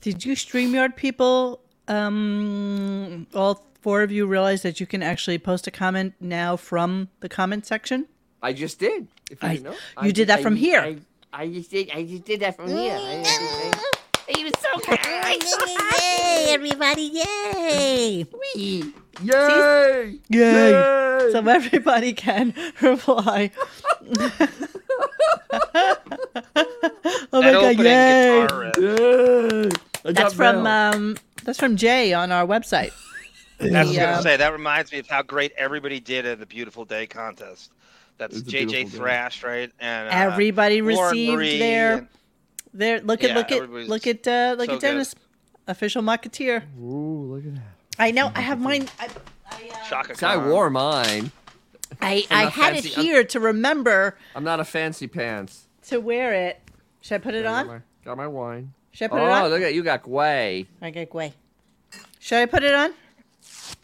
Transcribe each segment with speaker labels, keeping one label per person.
Speaker 1: Did you StreamYard people, um, all four of you, realize that you can actually post a comment now from the comment section?
Speaker 2: I just did. If you
Speaker 1: I-
Speaker 2: didn't know,
Speaker 1: you did that
Speaker 2: I-
Speaker 1: from here.
Speaker 2: I, I just did. I just did that from here. I, I, I, it was so
Speaker 3: Yay, everybody, yay!
Speaker 2: Yay! Yay!
Speaker 1: Yay! So everybody can reply. oh my
Speaker 4: that
Speaker 1: god!
Speaker 4: opening
Speaker 1: Yay!
Speaker 4: guitar riff.
Speaker 2: Yay! I got
Speaker 1: That's from
Speaker 2: mail.
Speaker 1: um, that's from Jay on our website.
Speaker 4: That's what I was
Speaker 1: Yeah.
Speaker 4: gonna say. That reminds me of how great everybody did at the Beautiful Day contest. That's
Speaker 2: It's a
Speaker 4: JJ
Speaker 2: beautiful day.
Speaker 4: Thrash, right? And uh,
Speaker 1: everybody
Speaker 4: Lauren
Speaker 1: received
Speaker 4: Marie
Speaker 1: their
Speaker 4: and-
Speaker 1: their look at
Speaker 4: Yeah,
Speaker 1: look at
Speaker 4: everybody's
Speaker 1: look at uh, look
Speaker 4: so
Speaker 1: at Dennis, official marketeer.
Speaker 2: Ooh, look at that.
Speaker 1: I know Oh, I have mine. I
Speaker 4: Chaka
Speaker 2: See, I
Speaker 4: Khan.
Speaker 2: wore mine.
Speaker 1: I,
Speaker 2: I'm
Speaker 1: I
Speaker 2: not
Speaker 1: had it
Speaker 2: fancy. I'm-
Speaker 1: here to remember
Speaker 2: I'm not a fancy pants.
Speaker 1: to wear it. Should I put it
Speaker 2: I got
Speaker 1: on?
Speaker 2: my, got my wine.
Speaker 1: Should I put it
Speaker 2: Oh,
Speaker 1: on?
Speaker 2: look at you got way.
Speaker 1: I got way. Should I put it on?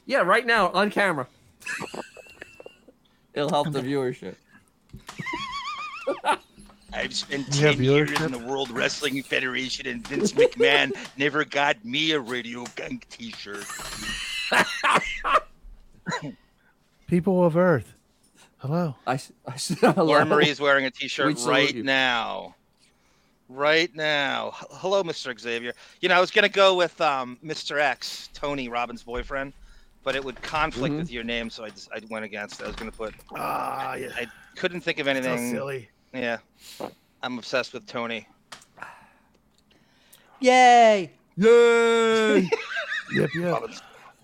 Speaker 2: Yeah, right now on camera. It'll help the viewership.
Speaker 4: I've spent
Speaker 5: You have
Speaker 4: 10 years
Speaker 5: viewership?
Speaker 4: in the World Wrestling Federation, and Vince McMahon never got me a Radio Gunk t shirt.
Speaker 5: People of Earth. Hello.
Speaker 2: I, s- I s- hello.
Speaker 4: Laura Marie is wearing a t
Speaker 2: We
Speaker 4: shirt
Speaker 2: salute
Speaker 4: right
Speaker 2: you.
Speaker 4: now. Right now. H- Hello, Mr. Xavier. You know, I was going to go with um, Mr. X, Tony, Robin's boyfriend, but it would conflict
Speaker 2: Mhm.
Speaker 4: with your name, so I, just, I went against it. I was going to put,
Speaker 5: Ah, yeah.
Speaker 4: I couldn't think of
Speaker 5: So
Speaker 4: anything.
Speaker 5: silly.
Speaker 4: Yeah. I'm obsessed with Tony.
Speaker 1: Yay!
Speaker 2: Yay!
Speaker 5: Yep, yep.
Speaker 4: Robin's,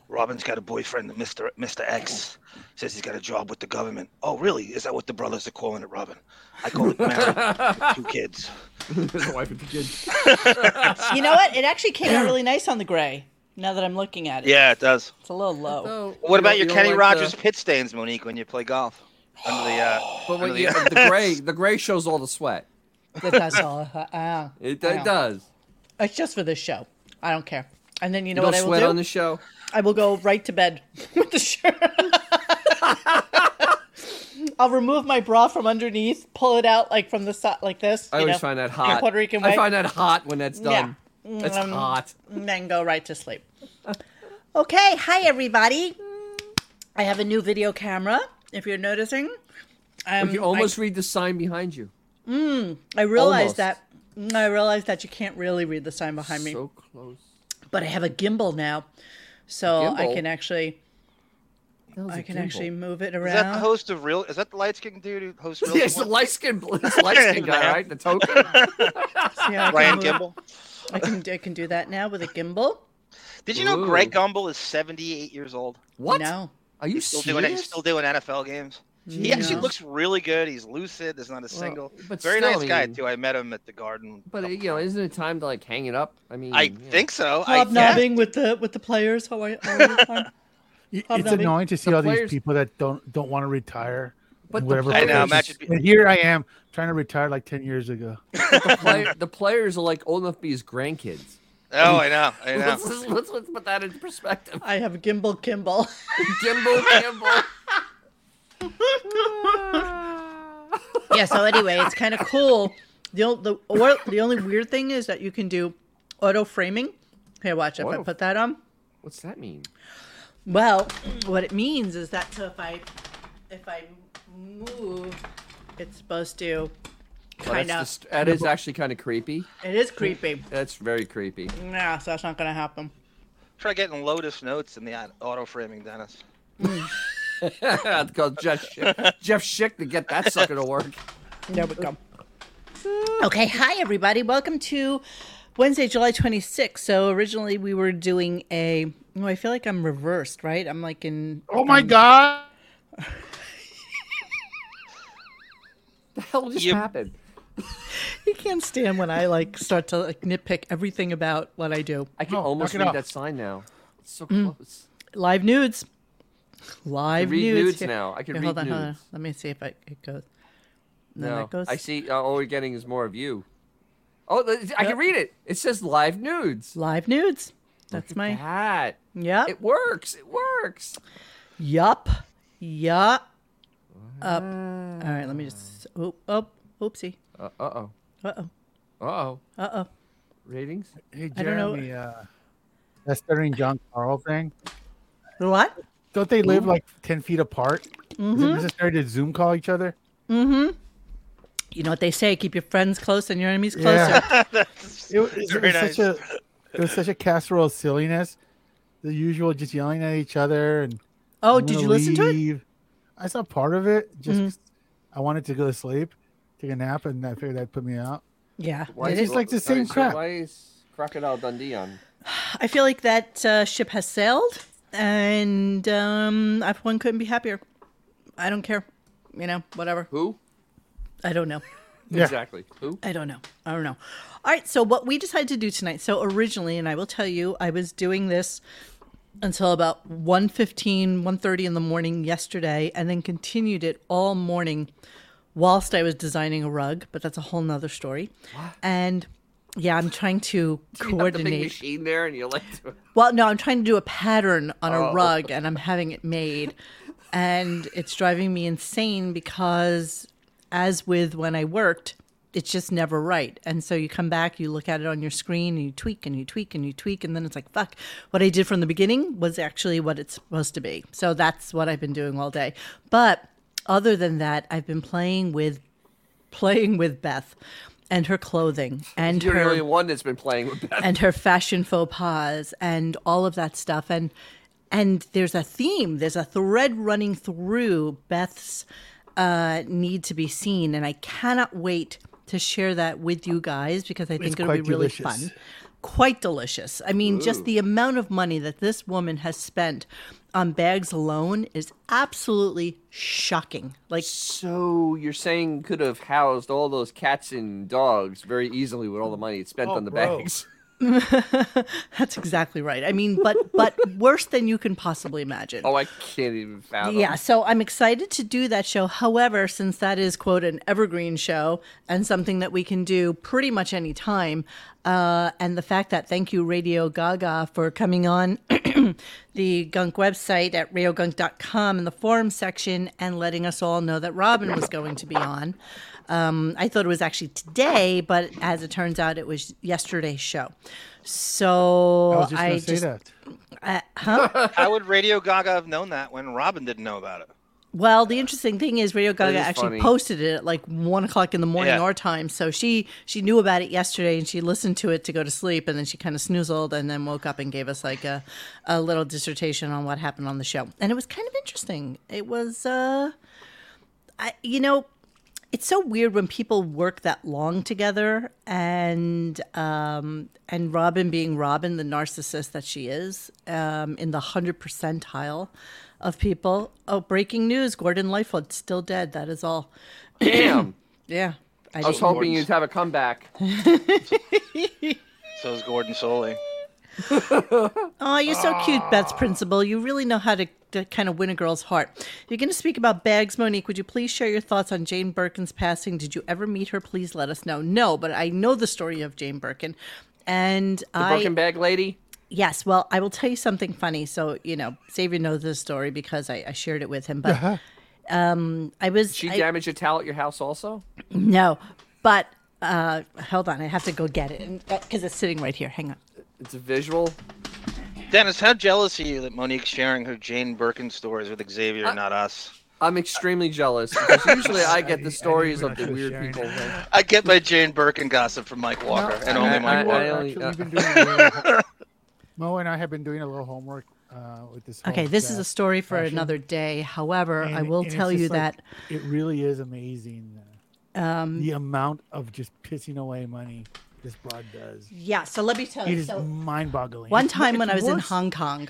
Speaker 4: Robin's got a boyfriend, Mr. Mr. X. Says he's got a job with the government. Oh, really? Is that what the brothers are calling it, Robin? I call it married with two kids.
Speaker 2: The wife and the kids.
Speaker 1: You know what? It actually came out really nice on the gray. Now that I'm looking at it,
Speaker 4: Yeah, it does.
Speaker 1: it's a little low.
Speaker 2: So,
Speaker 4: What
Speaker 2: you
Speaker 4: about
Speaker 2: don't- you
Speaker 4: your
Speaker 2: don't
Speaker 4: Kenny
Speaker 2: like the-
Speaker 4: Rogers pit stains, Monique, when you play golf? Under the uh,
Speaker 2: But when
Speaker 4: under
Speaker 2: you, the gray, the gray shows all the sweat.
Speaker 1: That's all. Uh,
Speaker 2: It,
Speaker 1: I
Speaker 2: it
Speaker 1: know.
Speaker 2: does.
Speaker 1: It's just for this show. I don't care. And then you know
Speaker 2: You don't
Speaker 1: what I will
Speaker 2: sweat
Speaker 1: do?
Speaker 2: on the show.
Speaker 1: I will go right to bed with the shirt. I'll remove my bra from underneath, pull it out like from the side, like this.
Speaker 2: I
Speaker 1: you
Speaker 2: always
Speaker 1: know,
Speaker 2: find that
Speaker 1: in a
Speaker 2: hot.
Speaker 1: Puerto Rican
Speaker 2: I
Speaker 1: way,
Speaker 2: find that hot when that's done.
Speaker 1: Yeah.
Speaker 2: That's
Speaker 1: Um,
Speaker 2: hot.
Speaker 1: and then go right to sleep. Okay, hi everybody. I have a new video camera. If you're noticing, um, Mm,
Speaker 2: You almost read the sign behind you.
Speaker 1: I, I realized
Speaker 2: almost.
Speaker 1: that. mm, I realized that you can't really read the sign behind me.
Speaker 2: So close.
Speaker 1: but I have a gimbal now, so I
Speaker 2: Gimbal?
Speaker 1: can actually
Speaker 2: That was
Speaker 1: I
Speaker 2: a
Speaker 1: can
Speaker 2: gimbal.
Speaker 1: actually move it
Speaker 4: is
Speaker 1: around.
Speaker 4: that the host of real? Is that the lights king dude? who Host real?
Speaker 2: Yeah, it's the light skin, it's the light skin guy, right? The token.
Speaker 1: Yeah, I can
Speaker 4: Ryan
Speaker 1: move-
Speaker 4: Gimble.
Speaker 1: I can I can do that now with a gimbal.
Speaker 4: Did you know
Speaker 2: Ooh.
Speaker 4: Greg Gumbel is 78 years old?
Speaker 2: What?
Speaker 1: No.
Speaker 2: Are you
Speaker 4: Still doing
Speaker 2: serious?
Speaker 4: he's still doing NFL games. He actually looks really good. He's lucid. There's not a
Speaker 2: Well,
Speaker 4: single.
Speaker 2: but
Speaker 4: Very
Speaker 2: still,
Speaker 4: nice
Speaker 2: I
Speaker 4: guy
Speaker 2: mean-
Speaker 4: too. I met him at the garden. a
Speaker 2: But uh,
Speaker 4: couple
Speaker 2: you know, isn't it time to like hang it up? I mean,
Speaker 4: I
Speaker 2: yeah.
Speaker 4: think so. I guess.
Speaker 1: Hobnobbing with the with the players. How I all the time.
Speaker 5: It-
Speaker 1: Hobnobbing.
Speaker 5: It's annoying to see
Speaker 2: The
Speaker 5: all these
Speaker 2: players-
Speaker 5: people that don't don't want to retire. But
Speaker 2: But the
Speaker 5: whatever.
Speaker 2: players- I know,
Speaker 5: profession.
Speaker 4: imagine-
Speaker 5: And here I am trying to retire like ten years ago.
Speaker 2: the, play- the players are like old enough to be his grandkids.
Speaker 4: Oh, I know. I know.
Speaker 2: Let's, let's, let's, let's put that into perspective.
Speaker 1: I have gimbal gimbal.
Speaker 2: Jimbo Campbell.
Speaker 1: yeah. So anyway, it's kind of cool. The ol- the or, the only weird thing is that you can do auto framing. Here, watch if I
Speaker 2: Auto-
Speaker 1: put that on.
Speaker 2: What's that mean?
Speaker 1: Well, what it means is that so if I if I move, it's supposed to
Speaker 2: Well,
Speaker 1: kind of.
Speaker 2: that's just- that is actually kind of creepy.
Speaker 1: It is creepy.
Speaker 2: That's very creepy.
Speaker 1: Yeah, so that's not gonna happen.
Speaker 4: Try getting Lotus notes in the au- auto framing, Dennis.
Speaker 1: Mm.
Speaker 2: I'd call Jeff Schick, Jeff Schick to get that sucker to work.
Speaker 1: There we go. Okay, hi everybody. Welcome to Wednesday, July 26th. So originally we were doing a oh, I feel like I'm reversed, right? I'm like in um,
Speaker 5: Oh my god!
Speaker 2: The hell just
Speaker 4: Yep.
Speaker 2: happened?
Speaker 1: You can't stand when I like start to like nitpick everything about what I do. Mm.
Speaker 2: I can
Speaker 5: No,
Speaker 2: almost
Speaker 5: knock it
Speaker 2: read
Speaker 5: off.
Speaker 2: that sign now. It's so close.
Speaker 1: Live nudes. Live
Speaker 2: read
Speaker 1: nudes.
Speaker 2: nudes
Speaker 1: Here-
Speaker 2: now. I can
Speaker 1: here,
Speaker 2: read
Speaker 1: hold on, Hold on.
Speaker 2: nudes.
Speaker 1: Let me see if I, it goes. No,
Speaker 2: No,
Speaker 1: that goes.
Speaker 2: I see. Uh, all we're getting is more of you. Oh, th- I can read it. It says live nudes.
Speaker 1: Live nudes. That's my
Speaker 2: Hat.
Speaker 1: yep.
Speaker 2: It works. It works.
Speaker 1: Yup. Yup. Up. All right, let me just. Oh, oh oopsie.
Speaker 2: Uh oh.
Speaker 1: Uh oh.
Speaker 2: Uh oh.
Speaker 1: Uh oh.
Speaker 2: ratings?
Speaker 5: Hey,
Speaker 1: I don't know.
Speaker 5: Jeremy, uh, that stuttering John Carl thing.
Speaker 1: The What?
Speaker 5: Don't they live like 10 feet apart? Is it
Speaker 1: Mm-hmm.
Speaker 5: necessary to Zoom call each other?
Speaker 1: Mm-hmm. You know what they say: keep your friends close and your enemies closer.
Speaker 5: Yeah.
Speaker 6: That's
Speaker 5: It, was- it
Speaker 6: Very
Speaker 5: was such a,
Speaker 6: nice.
Speaker 5: it was such a casserole of silliness. The usual just yelling at each other. and
Speaker 1: Oh,
Speaker 5: I'm
Speaker 1: did
Speaker 5: gonna
Speaker 1: you listen to it? Mm-hmm.
Speaker 5: leave. I saw part of it. Just I wanted to go to sleep, take a nap, and I figured that'd put me out.
Speaker 1: Yeah.
Speaker 2: Why
Speaker 5: It's
Speaker 2: is
Speaker 5: just like the
Speaker 2: sorry,
Speaker 5: same
Speaker 2: so
Speaker 5: crap.
Speaker 2: why is Crocodile Dundee on?
Speaker 1: I feel like that uh, ship has sailed, and um, I, for one couldn't be happier. I don't care. You know, whatever.
Speaker 2: Who?
Speaker 1: I don't know.
Speaker 5: Yeah.
Speaker 2: Exactly. Who?
Speaker 1: I don't know. I don't know. All right. So, what we decided to do tonight. So, originally, and I will tell you, I was doing this until about 1.15 1.30 in the morning yesterday and then continued it all morning whilst i was designing a rug but that's a whole nother story and yeah i'm trying to
Speaker 2: You have the big
Speaker 1: coordinate
Speaker 2: machine there, and you like to.
Speaker 1: Well, no, I'm trying to do a pattern on a
Speaker 2: Oh.
Speaker 1: rug and I'm having it made. And it's driving me insane because, as with when I worked, it's just never right. And so you come back, you look at it on your screen, and you tweak and you tweak and you tweak. And then it's like, fuck, what I did from the beginning was actually what it's supposed to be. So that's what I've been doing all day. But other than that, I've been playing with playing with Beth and her clothing and
Speaker 2: You're
Speaker 1: her
Speaker 2: the only one that's been playing with that.
Speaker 1: and her fashion faux pas and all of that stuff and and there's a theme there's a thread running through beth's uh, need to be seen and i cannot wait to share that with you guys because i think it'll be
Speaker 5: quite
Speaker 1: really
Speaker 5: delicious.
Speaker 1: fun quite delicious i mean just the amount of money that this woman has spent on bags alone is absolutely shocking like
Speaker 2: So you're saying could have housed all those cats and dogs very easily with all the money it spent
Speaker 5: Oh,
Speaker 2: on the
Speaker 5: bro.
Speaker 2: bags.
Speaker 1: that's exactly right i mean but but worse than you can possibly imagine
Speaker 2: Oh, I can't even fathom.
Speaker 1: Yeah, so I'm excited to do that show. However, since that is quote an evergreen show and something that we can do pretty much any time, uh, and the fact that thank you Radio Gaga for coming on the Gunk website at radiogunk.com in the forum section and letting us all know that Robin was going to be on. Um, I thought it was actually today, but as it turns out, it was yesterday's show. So
Speaker 5: I was just
Speaker 1: I
Speaker 5: going to say
Speaker 1: just-
Speaker 5: that.
Speaker 1: uh, huh?
Speaker 6: How would Radio Gaga have known that when Robin didn't know about it?
Speaker 1: Well, the interesting thing is Radio Gaga
Speaker 2: is
Speaker 1: actually
Speaker 2: funny.
Speaker 1: posted it at like one o'clock in the morning
Speaker 6: Yeah.
Speaker 1: our time. So she she knew about it yesterday and she listened to it to go to sleep and then she kind of snoozled and then woke up and gave us like a, a little dissertation on what happened on the show. And it was kind of interesting. It was uh I you know, it's so weird when people work that long together and um, and Robin being Robin, the narcissist that she is, um, in the hundred percentile of people. Oh, breaking news: Gordon Lightfoot still dead. That is all.
Speaker 2: Damn.
Speaker 1: Yeah, I,
Speaker 2: I was
Speaker 1: didn't-
Speaker 2: hoping you'd have a comeback.
Speaker 6: So is Gordon Soley.
Speaker 1: Oh, you're so cute, Beth's principal. You really know how to, to kind of win a girl's heart. You're going to speak about bags, Monique. Would you please share your thoughts on Jane Birkin's passing? Did you ever meet her? Please let us know. No, but I know the story of Jane Birkin. And
Speaker 2: The
Speaker 1: I
Speaker 2: broken bag lady.
Speaker 1: Yes, well, I will tell you something funny. So, you know, Xavier knows this story because I, I shared it with him. But um, I was
Speaker 2: Uh-huh. She
Speaker 1: I-
Speaker 2: damaged a towel at your house also.
Speaker 1: no, but uh, hold on, I have to go get it because it's sitting right here. Hang on.
Speaker 2: It's a visual.
Speaker 6: Dennis, how jealous are you that Monique's sharing her Jane Birkin stories with Xavier, not us?
Speaker 2: I'm extremely jealous because usually I get the stories
Speaker 5: even
Speaker 2: of the
Speaker 5: know she was
Speaker 2: weird people.
Speaker 5: sharing
Speaker 6: I get my Jane Birkin gossip from Mike Walker and
Speaker 5: I-
Speaker 6: only
Speaker 5: I-
Speaker 6: Mike
Speaker 5: I've
Speaker 6: Walker.
Speaker 2: I only-
Speaker 5: actually
Speaker 2: uh,
Speaker 5: been doing a little- Mo and I have been doing a little homework uh, with this. whole
Speaker 1: Okay, this is a
Speaker 5: death
Speaker 1: story for
Speaker 5: fashion.
Speaker 1: another day. However, I
Speaker 5: And-
Speaker 1: will
Speaker 5: and it's
Speaker 1: tell
Speaker 5: just
Speaker 1: you
Speaker 5: like-
Speaker 1: that
Speaker 5: It really is amazing. uh,
Speaker 1: um,
Speaker 5: the amount of just pissing away money this broad does.
Speaker 1: yeah. So let me tell
Speaker 5: It
Speaker 1: you.
Speaker 5: is
Speaker 1: So
Speaker 5: mind-boggling.
Speaker 1: one
Speaker 5: It's mo-
Speaker 1: time when I
Speaker 5: it's
Speaker 1: was in
Speaker 5: worse-
Speaker 1: Hong Kong. um,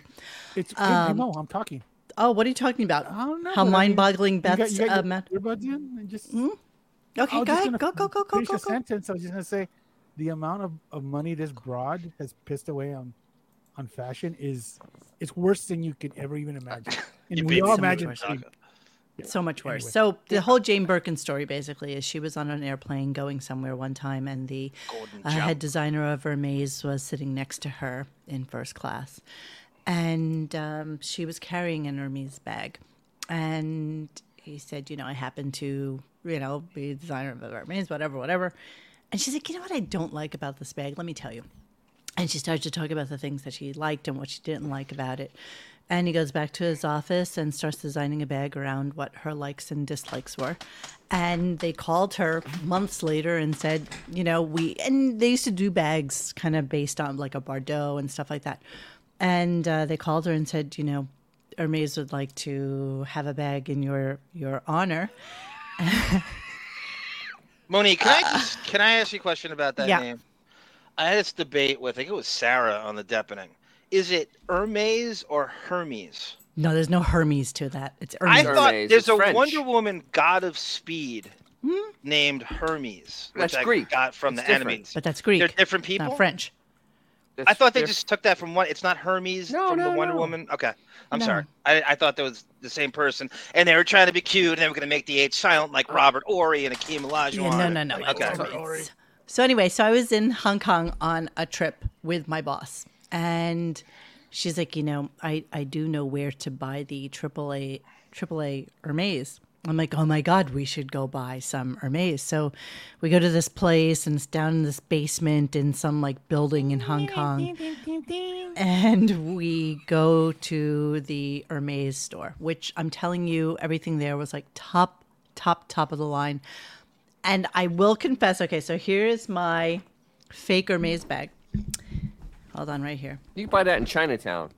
Speaker 5: it's hey, Mo, I'm talking.
Speaker 1: Oh, what are you talking about?
Speaker 5: I don't know.
Speaker 1: How
Speaker 5: but I mean,
Speaker 1: mind-boggling
Speaker 5: you got-
Speaker 1: Beth's
Speaker 5: you got
Speaker 1: uh,
Speaker 5: your
Speaker 1: ma- Hmm?
Speaker 5: earbuds in and just I
Speaker 1: Okay,
Speaker 5: was
Speaker 1: go
Speaker 5: just
Speaker 1: ahead.
Speaker 5: gonna
Speaker 1: Go go go go
Speaker 5: finish
Speaker 1: go
Speaker 5: a
Speaker 1: go.
Speaker 5: sentence. I was just gonna say, the amount of, of money this broad has pissed away on, on fashion is, it's worse than you could ever even imagine. And
Speaker 6: You
Speaker 5: we
Speaker 6: beat me
Speaker 5: all
Speaker 6: to
Speaker 5: imagine.
Speaker 6: it, Gaga.
Speaker 1: so much worse.
Speaker 5: Anyway.
Speaker 1: So the whole Jane Birkin story basically is she was on an airplane going somewhere one time, and the
Speaker 6: Golden
Speaker 1: uh, head designer of Hermes was sitting next to her in first class, and um, she was carrying an Hermes bag, and he said, you know, I happen to, you know, be the designer of Hermes, whatever, whatever, And she's like, you know what I don't like about this bag? Let me tell you. And she started to talk about the things that she liked and what she didn't like about it. And he goes back to his office and starts designing a bag around what her likes and dislikes were. And they called her months later and said, you know, we, and they used to do bags kind of based on like a Bardot and stuff like that. And uh, they called her and said, you know, Hermes would like to have a bag in your your honor.
Speaker 4: Monique, can
Speaker 5: Uh,
Speaker 4: I just, can I ask you a question about that
Speaker 1: Yeah.
Speaker 4: name? I had this debate with I think it was Sarah on the Depening. Is it Hermes or Hermes?
Speaker 1: No, there's no Hermes to that. It's
Speaker 4: I
Speaker 1: Hermes.
Speaker 4: thought
Speaker 2: Hermes,
Speaker 4: there's
Speaker 2: it's
Speaker 4: a
Speaker 2: French.
Speaker 4: Wonder Woman god of speed
Speaker 1: Hmm?
Speaker 4: named Hermes, which
Speaker 2: That's
Speaker 4: I
Speaker 2: Greek.
Speaker 4: got from
Speaker 2: It's
Speaker 4: the
Speaker 2: different.
Speaker 4: enemies.
Speaker 1: but that's Greek.
Speaker 4: They're different
Speaker 1: It's
Speaker 4: people.
Speaker 1: Not French.
Speaker 4: I thought they
Speaker 2: That's-
Speaker 4: just took that from one. It's not Hermes
Speaker 2: No,
Speaker 4: from
Speaker 2: no,
Speaker 4: the Wonder
Speaker 2: no.
Speaker 4: Woman. Okay, I'm
Speaker 1: No.
Speaker 4: sorry. I, I thought that was the same person, and they were trying to be cute, and they were going to make the H silent like Robert Ori and Akeem Olajuwon.
Speaker 1: Yeah, no, no, no.
Speaker 4: Okay.
Speaker 1: it's Hermes. So anyway, so I was in Hong Kong on a trip with my boss, and she's like, you know, I I do know where to buy the AAA AAA Hermes. I'm like, oh my god, we should go buy some Hermes. So we go to this place, and it's down in this basement in some like building in Hong Kong. and we go to the Hermes store, which I'm telling you, everything there was like top, top, top of the line. And I will confess. Okay, so here is my fake Hermes bag. Hold on, right here.
Speaker 2: You can buy that in Chinatown.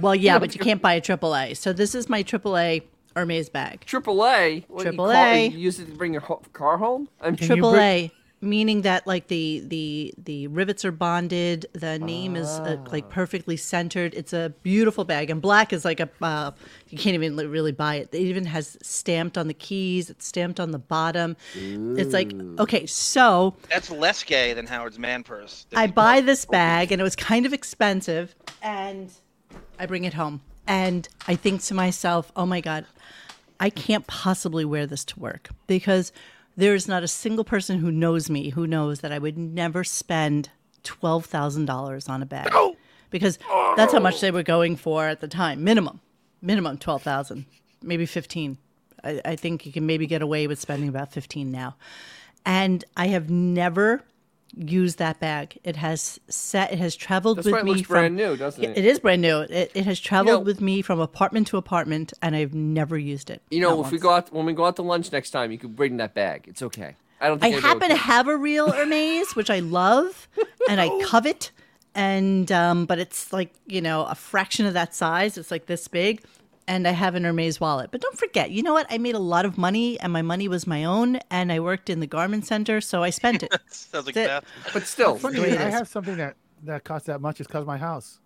Speaker 1: Well, yeah, but you can't buy a AAA. So this is my AAA Hermes bag.
Speaker 2: Triple A. What, you call-
Speaker 1: AAA.
Speaker 2: You use it to bring your ho- car home. I'm
Speaker 5: you
Speaker 1: Triple
Speaker 5: bri-
Speaker 1: A, meaning that like the the the rivets are bonded. The name is uh, like perfectly centered. It's a beautiful bag, and black is like a uh, you can't even li- really buy it. It even has stamped on the keys. It's stamped on the bottom. It's like okay, so
Speaker 4: That's less gay than Howard's man purse.
Speaker 1: I buy this bag, and it was kind of expensive, and I bring it home, and I think to myself, oh my god, I can't possibly wear this to work because there is not a single person who knows me who knows that I would never spend twelve thousand dollars on a bag
Speaker 2: Oh!
Speaker 1: because that's how much they were going for at the time, minimum, minimum twelve thousand, maybe fifteen. I, I think you can maybe get away with spending about fifteen now, and I have never used that bag. It has set. It has traveled
Speaker 2: That's
Speaker 1: with
Speaker 2: why it
Speaker 1: me
Speaker 2: looks
Speaker 1: from
Speaker 2: brand new, doesn't
Speaker 1: Yeah,
Speaker 2: it?
Speaker 1: It is brand new. It, it has traveled
Speaker 2: know-
Speaker 1: with me from apartment to apartment, and I've never used it.
Speaker 2: You know,
Speaker 1: Not
Speaker 2: if we
Speaker 1: once.
Speaker 2: go out when we go out to lunch next time, you can bring that bag. It's okay. I don't
Speaker 1: I
Speaker 2: think anybody
Speaker 1: happen to
Speaker 2: would
Speaker 1: have a real Hermes, which I love and I covet, and um, but it's like you know a fraction of that size. It's like this big, and I have an Hermes wallet. But don't forget, you know what? I made a lot of money, and my money was my own, and I worked in the garment center, so I spent it.
Speaker 4: Sounds like
Speaker 1: That's it.
Speaker 4: Beth.
Speaker 2: care. But still,
Speaker 5: Funny,
Speaker 1: Wait,
Speaker 5: I
Speaker 1: yes.
Speaker 5: have something that that costs that much. It's cause my house.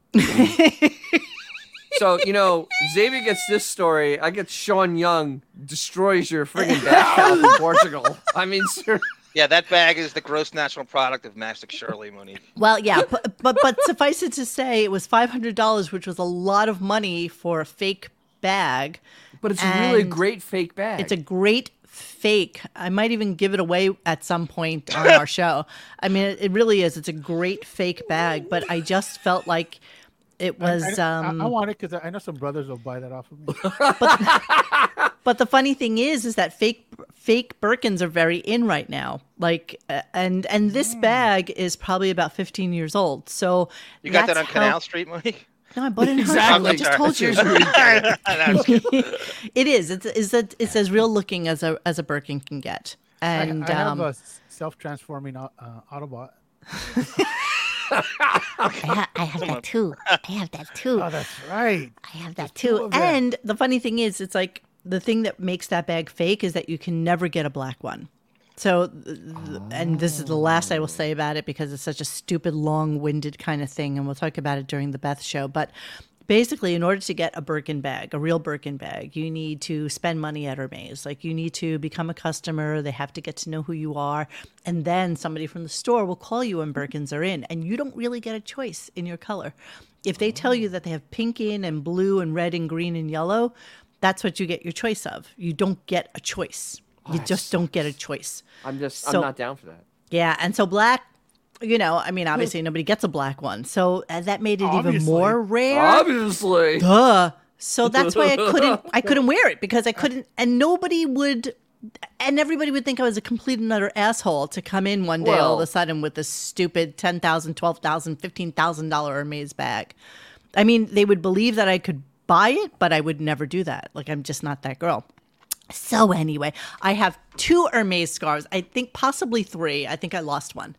Speaker 2: so you know, Xavier gets this story. I get Sean Young destroys your friggin' back house in Portugal. I mean, sir,
Speaker 4: Yeah, that bag is the gross national product of Mastic Shirley, Monique.
Speaker 1: Well, yeah, but but, but suffice it to say, it was five hundred dollars, which was a lot of money for a fake bag.
Speaker 2: but it's really a
Speaker 1: And
Speaker 2: great fake bag.
Speaker 1: It's a great fake. I might even give it away at some point on our show. I mean, it, it really is. It's a great fake bag, but I just felt like it was.
Speaker 5: I-
Speaker 1: Um,
Speaker 5: I, want it because I know some brothers will buy that off of me.
Speaker 1: but the funny thing is, is that fake fake Birkins are very in right now. Like, uh, and and this
Speaker 2: Mm.
Speaker 1: bag is probably about fifteen years old. So
Speaker 4: You got that on
Speaker 1: that's how-
Speaker 4: Canal Street, Monique?
Speaker 1: No, I bought it in
Speaker 2: Exactly.
Speaker 1: exactly. I just told you. it is. It's it's, a, it's as real looking as a as a Birkin can get.
Speaker 5: I,
Speaker 1: And
Speaker 5: I have
Speaker 1: um,
Speaker 5: a self-transforming au- uh, Autobot.
Speaker 3: I, ha- I have that too. I have that too.
Speaker 5: Oh, that's right.
Speaker 3: I have that too.
Speaker 1: too.
Speaker 5: of them.
Speaker 1: And the funny thing is, it's like the thing that makes that bag fake is that you can never get a black one. So, th- th- and this is the last I will say about it because it's such a stupid, long winded kind of thing. And we'll talk about it during the Beth show. But basically, in order to get a Birkin bag, a real Birkin bag, you need to spend money at Hermes. Like, you need to become a customer. They have to get to know who you are. And then somebody from the store will call you when Birkins are in. And you don't really get a choice in your color. If they tell you that they have pink in and blue and red and green and yellow, that's what you get your choice of. You don't get a choice. You just don't get a choice.
Speaker 2: I'm just,
Speaker 1: So-
Speaker 2: I'm not down for that.
Speaker 1: Yeah, and so black, you know, I mean, obviously nobody gets a black one, so uh, that made it even
Speaker 5: Obviously.
Speaker 1: more rare.
Speaker 2: Obviously,
Speaker 1: Duh. So that's why I couldn't I couldn't wear it because I couldn't and nobody would and everybody would think I was a complete and utter asshole to come in one day all of
Speaker 2: Well-
Speaker 1: a sudden with this stupid $10,000, $12,000, $15,000 Hermes bag. I mean, they would believe that I could buy it, but I would never do that. Like, I'm just not that girl. So, anyway, I have two Hermes scarves. I think possibly three. I think I lost one.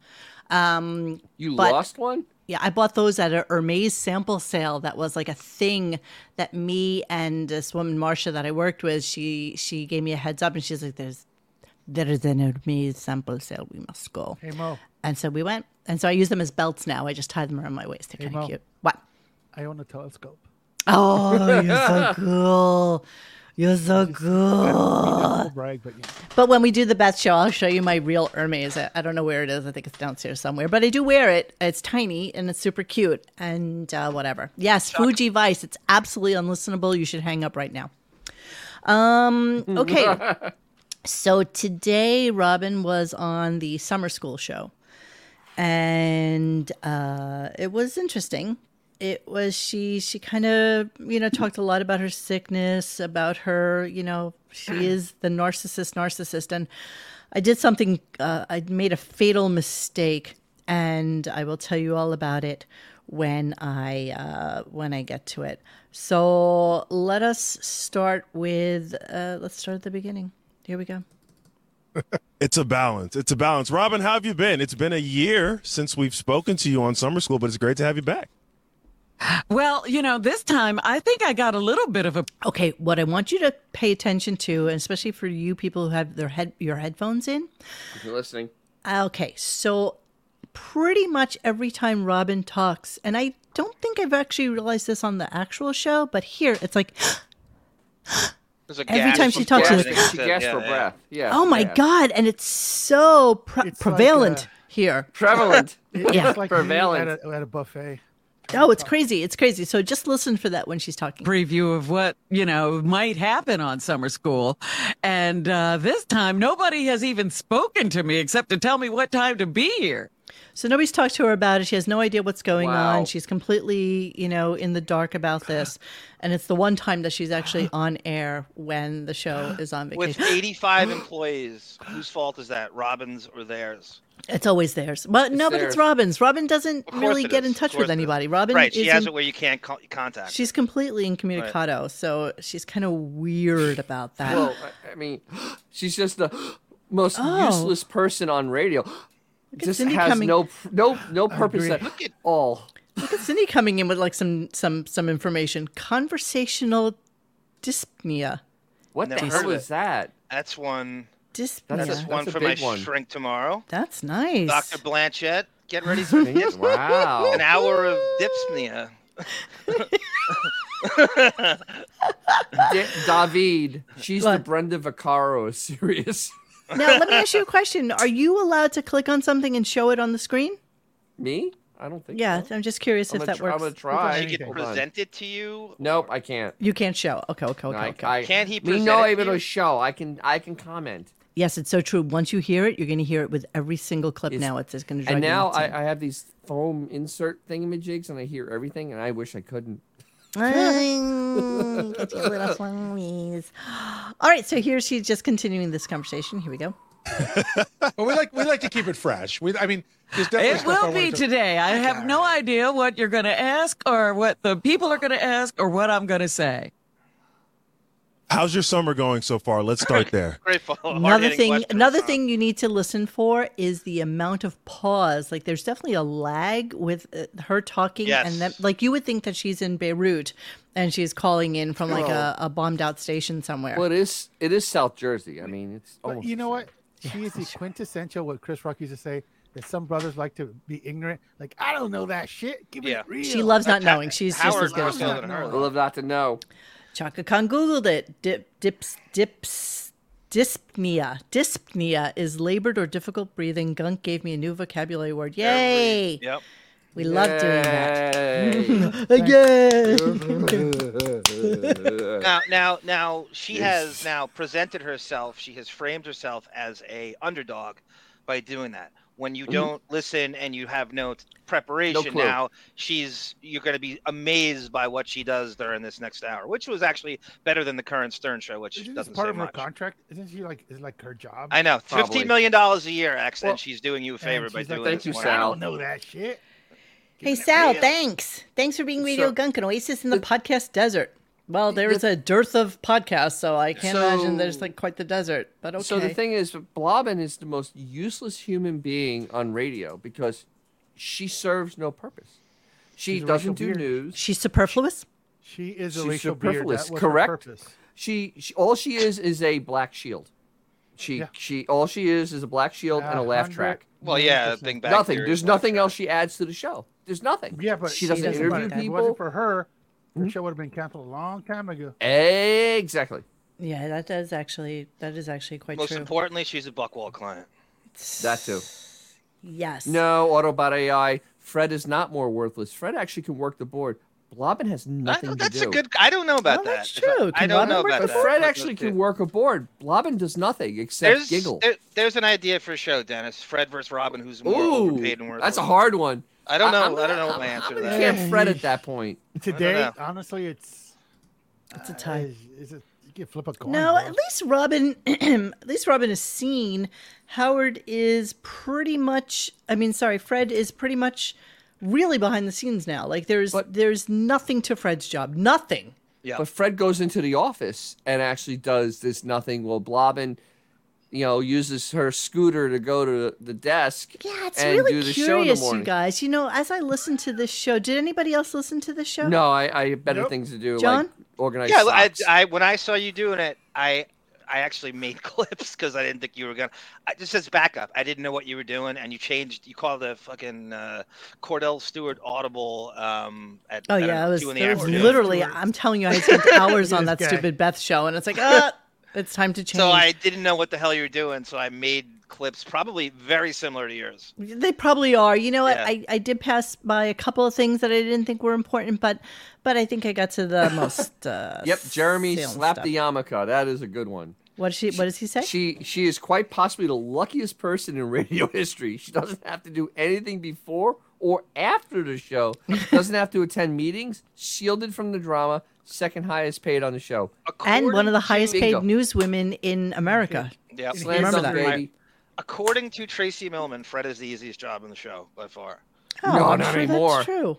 Speaker 1: Um,
Speaker 2: You
Speaker 1: But-
Speaker 2: lost one?
Speaker 1: Yeah, I bought those at a Hermes sample sale that was like a thing that me and this woman Marcia that I worked with, she she gave me a heads up and she's like, There's there is an Hermes sample sale, we must go.
Speaker 5: Hey Mo,
Speaker 1: And so we went. And so I use them as belts now. I just tie them around my waist. They're kind
Speaker 5: Mo.
Speaker 1: of cute. What?
Speaker 5: I own a telescope.
Speaker 1: Oh, you're so cool. You're so cool.
Speaker 5: I'll brag, but you
Speaker 1: But when we do the Beth show, I'll show you my real Hermes. I, I don't know where it is. I think it's downstairs somewhere. But I do wear it. It's tiny and it's super cute and uh, whatever. Yes, Fuji Vice. It's absolutely unlistenable. You should hang up right now. Um. Okay. so today, Robin was on the summer school show, and uh, it was interesting. It was she. She kind of you know talked a lot about her sickness, about her you know she is the narcissist narcissist, and I did something. Uh, I made a fatal mistake, and I will tell you all about it when I uh, when I get to it. So let us start with uh, let's start at the beginning. Here we go.
Speaker 7: It's a balance. It's a balance. Robin, how have you been? It's been a year since we've spoken to you on summer school, but it's great to have you back.
Speaker 8: Well, you know, this time I think I got a little bit of a.
Speaker 1: Okay, what I want you to pay attention to, and especially for you people who have their head your headphones in. Uh,
Speaker 2: If you're listening.
Speaker 1: Okay, so pretty much every time Robin talks, and I don't think I've actually realized this on the actual show, but here it's like
Speaker 4: There's a
Speaker 1: Every
Speaker 4: gasp
Speaker 1: time
Speaker 4: of
Speaker 1: she talks,
Speaker 4: breath.
Speaker 1: she's
Speaker 4: I think
Speaker 1: like-
Speaker 2: She
Speaker 4: said,
Speaker 2: gasped
Speaker 4: yeah,
Speaker 2: for
Speaker 4: yeah.
Speaker 2: breath. Yeah.
Speaker 1: Oh my
Speaker 2: yeah.
Speaker 1: god! And it's so pre-
Speaker 5: It's like,
Speaker 1: prevalent
Speaker 5: uh,
Speaker 1: here.
Speaker 2: Prevalent.
Speaker 1: Yeah.
Speaker 5: it's like me
Speaker 2: Prevalent.
Speaker 5: At, a, at a buffet.
Speaker 1: Oh, it's crazy! It's crazy. So just listen for that when she's talking.
Speaker 8: preview of what you know might happen on summer school and uh, this time nobody has even spoken to me except to tell me what time to be here
Speaker 1: So nobody's talked to her about it. She has no idea what's going
Speaker 2: Wow.
Speaker 1: on. She's completely, you know, in the dark about this. And it's the one time that she's actually on air when the show is on
Speaker 4: With
Speaker 1: vacation.
Speaker 4: 85 employees, whose fault is that? Robin's or theirs?
Speaker 1: It's always theirs. But no, but it's
Speaker 2: theirs.
Speaker 1: Robin's. Robin doesn't
Speaker 4: Of course
Speaker 1: really
Speaker 4: it
Speaker 1: get
Speaker 4: is.
Speaker 1: in
Speaker 4: Of
Speaker 1: touch
Speaker 4: course
Speaker 1: with
Speaker 4: it is.
Speaker 1: anybody. Robin
Speaker 4: right, she
Speaker 1: is
Speaker 4: has
Speaker 1: in-
Speaker 4: it where you can't co- contact.
Speaker 1: she's completely incommunicado. So she's kind of weird about that.
Speaker 2: well, I, I mean, she's just the most
Speaker 1: Oh.
Speaker 2: useless person on radio. Just
Speaker 1: Cindy
Speaker 2: has
Speaker 1: coming-
Speaker 2: no pr- no no purpose
Speaker 5: agree.
Speaker 2: at all.
Speaker 1: Look at Cindy coming in with like some some some information. Conversational dyspnea.
Speaker 2: What
Speaker 4: Never
Speaker 2: the
Speaker 4: heard
Speaker 2: hell
Speaker 4: of
Speaker 2: was
Speaker 4: it.
Speaker 2: that?
Speaker 4: That's one.
Speaker 1: Dyspnea.
Speaker 2: That's
Speaker 4: That's
Speaker 2: a-
Speaker 4: one
Speaker 2: that's a
Speaker 4: for my
Speaker 2: big one.
Speaker 4: shrink tomorrow.
Speaker 1: That's nice.
Speaker 4: Dr. Blanchett, get ready for dips-
Speaker 2: wow.
Speaker 4: an hour of dyspnea.
Speaker 2: D- David, she's the
Speaker 1: What?
Speaker 2: Brenda Vaccaro of Sirius.
Speaker 1: Now, let me ask you a question. Are you allowed to click on something and show it on the screen?
Speaker 2: Me? I don't think.
Speaker 1: Yeah,
Speaker 2: so.
Speaker 1: I'm just curious
Speaker 2: I'm
Speaker 1: if
Speaker 2: gonna
Speaker 1: that
Speaker 2: tr- I'm
Speaker 1: works.
Speaker 2: gonna try.
Speaker 4: She could
Speaker 2: Hold on.
Speaker 4: present it to you.
Speaker 2: Nope, I can't.
Speaker 1: You can't show. Okay, okay, okay. okay.
Speaker 2: No, I, I,
Speaker 4: Can't he
Speaker 2: Me
Speaker 4: present
Speaker 2: no
Speaker 4: it to
Speaker 2: able to
Speaker 4: you?
Speaker 2: show. I can. I can comment.
Speaker 1: yes, it's so true. Once you hear it, you're going to hear it with every single clip
Speaker 2: It's-
Speaker 1: now. It's just going to drive
Speaker 2: And
Speaker 1: you
Speaker 2: now
Speaker 1: nuts.
Speaker 2: I, I have these foam insert thingamajigs, and I hear everything, and I wish I couldn't.
Speaker 3: Mm, Get your little swimmies.
Speaker 1: All right, so here she's just continuing this conversation. Here we go.
Speaker 9: But we like we like to keep it fresh. We, I mean, there's definitely
Speaker 8: it
Speaker 9: stuff I
Speaker 8: will
Speaker 9: wanted
Speaker 8: be
Speaker 9: to-
Speaker 8: today i have no idea what you're going to ask or what the people are going to ask or what i'm going to say
Speaker 7: How's your summer going so far? Let's start there.
Speaker 4: Grateful.
Speaker 1: Another thing, another thing you need to listen for is the amount of pause. Like, there's definitely a lag with uh, her talking,
Speaker 4: Yes.
Speaker 1: and then like you would think that she's in Beirut and she's calling in from like a,
Speaker 2: Well-
Speaker 1: a bombed out station somewhere.
Speaker 2: Well, it is. It is South Jersey. I mean, it's.
Speaker 5: But
Speaker 2: almost
Speaker 5: you know
Speaker 2: the
Speaker 5: what? She is the quintessential what Chris Rock used to say that some brothers like to be ignorant. Like I don't know that shit. Give me
Speaker 4: Yeah.
Speaker 5: it real.
Speaker 1: she loves not knowing. She's just
Speaker 4: uh, Howard
Speaker 1: as good as
Speaker 4: loves
Speaker 1: not
Speaker 4: more
Speaker 1: knowing.
Speaker 4: than
Speaker 2: same.
Speaker 4: her.
Speaker 2: I love not to know.
Speaker 1: Chaka Khan Googled it. Dip, dips, dips, dyspnea. Dyspnea is labored or difficult breathing. Gunk gave me a new vocabulary word. Yay!
Speaker 4: Yep.
Speaker 1: We love doing that.
Speaker 2: that.
Speaker 4: Now, now, now, she has now presented herself. She has framed herself as a underdog by doing that. when you don't listen and you have no t- preparation
Speaker 2: clue.
Speaker 4: now she's you're going to be amazed by what she does during this next hour which was actually better than the current stern show which
Speaker 5: Isn't this
Speaker 4: doesn't
Speaker 5: part
Speaker 4: say
Speaker 5: of her
Speaker 4: much
Speaker 5: contract? Isn't she like is it like her job?
Speaker 4: i know
Speaker 2: Probably.
Speaker 4: $15 million dollars a year x
Speaker 2: Well,
Speaker 4: and she's doing you a
Speaker 5: And
Speaker 4: favor by
Speaker 5: she's like,
Speaker 4: doing
Speaker 2: Thank
Speaker 4: this
Speaker 2: you,
Speaker 4: one
Speaker 5: I
Speaker 2: Sal.
Speaker 5: don't know that shit.
Speaker 1: Hey
Speaker 4: Keeping it
Speaker 1: Sal,
Speaker 4: real.
Speaker 1: thanks. Thanks for being Radio
Speaker 2: So-
Speaker 1: Gunk and Oasis in the podcast desert. Well, there is a dearth of podcasts, so I can't imagine there's
Speaker 2: So-
Speaker 1: like quite the desert. But okay.
Speaker 2: So the thing is, Blobbin is the most useless human being on radio because she serves no purpose. She
Speaker 5: She's a racial
Speaker 2: doesn't do
Speaker 5: beard.
Speaker 2: news.
Speaker 1: She's superfluous.
Speaker 5: She is
Speaker 2: She's
Speaker 5: a racial beard.
Speaker 2: superfluous,
Speaker 5: That was
Speaker 2: correct?
Speaker 5: Her purpose.
Speaker 2: She, she all she is is a black shield. She
Speaker 5: Yeah.
Speaker 2: she all she is is a black shield and a laugh
Speaker 5: 100
Speaker 2: track.
Speaker 4: well yeah
Speaker 5: percent.
Speaker 4: thing back
Speaker 2: nothing.
Speaker 4: theory
Speaker 2: There's
Speaker 4: is not
Speaker 2: nothing
Speaker 4: true.
Speaker 2: else she adds to the show. There's nothing.
Speaker 5: Yeah, but
Speaker 2: she doesn't,
Speaker 1: doesn't
Speaker 2: interview
Speaker 1: matter.
Speaker 5: If it wasn't
Speaker 2: people. Hmm?
Speaker 5: for her, the show would have been canceled a long time ago.
Speaker 2: Exactly.
Speaker 1: Yeah, that does actually that is actually quite
Speaker 4: most
Speaker 1: true.
Speaker 4: importantly she's a buckwall client
Speaker 2: That too.
Speaker 1: Yes.
Speaker 2: No, Autobot AI. Fred is not more worthless. Fred actually can work the board. Blobbin has
Speaker 4: I
Speaker 2: nothing
Speaker 4: don't-
Speaker 2: to do.
Speaker 4: that's a good i don't know about
Speaker 1: Well,
Speaker 4: that
Speaker 1: that's
Speaker 4: If I-
Speaker 1: true.
Speaker 4: i
Speaker 1: Can
Speaker 4: don't
Speaker 1: Robin
Speaker 4: know
Speaker 1: work
Speaker 4: about
Speaker 2: But
Speaker 4: that
Speaker 2: Fred
Speaker 4: Let's
Speaker 2: actually
Speaker 4: do it.
Speaker 2: can work a board. Blobbin does nothing except
Speaker 4: there's
Speaker 2: giggle.
Speaker 4: there- there's an idea for a show dennis fred versus robin who's more
Speaker 2: Ooh,
Speaker 4: overpaid and worth
Speaker 2: that's a hard one.
Speaker 4: i don't know
Speaker 2: I'm
Speaker 4: i don't know
Speaker 2: gonna-
Speaker 4: what my
Speaker 2: I'm-
Speaker 4: answer to
Speaker 2: I'm
Speaker 4: that
Speaker 2: gonna
Speaker 4: is.
Speaker 2: Camp Fred at that point.
Speaker 5: Today,
Speaker 4: know.
Speaker 5: honestly, it's uh,
Speaker 1: It's a tie.
Speaker 5: Is, is it, you can flip a coin.
Speaker 1: No,
Speaker 5: bro.
Speaker 1: at least Robin at least Robin is seen. Howard is pretty much I mean, sorry, Fred is pretty much really behind the scenes now. Like there's
Speaker 2: But-
Speaker 1: there's nothing to Fred's job. Nothing.
Speaker 4: Yeah.
Speaker 2: But Fred goes into the office and actually does this nothing while Blobbin, you know, uses her scooter to go to the desk
Speaker 1: Yeah, it's
Speaker 2: and do
Speaker 1: really
Speaker 2: the show in the
Speaker 1: curious, you
Speaker 2: morning.
Speaker 1: guys. You know, as I listened to this show, did anybody else listen to this show?
Speaker 2: No, I, I had better things to do.
Speaker 1: John?
Speaker 2: Like organize
Speaker 4: yeah, I,
Speaker 2: socks.
Speaker 4: I when I saw you doing it, I I actually made clips because I didn't think you were gonna. I just says backup. I didn't know what you were doing, and you changed. You called the fucking uh, Cordell Stewart audible. Um, at
Speaker 1: Oh
Speaker 4: I don't
Speaker 1: yeah,
Speaker 4: know,
Speaker 1: it was,
Speaker 4: two in the
Speaker 1: it was
Speaker 4: afternoon.
Speaker 1: literally. I'm telling you, I spent hours on
Speaker 5: This
Speaker 1: that
Speaker 5: guy.
Speaker 1: stupid Beth show, and it's like, ah, it's time to change.
Speaker 4: So I didn't know what the hell you were doing, so I made clips probably very similar to yours.
Speaker 1: They probably are. You know what?
Speaker 4: Yeah.
Speaker 1: I, I did pass by a couple of things that I didn't think were important, but but I think I got to the most. Uh,
Speaker 2: Yep, Jeremy
Speaker 1: salient
Speaker 2: slapped
Speaker 1: stuff.
Speaker 2: the yarmulke. That is a good one.
Speaker 1: What she? What does he say?
Speaker 2: She she is quite possibly the luckiest person in radio history. She doesn't have to do anything before or after the show. Doesn't have to attend meetings. Shielded from the drama. Second highest paid on the show.
Speaker 1: and one of the highest paid
Speaker 2: Bingo.
Speaker 1: newswomen in America.
Speaker 4: Yeah,
Speaker 2: Slam
Speaker 1: Remember
Speaker 2: dunk,
Speaker 1: that.
Speaker 2: baby.
Speaker 4: according to Tracy Millman, Fred is the easiest job on the show by far.
Speaker 1: Oh,
Speaker 2: No,
Speaker 1: I'm
Speaker 2: not
Speaker 1: sure
Speaker 2: anymore.
Speaker 1: That's true.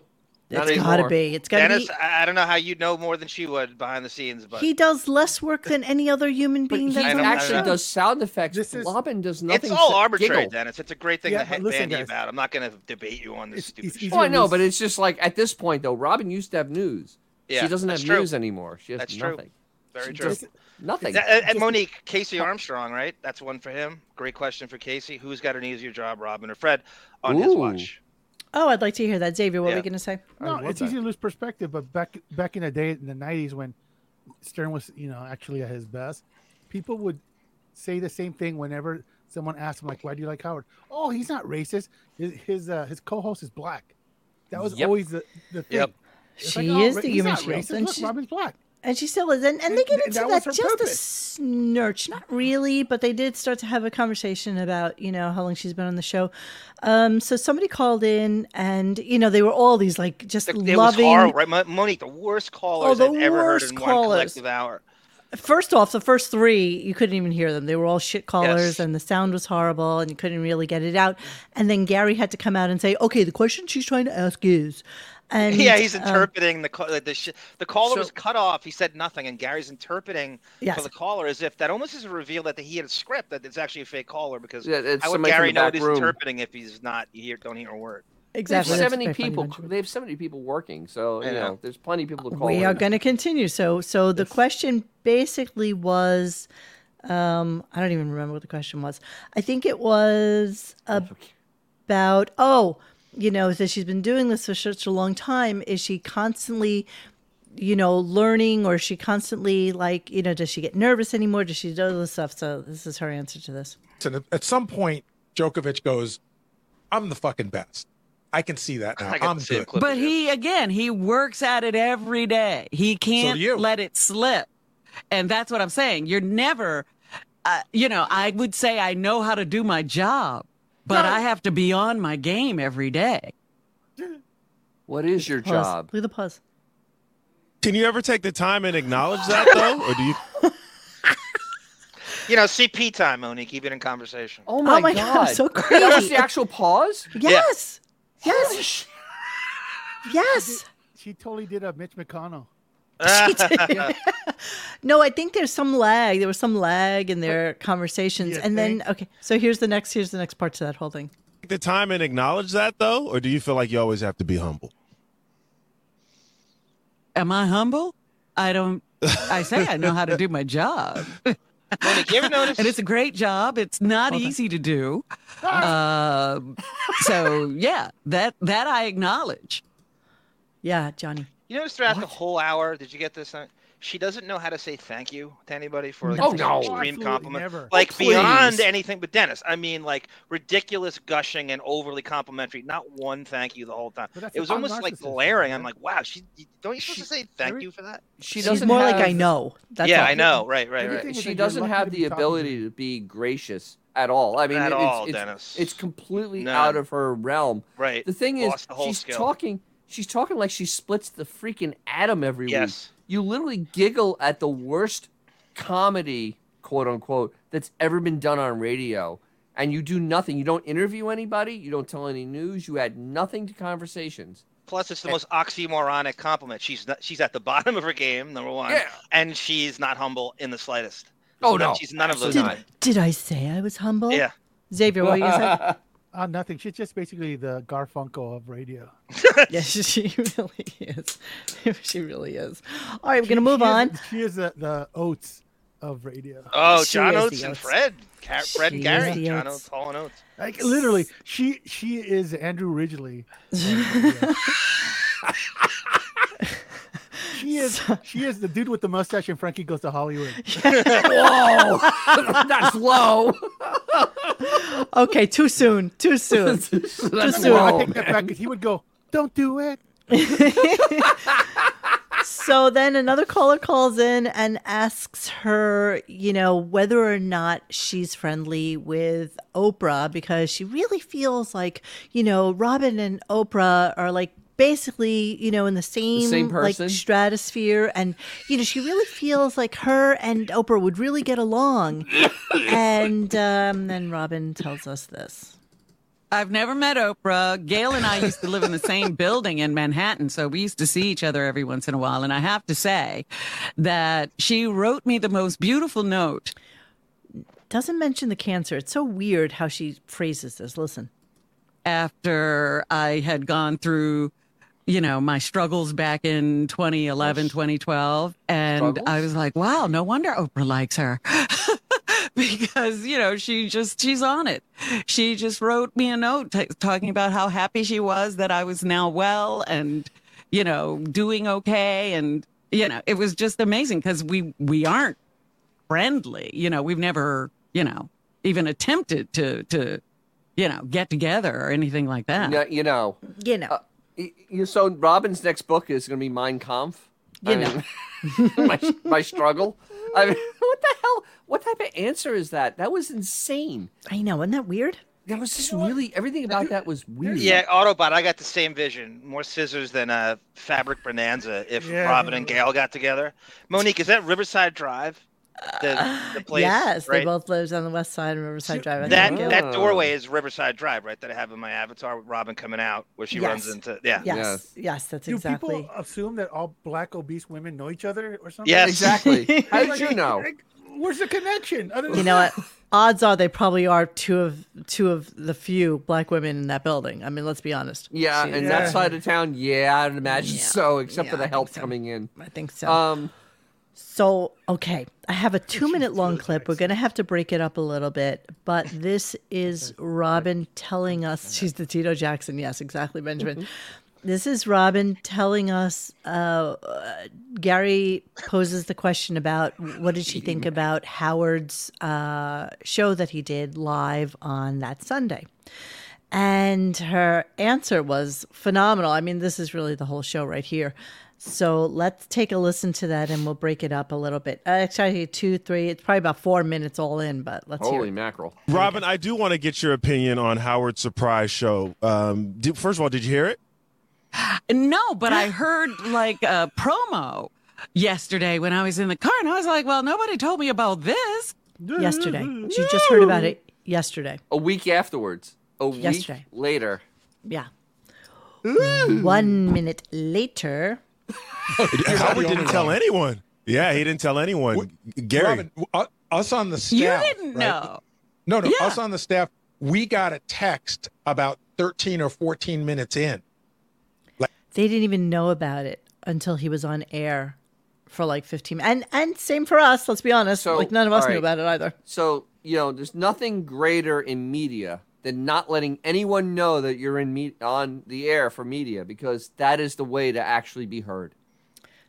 Speaker 2: Not
Speaker 1: it's gotta
Speaker 2: anymore.
Speaker 1: be. It's gotta
Speaker 4: Dennis,
Speaker 1: be.
Speaker 4: I, I don't know how you know more than she would behind the scenes, but
Speaker 1: He does less work than any other human
Speaker 2: But
Speaker 1: being.
Speaker 2: he
Speaker 1: that's on
Speaker 4: don't-
Speaker 1: the
Speaker 2: actually
Speaker 1: show.
Speaker 2: does sound effects.
Speaker 5: This is-
Speaker 2: Robin does nothing.
Speaker 4: It's all
Speaker 2: except
Speaker 4: arbitrary,
Speaker 2: giggle.
Speaker 4: Dennis. It's a great thing
Speaker 5: Yeah,
Speaker 4: to
Speaker 5: but
Speaker 4: hit
Speaker 5: listen,
Speaker 4: bandy
Speaker 5: guys.
Speaker 4: about. I'm not going to debate you on this
Speaker 5: It's-
Speaker 4: stupid
Speaker 5: it's
Speaker 4: shit.
Speaker 5: easy-
Speaker 2: Oh, I know,
Speaker 5: Reese-
Speaker 2: but it's just like at this point though, Robin used to have news.
Speaker 4: Yeah,
Speaker 2: she doesn't
Speaker 4: that's
Speaker 2: have
Speaker 4: true.
Speaker 2: news anymore. She has
Speaker 4: That's true.
Speaker 2: nothing.
Speaker 4: Very
Speaker 2: She
Speaker 4: true.
Speaker 2: does nothing.
Speaker 4: That- and- and Monique, Casey Armstrong, right? That's one for him. Great question for Casey. Who's got an easier job, Robin or Fred, on his
Speaker 2: Ooh.
Speaker 4: watch?
Speaker 1: Oh, I'd like to hear that, Xavier. What were
Speaker 4: Yeah.
Speaker 1: we gonna say?
Speaker 5: No,
Speaker 2: love
Speaker 5: it's
Speaker 2: that.
Speaker 5: easy to lose perspective, but back back in the day in the nineties when Stern was, you know, actually at his best, people would say the same thing whenever someone asked him, like, "Why do you like Howard?" Oh, he's not racist. His his, uh, his co-host is black. That was
Speaker 2: Yep.
Speaker 5: always the, the thing.
Speaker 4: Yep.
Speaker 5: It's
Speaker 1: She
Speaker 5: like, oh,
Speaker 1: is
Speaker 5: ra-
Speaker 1: the
Speaker 5: he's
Speaker 1: human
Speaker 5: not
Speaker 1: shield,
Speaker 5: Racist.
Speaker 1: and
Speaker 5: Look,
Speaker 1: she-
Speaker 5: Robin's black.
Speaker 1: And she still is, and, and they
Speaker 5: Th-
Speaker 1: get
Speaker 5: th-
Speaker 1: into
Speaker 5: that
Speaker 1: that,
Speaker 5: was her
Speaker 1: just
Speaker 5: purpose.
Speaker 1: a snurch, not really, but they did start to have a conversation about you know how long she's been on the show. Um, so somebody called in, and you know they were all these like just
Speaker 4: It it was
Speaker 1: loving. Oh,
Speaker 4: horrible, right? Mo- Monique, the worst callers
Speaker 1: the
Speaker 4: I've ever heard
Speaker 1: worst
Speaker 4: in one
Speaker 1: callers.
Speaker 4: collective hour.
Speaker 1: First off, the first three you couldn't even hear them; they were all shit callers,
Speaker 4: Yes.
Speaker 1: and the sound was horrible, and you couldn't really get it out. And then Gary had to come out and say, "Okay, the question she's trying to ask is," and
Speaker 4: Yeah, he's
Speaker 1: um,
Speaker 4: interpreting the call. The, sh- the caller
Speaker 2: so-
Speaker 4: was cut off. He said nothing, and Gary's interpreting
Speaker 1: Yes.
Speaker 4: for the caller as if that almost is a reveal that he had a script that it's actually a fake caller because
Speaker 2: Yeah, it's
Speaker 4: how would
Speaker 2: somebody from
Speaker 4: Gary
Speaker 2: the
Speaker 4: know
Speaker 2: back
Speaker 4: what he's
Speaker 2: room.
Speaker 4: interpreting if he's not here? Don't hear a word.
Speaker 2: They have
Speaker 1: exactly that's
Speaker 2: seventy
Speaker 1: very funny you
Speaker 2: people.
Speaker 1: mentioned.
Speaker 2: They have seventy people working, so
Speaker 4: I
Speaker 2: you know
Speaker 4: know.
Speaker 2: there's plenty of people to call.
Speaker 1: we are
Speaker 2: in.
Speaker 1: going to continue. So, so the question basically was, um, I don't even remember what the question was. I think it was about, oh, you know, that she's been doing this for such a long time. Is she constantly, you know, learning, or is she constantly like, you know, does she get nervous anymore? Does she do all this stuff? So, this is her answer to this.
Speaker 9: And at some point, Djokovic goes, "I'm the fucking best. I can see that now.
Speaker 4: I got
Speaker 9: I'm
Speaker 4: the same
Speaker 9: good."
Speaker 4: clip
Speaker 8: But
Speaker 4: of you.
Speaker 8: he again, he works at it every day. He can't
Speaker 9: you.
Speaker 8: let it slip. And that's what I'm saying. You're never uh, you know, I would say I know how to do my job. but I have to be on my game every day.
Speaker 2: What is your
Speaker 1: Pause.
Speaker 2: job?
Speaker 1: Look at the pause.
Speaker 7: Can you ever take the time and acknowledge that though, or do you?
Speaker 4: You know, CP time, Monique. Keep it in conversation.
Speaker 2: Oh my,
Speaker 1: oh my god, I'm so crazy.
Speaker 2: That was the actual pause?
Speaker 1: yes. Yes. yes.
Speaker 5: She totally did a Mitch McConnell.
Speaker 1: No, I think there's some lag. There was some lag in their conversations.
Speaker 5: You
Speaker 1: And then okay, so here's the next here's the next part to that whole thing.
Speaker 7: Take the time and acknowledge that though, or do you feel like you always have to be humble?
Speaker 8: Am I humble? I don't. I say I know how to do my job,
Speaker 4: Monique, you ever notice?
Speaker 8: and it's a great job. It's not easy to do.
Speaker 4: Ah.
Speaker 8: Uh, so yeah, that that I acknowledge.
Speaker 1: Yeah, Johnny.
Speaker 4: You notice throughout the whole hour, did you get this? uh, She doesn't know how to say thank you to anybody for like
Speaker 2: No. Oh,
Speaker 4: an
Speaker 2: no.
Speaker 4: extreme
Speaker 5: Absolutely
Speaker 4: compliment.
Speaker 5: never.
Speaker 4: Like
Speaker 2: Oh,
Speaker 4: beyond
Speaker 2: please.
Speaker 4: anything but Dennis. I mean, like ridiculous gushing and overly complimentary. Not one thank you the whole time.
Speaker 5: But that's
Speaker 4: It was
Speaker 5: a
Speaker 4: almost like
Speaker 5: narcissist,
Speaker 4: glaring. I'm
Speaker 5: man.
Speaker 4: like, wow, she you- don't you supposed to say thank you for that?
Speaker 2: She
Speaker 1: She's
Speaker 2: doesn't
Speaker 1: more like
Speaker 2: have-
Speaker 1: I know. That's
Speaker 4: yeah,
Speaker 1: all.
Speaker 4: I know. Right, right,
Speaker 5: Everything
Speaker 4: right.
Speaker 5: is that
Speaker 2: She
Speaker 5: you're
Speaker 2: doesn't
Speaker 5: lucky
Speaker 2: have
Speaker 5: to
Speaker 2: the
Speaker 5: be talking to
Speaker 2: ability to be gracious at all. I mean,
Speaker 4: At
Speaker 2: it's,
Speaker 4: all,
Speaker 2: it's,
Speaker 4: Dennis.
Speaker 2: it's completely
Speaker 4: None.
Speaker 2: out of her realm.
Speaker 4: Right.
Speaker 2: The thing is,
Speaker 4: Lost the whole
Speaker 2: she's
Speaker 4: skill.
Speaker 2: talking. She's talking like she splits the freaking atom every week.
Speaker 4: Yes.
Speaker 2: You literally giggle at the worst comedy, quote unquote, that's ever been done on radio, and you do nothing. You don't interview anybody. You don't tell any news. You add nothing to conversations.
Speaker 4: Plus, it's the most oxymoronic compliment. She's not, she's at the bottom of her game, number one,
Speaker 2: Yeah.
Speaker 4: and she's not humble in the slightest.
Speaker 2: Oh
Speaker 4: None-
Speaker 2: no,
Speaker 4: she's none of those.
Speaker 2: absolutely
Speaker 4: things.
Speaker 1: Did I say I was humble?
Speaker 4: Yeah.
Speaker 1: Xavier, what were you gonna
Speaker 2: not.
Speaker 5: Uh, nothing. She's just basically the Garfunkel of radio.
Speaker 1: say? yes, she really is. she really is. All right, we're gonna move
Speaker 5: She is-
Speaker 1: on.
Speaker 5: She is the, the oats of radio.
Speaker 4: Oh,
Speaker 1: She
Speaker 4: John
Speaker 1: is
Speaker 4: Oates
Speaker 1: the
Speaker 4: and
Speaker 1: Oates.
Speaker 4: Fred, Ca- Fred and
Speaker 1: She is
Speaker 4: Gary,
Speaker 1: the
Speaker 4: John
Speaker 1: Oates.
Speaker 4: Oates, Paul and Oates.
Speaker 5: Like literally, she she is Andrew Ridgely. she is she is the dude with the mustache and Frankie goes to Hollywood.
Speaker 2: Whoa, that's low.
Speaker 1: Okay, too soon. Too soon.
Speaker 2: That's
Speaker 1: Dude,
Speaker 5: I
Speaker 2: low,
Speaker 5: take that
Speaker 2: man.
Speaker 5: back. 'cause He would go, "Don't do it."
Speaker 1: so then another caller calls in and asks her, you know, whether or not she's friendly with Oprah because she really feels like, you know, Robin and Oprah are like basically, you know, in the same,
Speaker 2: same person?
Speaker 1: like stratosphere and you know, she really feels like her and Oprah would really get along. and um then Robin tells us this.
Speaker 8: I've never met Oprah. Gail and I used to live in the same building in Manhattan, so we used to see each other every once in a while. And I have to say that she wrote me the most beautiful note.
Speaker 1: Doesn't mention the cancer. It's so weird how she phrases this. Listen.
Speaker 8: after I had gone through, you know, my struggles back in 2011, 2012. And
Speaker 2: Struggles?
Speaker 8: I was like, wow, no wonder Oprah likes her. because, you know, she just, she's on it. She just wrote me a note t- talking about how happy she was that I was now well and, you know, doing okay. And, you know, it was just amazing because we, we aren't friendly. You know, we've never, you know, even attempted to, to, you know, get together or anything like that.
Speaker 2: Yeah, you know. Uh,
Speaker 1: You know.
Speaker 2: Y- y- so Robin's next book is going to be Mein Kampf.
Speaker 1: You know.
Speaker 2: mean, my, my struggle. I mean, what the hell? What type of answer is that? That was insane.
Speaker 1: I know, isn't that weird?
Speaker 2: That was just really everything about that was weird.
Speaker 4: Yeah, Autobot, I got the same vision. More scissors than a fabric bonanza if
Speaker 5: Yeah.
Speaker 4: Robin and Gail got together. Monique, is that Riverside Drive? The, the place.
Speaker 1: Uh, yes,
Speaker 4: right?
Speaker 1: they both lived on the west side of Riverside Drive. I think
Speaker 4: That
Speaker 1: they do.
Speaker 4: that doorway is Riverside Drive, right? That I have in my avatar with Robin coming out, where she runs
Speaker 1: Yes.
Speaker 4: into. Yeah.
Speaker 1: yes,
Speaker 2: Yes.
Speaker 1: yes, that's
Speaker 5: Do
Speaker 1: exactly.
Speaker 5: people assume that all black obese women know each other or something?
Speaker 4: Yes.
Speaker 2: exactly. How did
Speaker 5: Like,
Speaker 2: you know?
Speaker 5: like, where's the connection? Other
Speaker 1: You
Speaker 5: than-
Speaker 1: know what? Odds are they probably are two of two of the few black women in that building. I mean, let's be honest.
Speaker 2: Yeah,
Speaker 1: She-
Speaker 2: and
Speaker 5: Yeah.
Speaker 2: that side of town. Yeah, I'd imagine
Speaker 1: Yeah.
Speaker 2: so. Except for
Speaker 1: Yeah, I
Speaker 2: the
Speaker 1: think
Speaker 2: help
Speaker 1: so.
Speaker 2: coming in.
Speaker 1: I think so.
Speaker 2: Um,
Speaker 1: So, okay, I have a two minute long clip. We're going to have to break it up a little bit, but this is Robin telling us she's the Tito Jackson. Yes, exactly, Benjamin. This is Robin telling us uh, uh, Gary poses the question about what did she think about Howard's uh, show that he did live on that Sunday. And her answer was phenomenal. I mean, this is really the whole show right here. So let's take a listen to that and we'll break it up a little bit. Uh, actually, two, three, it's probably about four minutes all in, but let's hear
Speaker 2: Holy
Speaker 1: it.
Speaker 2: mackerel.
Speaker 7: Robin, I do want to get your opinion on Howard's surprise show. Um, did, first of all, did you hear it?
Speaker 8: No, but I heard like a promo yesterday when I was in the car, and I was like, well, nobody told me about this.
Speaker 1: yesterday. She just heard about it yesterday.
Speaker 2: A week afterwards. A week
Speaker 1: Yesterday.
Speaker 2: later.
Speaker 1: Yeah. One minute later.
Speaker 7: Howard
Speaker 9: the
Speaker 7: didn't
Speaker 9: only
Speaker 7: tell
Speaker 9: one.
Speaker 7: anyone. Yeah, he didn't tell anyone. G- Gary,
Speaker 9: Robin, w- u- us on the staff.
Speaker 8: You didn't
Speaker 9: right?
Speaker 8: know.
Speaker 9: No, no,
Speaker 8: Yeah.
Speaker 9: us on the staff. We got a text about 13 or 14 minutes in.
Speaker 1: They didn't even know about it until he was on air for like 15 and and same for us, let's be honest.
Speaker 2: So,
Speaker 1: like none of us
Speaker 2: all
Speaker 1: knew
Speaker 2: right.
Speaker 1: about it either.
Speaker 2: So, you know, there's nothing greater in media than not letting anyone know that you're in me- on the air for media because that is the way to actually be heard.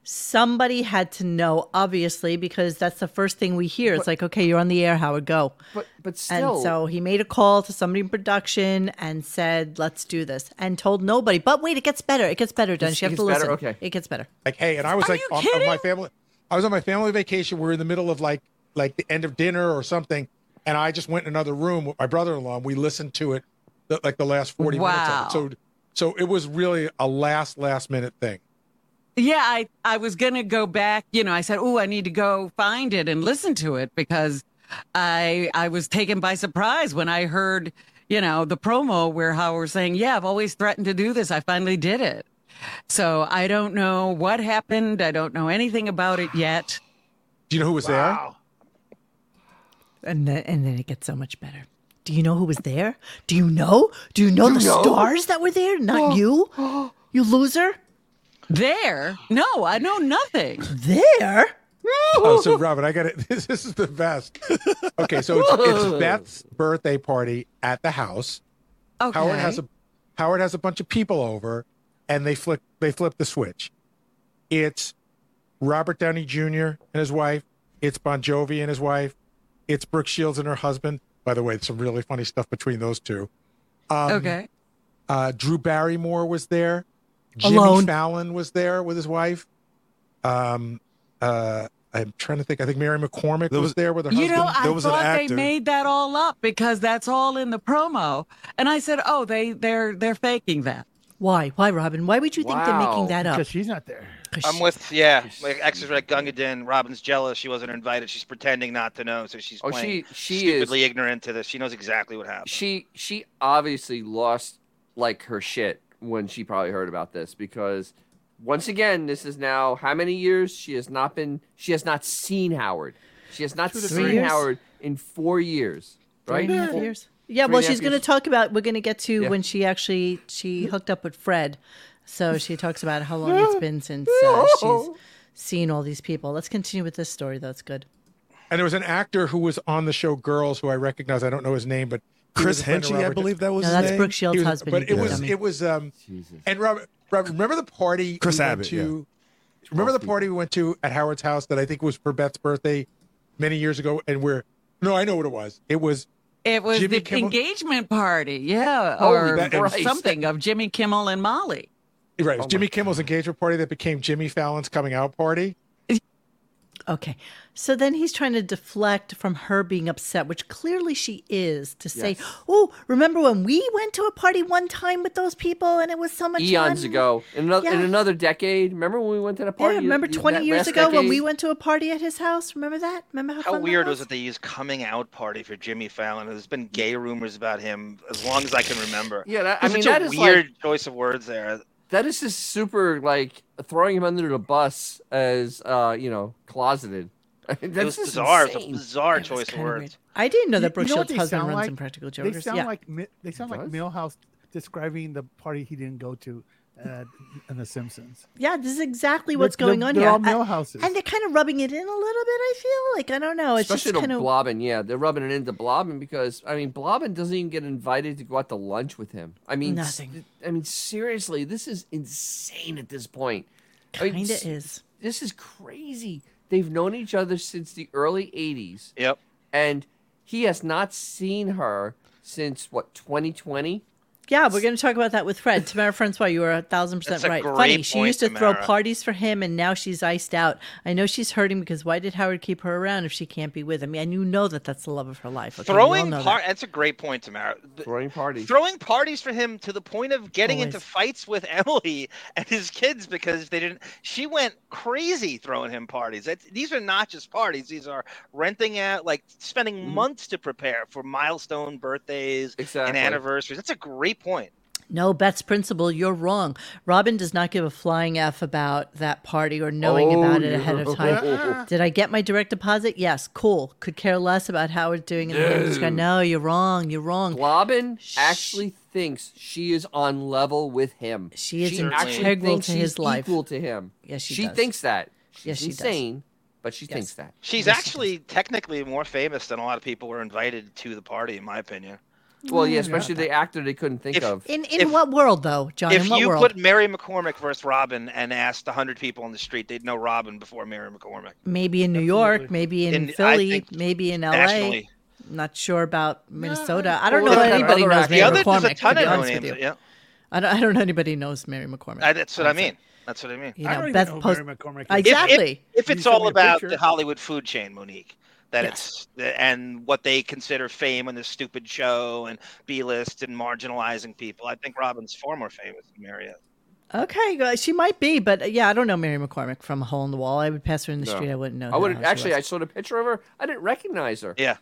Speaker 1: Somebody had to know obviously because that's the first thing we hear. It's like, okay, you're on the air, Howard, go.
Speaker 2: But but
Speaker 1: And
Speaker 2: still
Speaker 1: so he made a call to somebody in production and said, "Let's do this," and told nobody. But wait, it gets better. It gets better, Don't
Speaker 2: It's-
Speaker 1: you
Speaker 2: it
Speaker 1: have to
Speaker 2: gets
Speaker 1: listen?
Speaker 2: better? Okay.
Speaker 1: It gets better.
Speaker 9: Like, hey, and I was
Speaker 8: Are
Speaker 9: like
Speaker 8: you
Speaker 9: on, on my
Speaker 8: kidding?
Speaker 9: family. I was on my family vacation. We are in the middle of like like the end of dinner or something, and I just went in another room with my brother-in-law, and we listened to it the, like the last 40
Speaker 8: Wow.
Speaker 9: minutes of it. So so it was really a last last minute thing.
Speaker 8: Yeah, I, I was going to go back. You know, I said, oh, I need to go find it and listen to it because I I was taken by surprise when I heard, you know, the promo where Howard was saying, yeah, I've always threatened to do this. I finally did it. So I don't know what happened. I don't know anything about it yet.
Speaker 9: Do you know who was
Speaker 1: And then, and then it gets so much better. Do you know who was there? Do you know? Do you know the stars that were there? Not you, you loser.
Speaker 8: There? No, I know nothing.
Speaker 1: There.
Speaker 9: there? Oh, so Robin, I got it. This, this is the best. Okay, so it's, it's Beth's birthday party at the house.
Speaker 8: Okay.
Speaker 9: Howard has a Howard has a bunch of people over, and they flip they flip the switch. It's Robert Downey Jr. and his wife. It's Bon Jovi and his wife. It's Brooke Shields and her husband. By the way, some really funny stuff between those two. Um,
Speaker 8: okay.
Speaker 9: Uh, Drew Barrymore was there. Jimmy
Speaker 1: Alone.
Speaker 9: Fallon was there with his wife. Um, uh, I'm trying to think. I think Mary McCormick
Speaker 7: There
Speaker 9: was,
Speaker 7: was-
Speaker 9: there with her
Speaker 8: You
Speaker 9: husband.
Speaker 8: know,
Speaker 7: there
Speaker 8: I
Speaker 7: was an
Speaker 8: thought they
Speaker 7: actor.
Speaker 8: made that all up because that's all in the promo. And I said, "Oh, they they're they're faking that."
Speaker 1: Why? Why, Robin? Why would you think they're making
Speaker 2: Wow.
Speaker 1: that up?
Speaker 5: because she's not there.
Speaker 4: I'm with yeah. Like X is like Gunga Din. Robin's jealous. She wasn't invited. She's pretending not to know, so she's
Speaker 2: Oh,
Speaker 4: playing
Speaker 2: she- she is-
Speaker 4: stupidly ignorant to this. She knows exactly what happened.
Speaker 2: she she obviously lost like her shit when she probably heard about this because once again this is now how many years she has not been she has not seen howard she has not
Speaker 1: three
Speaker 2: seen
Speaker 1: years.
Speaker 2: howard in four years right
Speaker 1: Three and a half
Speaker 2: Four-
Speaker 1: years. Yeah,
Speaker 2: three
Speaker 1: well,
Speaker 2: and a half
Speaker 1: she's going to
Speaker 2: years.
Speaker 1: talk about. We're going to get to
Speaker 2: Yeah.
Speaker 1: when she actually she hooked up with Fred, so she talks about how long it's been since uh, she's seen all these people. Let's continue with this story. That's good.
Speaker 9: and there was an actor who was on the show Girls who I recognize. I don't know his name, but he was
Speaker 7: Chris
Speaker 9: a friend of
Speaker 7: Henchy, I
Speaker 9: Robert-
Speaker 7: believe that was
Speaker 1: No,
Speaker 7: his
Speaker 1: that's
Speaker 7: name.
Speaker 1: Brooke Shields'
Speaker 9: He was-
Speaker 1: husband.
Speaker 9: But
Speaker 1: you
Speaker 9: it was
Speaker 1: dummy.
Speaker 9: it was um and Robert, Robert remember the party
Speaker 7: Chris
Speaker 9: we went
Speaker 7: Abbott,
Speaker 9: to remember the party we went to at Howard's house that I think was for Beth's birthday many years ago and where no I know what it was it was
Speaker 8: It was
Speaker 9: Jimmy
Speaker 8: the
Speaker 9: Kimmel-
Speaker 8: engagement party, yeah,
Speaker 2: Holy
Speaker 8: or
Speaker 9: that-
Speaker 8: or
Speaker 2: Christ.
Speaker 8: something of Jimmy Kimmel and Molly.
Speaker 9: right
Speaker 1: Oh
Speaker 9: it was Jimmy Kimmel's engagement party that became Jimmy Fallon's coming out party
Speaker 1: Okay. So then he's trying to deflect from her being upset, which clearly she is, to say,
Speaker 2: Yes.
Speaker 1: "Oh, remember when we went to a party one time with those people and it was so much
Speaker 2: eons
Speaker 1: fun?"
Speaker 2: ago in another, in
Speaker 1: Yeah.
Speaker 2: another decade remember when we went to that
Speaker 1: Yeah,
Speaker 2: party
Speaker 1: remember
Speaker 2: that-
Speaker 1: twenty
Speaker 2: that
Speaker 1: years
Speaker 2: last
Speaker 1: ago when we
Speaker 2: decade?
Speaker 1: went to a party at his house? Remember that? Remember how,
Speaker 4: How
Speaker 1: fun that
Speaker 4: weird
Speaker 1: was
Speaker 4: was it they used coming out party for Jimmy Fallon? There's been gay rumors about him as long as I can remember.
Speaker 2: yeah that, i
Speaker 4: It's
Speaker 2: mean
Speaker 4: such
Speaker 2: that
Speaker 4: a
Speaker 2: is
Speaker 4: weird
Speaker 2: like
Speaker 4: choice of words there.
Speaker 2: that is just super like throwing him under the bus as uh you know closeted that's
Speaker 4: It was
Speaker 2: just
Speaker 4: bizarre. It was a
Speaker 2: insane.
Speaker 1: That
Speaker 4: bizarre
Speaker 1: was
Speaker 4: choice of
Speaker 1: kinda weird.
Speaker 4: words.
Speaker 1: I didn't know
Speaker 5: You-
Speaker 1: that Brooke
Speaker 5: you know what
Speaker 1: Shields'
Speaker 5: they
Speaker 1: husband
Speaker 5: sound
Speaker 1: runs
Speaker 5: like?
Speaker 1: in Practical
Speaker 5: They
Speaker 1: Jokers.
Speaker 5: sound
Speaker 1: Yeah.
Speaker 5: like Mi- they sound like
Speaker 2: does?
Speaker 5: Millhouse describing the party he didn't go to uh, in The Simpsons.
Speaker 1: yeah, this is exactly what's
Speaker 5: They're-
Speaker 1: going
Speaker 5: they're-
Speaker 1: on
Speaker 5: they're
Speaker 1: here.
Speaker 5: all
Speaker 1: I-
Speaker 5: Millhouses.
Speaker 1: and they're kind of rubbing it in a little bit, I feel. Like, I don't know. It's
Speaker 2: Especially
Speaker 1: just
Speaker 2: to
Speaker 1: kind of
Speaker 2: Blobbin, yeah, they're rubbing it into Blobbin because I mean Blobbin doesn't even get invited to go out to lunch with him. I mean, s-
Speaker 1: Nothing.
Speaker 2: I mean, seriously, this is insane at this point. I mean,
Speaker 1: kind
Speaker 2: s-
Speaker 1: of is.
Speaker 2: This is crazy. They've known each other since the early '80s,
Speaker 4: Yep.
Speaker 2: and he has not seen her since what 2020.
Speaker 1: Yeah, we're going to talk about that with Fred. Tamara Francois, you are a thousand percent
Speaker 4: That's a
Speaker 1: right.
Speaker 4: great
Speaker 1: Funny, she
Speaker 4: point,
Speaker 1: used to throw
Speaker 4: Tamara.
Speaker 1: parties for him, and now she's iced out. I know she's hurting because why did Howard keep her around if she can't be with him? And you know that that's the love of her life. Okay? We all
Speaker 4: throwing
Speaker 1: know that.
Speaker 4: part that's a great point, Tamara. Th-
Speaker 2: Throwing party.
Speaker 4: Throwing parties for him to the point of getting into
Speaker 1: Always.
Speaker 4: fights with Emily and his kids because they didn't. She went crazy throwing him parties. That's, these are not just parties; these are renting out, like spending
Speaker 1: Mm-hmm.
Speaker 2: Mhm.
Speaker 4: months to prepare for milestone birthdays
Speaker 2: Exactly.
Speaker 4: and anniversaries. That's a great point.
Speaker 1: No, Beth's principle, you're wrong. Robin does not give a flying F about that party or knowing
Speaker 2: Oh,
Speaker 1: about it ahead of
Speaker 2: no.
Speaker 1: time. Did I get my direct deposit? Yes, cool. Could care less about Howard doing it. again. Just go,
Speaker 2: No.
Speaker 1: no, you're wrong. You're wrong.
Speaker 2: Robin actually thinks she is on level with him.
Speaker 1: She is
Speaker 2: actually
Speaker 1: integral
Speaker 2: thinks
Speaker 1: to
Speaker 2: she's
Speaker 1: his life.
Speaker 2: Equal to him.
Speaker 1: Yes, she does.
Speaker 2: thinks that. She's
Speaker 1: Yes, she does.
Speaker 2: insane, but she thinks that.
Speaker 1: Yes,
Speaker 4: She's
Speaker 1: she does.
Speaker 4: actually technically more famous than a lot of people were invited to the party, in my opinion.
Speaker 2: Well, yeah, especially the actor they couldn't think
Speaker 4: If-
Speaker 2: of.
Speaker 1: In in
Speaker 4: If-
Speaker 1: what world though, John?
Speaker 4: if
Speaker 1: in what
Speaker 4: you
Speaker 1: world?
Speaker 4: put Mary McCormick versus Robin and asked 100 people on the street, they'd know Robin before Mary McCormick.
Speaker 1: maybe in New York,
Speaker 5: Absolutely.
Speaker 1: maybe in,
Speaker 4: In- I
Speaker 1: Philly,
Speaker 4: think
Speaker 1: maybe in LA.
Speaker 4: Nationally.
Speaker 1: Not sure about Minnesota. I don't
Speaker 2: Well,
Speaker 1: know
Speaker 2: what
Speaker 1: that
Speaker 2: about
Speaker 1: anybody
Speaker 2: other
Speaker 1: knows
Speaker 2: actors?
Speaker 1: Mary
Speaker 4: The other,
Speaker 1: McCormick.
Speaker 4: there's a ton
Speaker 1: to
Speaker 4: of
Speaker 1: be
Speaker 4: no
Speaker 1: honest
Speaker 4: names.
Speaker 1: with you.
Speaker 4: Yeah,
Speaker 1: I don't, I don't know anybody knows Mary McCormick.
Speaker 4: I, that's what I
Speaker 1: Honestly.
Speaker 4: mean. That's what I mean.
Speaker 1: You
Speaker 5: I
Speaker 1: know,
Speaker 5: don't
Speaker 1: Beth
Speaker 5: even know
Speaker 1: post-
Speaker 5: Mary McCormick. is.
Speaker 1: exactly.
Speaker 4: If
Speaker 5: You
Speaker 4: it's
Speaker 5: showed me
Speaker 4: all
Speaker 5: a
Speaker 4: about the
Speaker 5: picture.
Speaker 4: Hollywood food chain, Monique, that
Speaker 1: Yes.
Speaker 4: it's and what they consider fame and the stupid show and B-list and marginalizing people, I think Robin's far more famous than Mary is.
Speaker 1: Okay, well, she might be, but uh, yeah, I don't know Mary McCormick from a hole in the wall. I would pass her in the
Speaker 2: No.
Speaker 1: street. I wouldn't know.
Speaker 2: I would
Speaker 1: who
Speaker 2: have
Speaker 1: she
Speaker 2: actually. I
Speaker 1: was.
Speaker 2: saw the picture of her. I didn't recognize her.
Speaker 4: Yeah.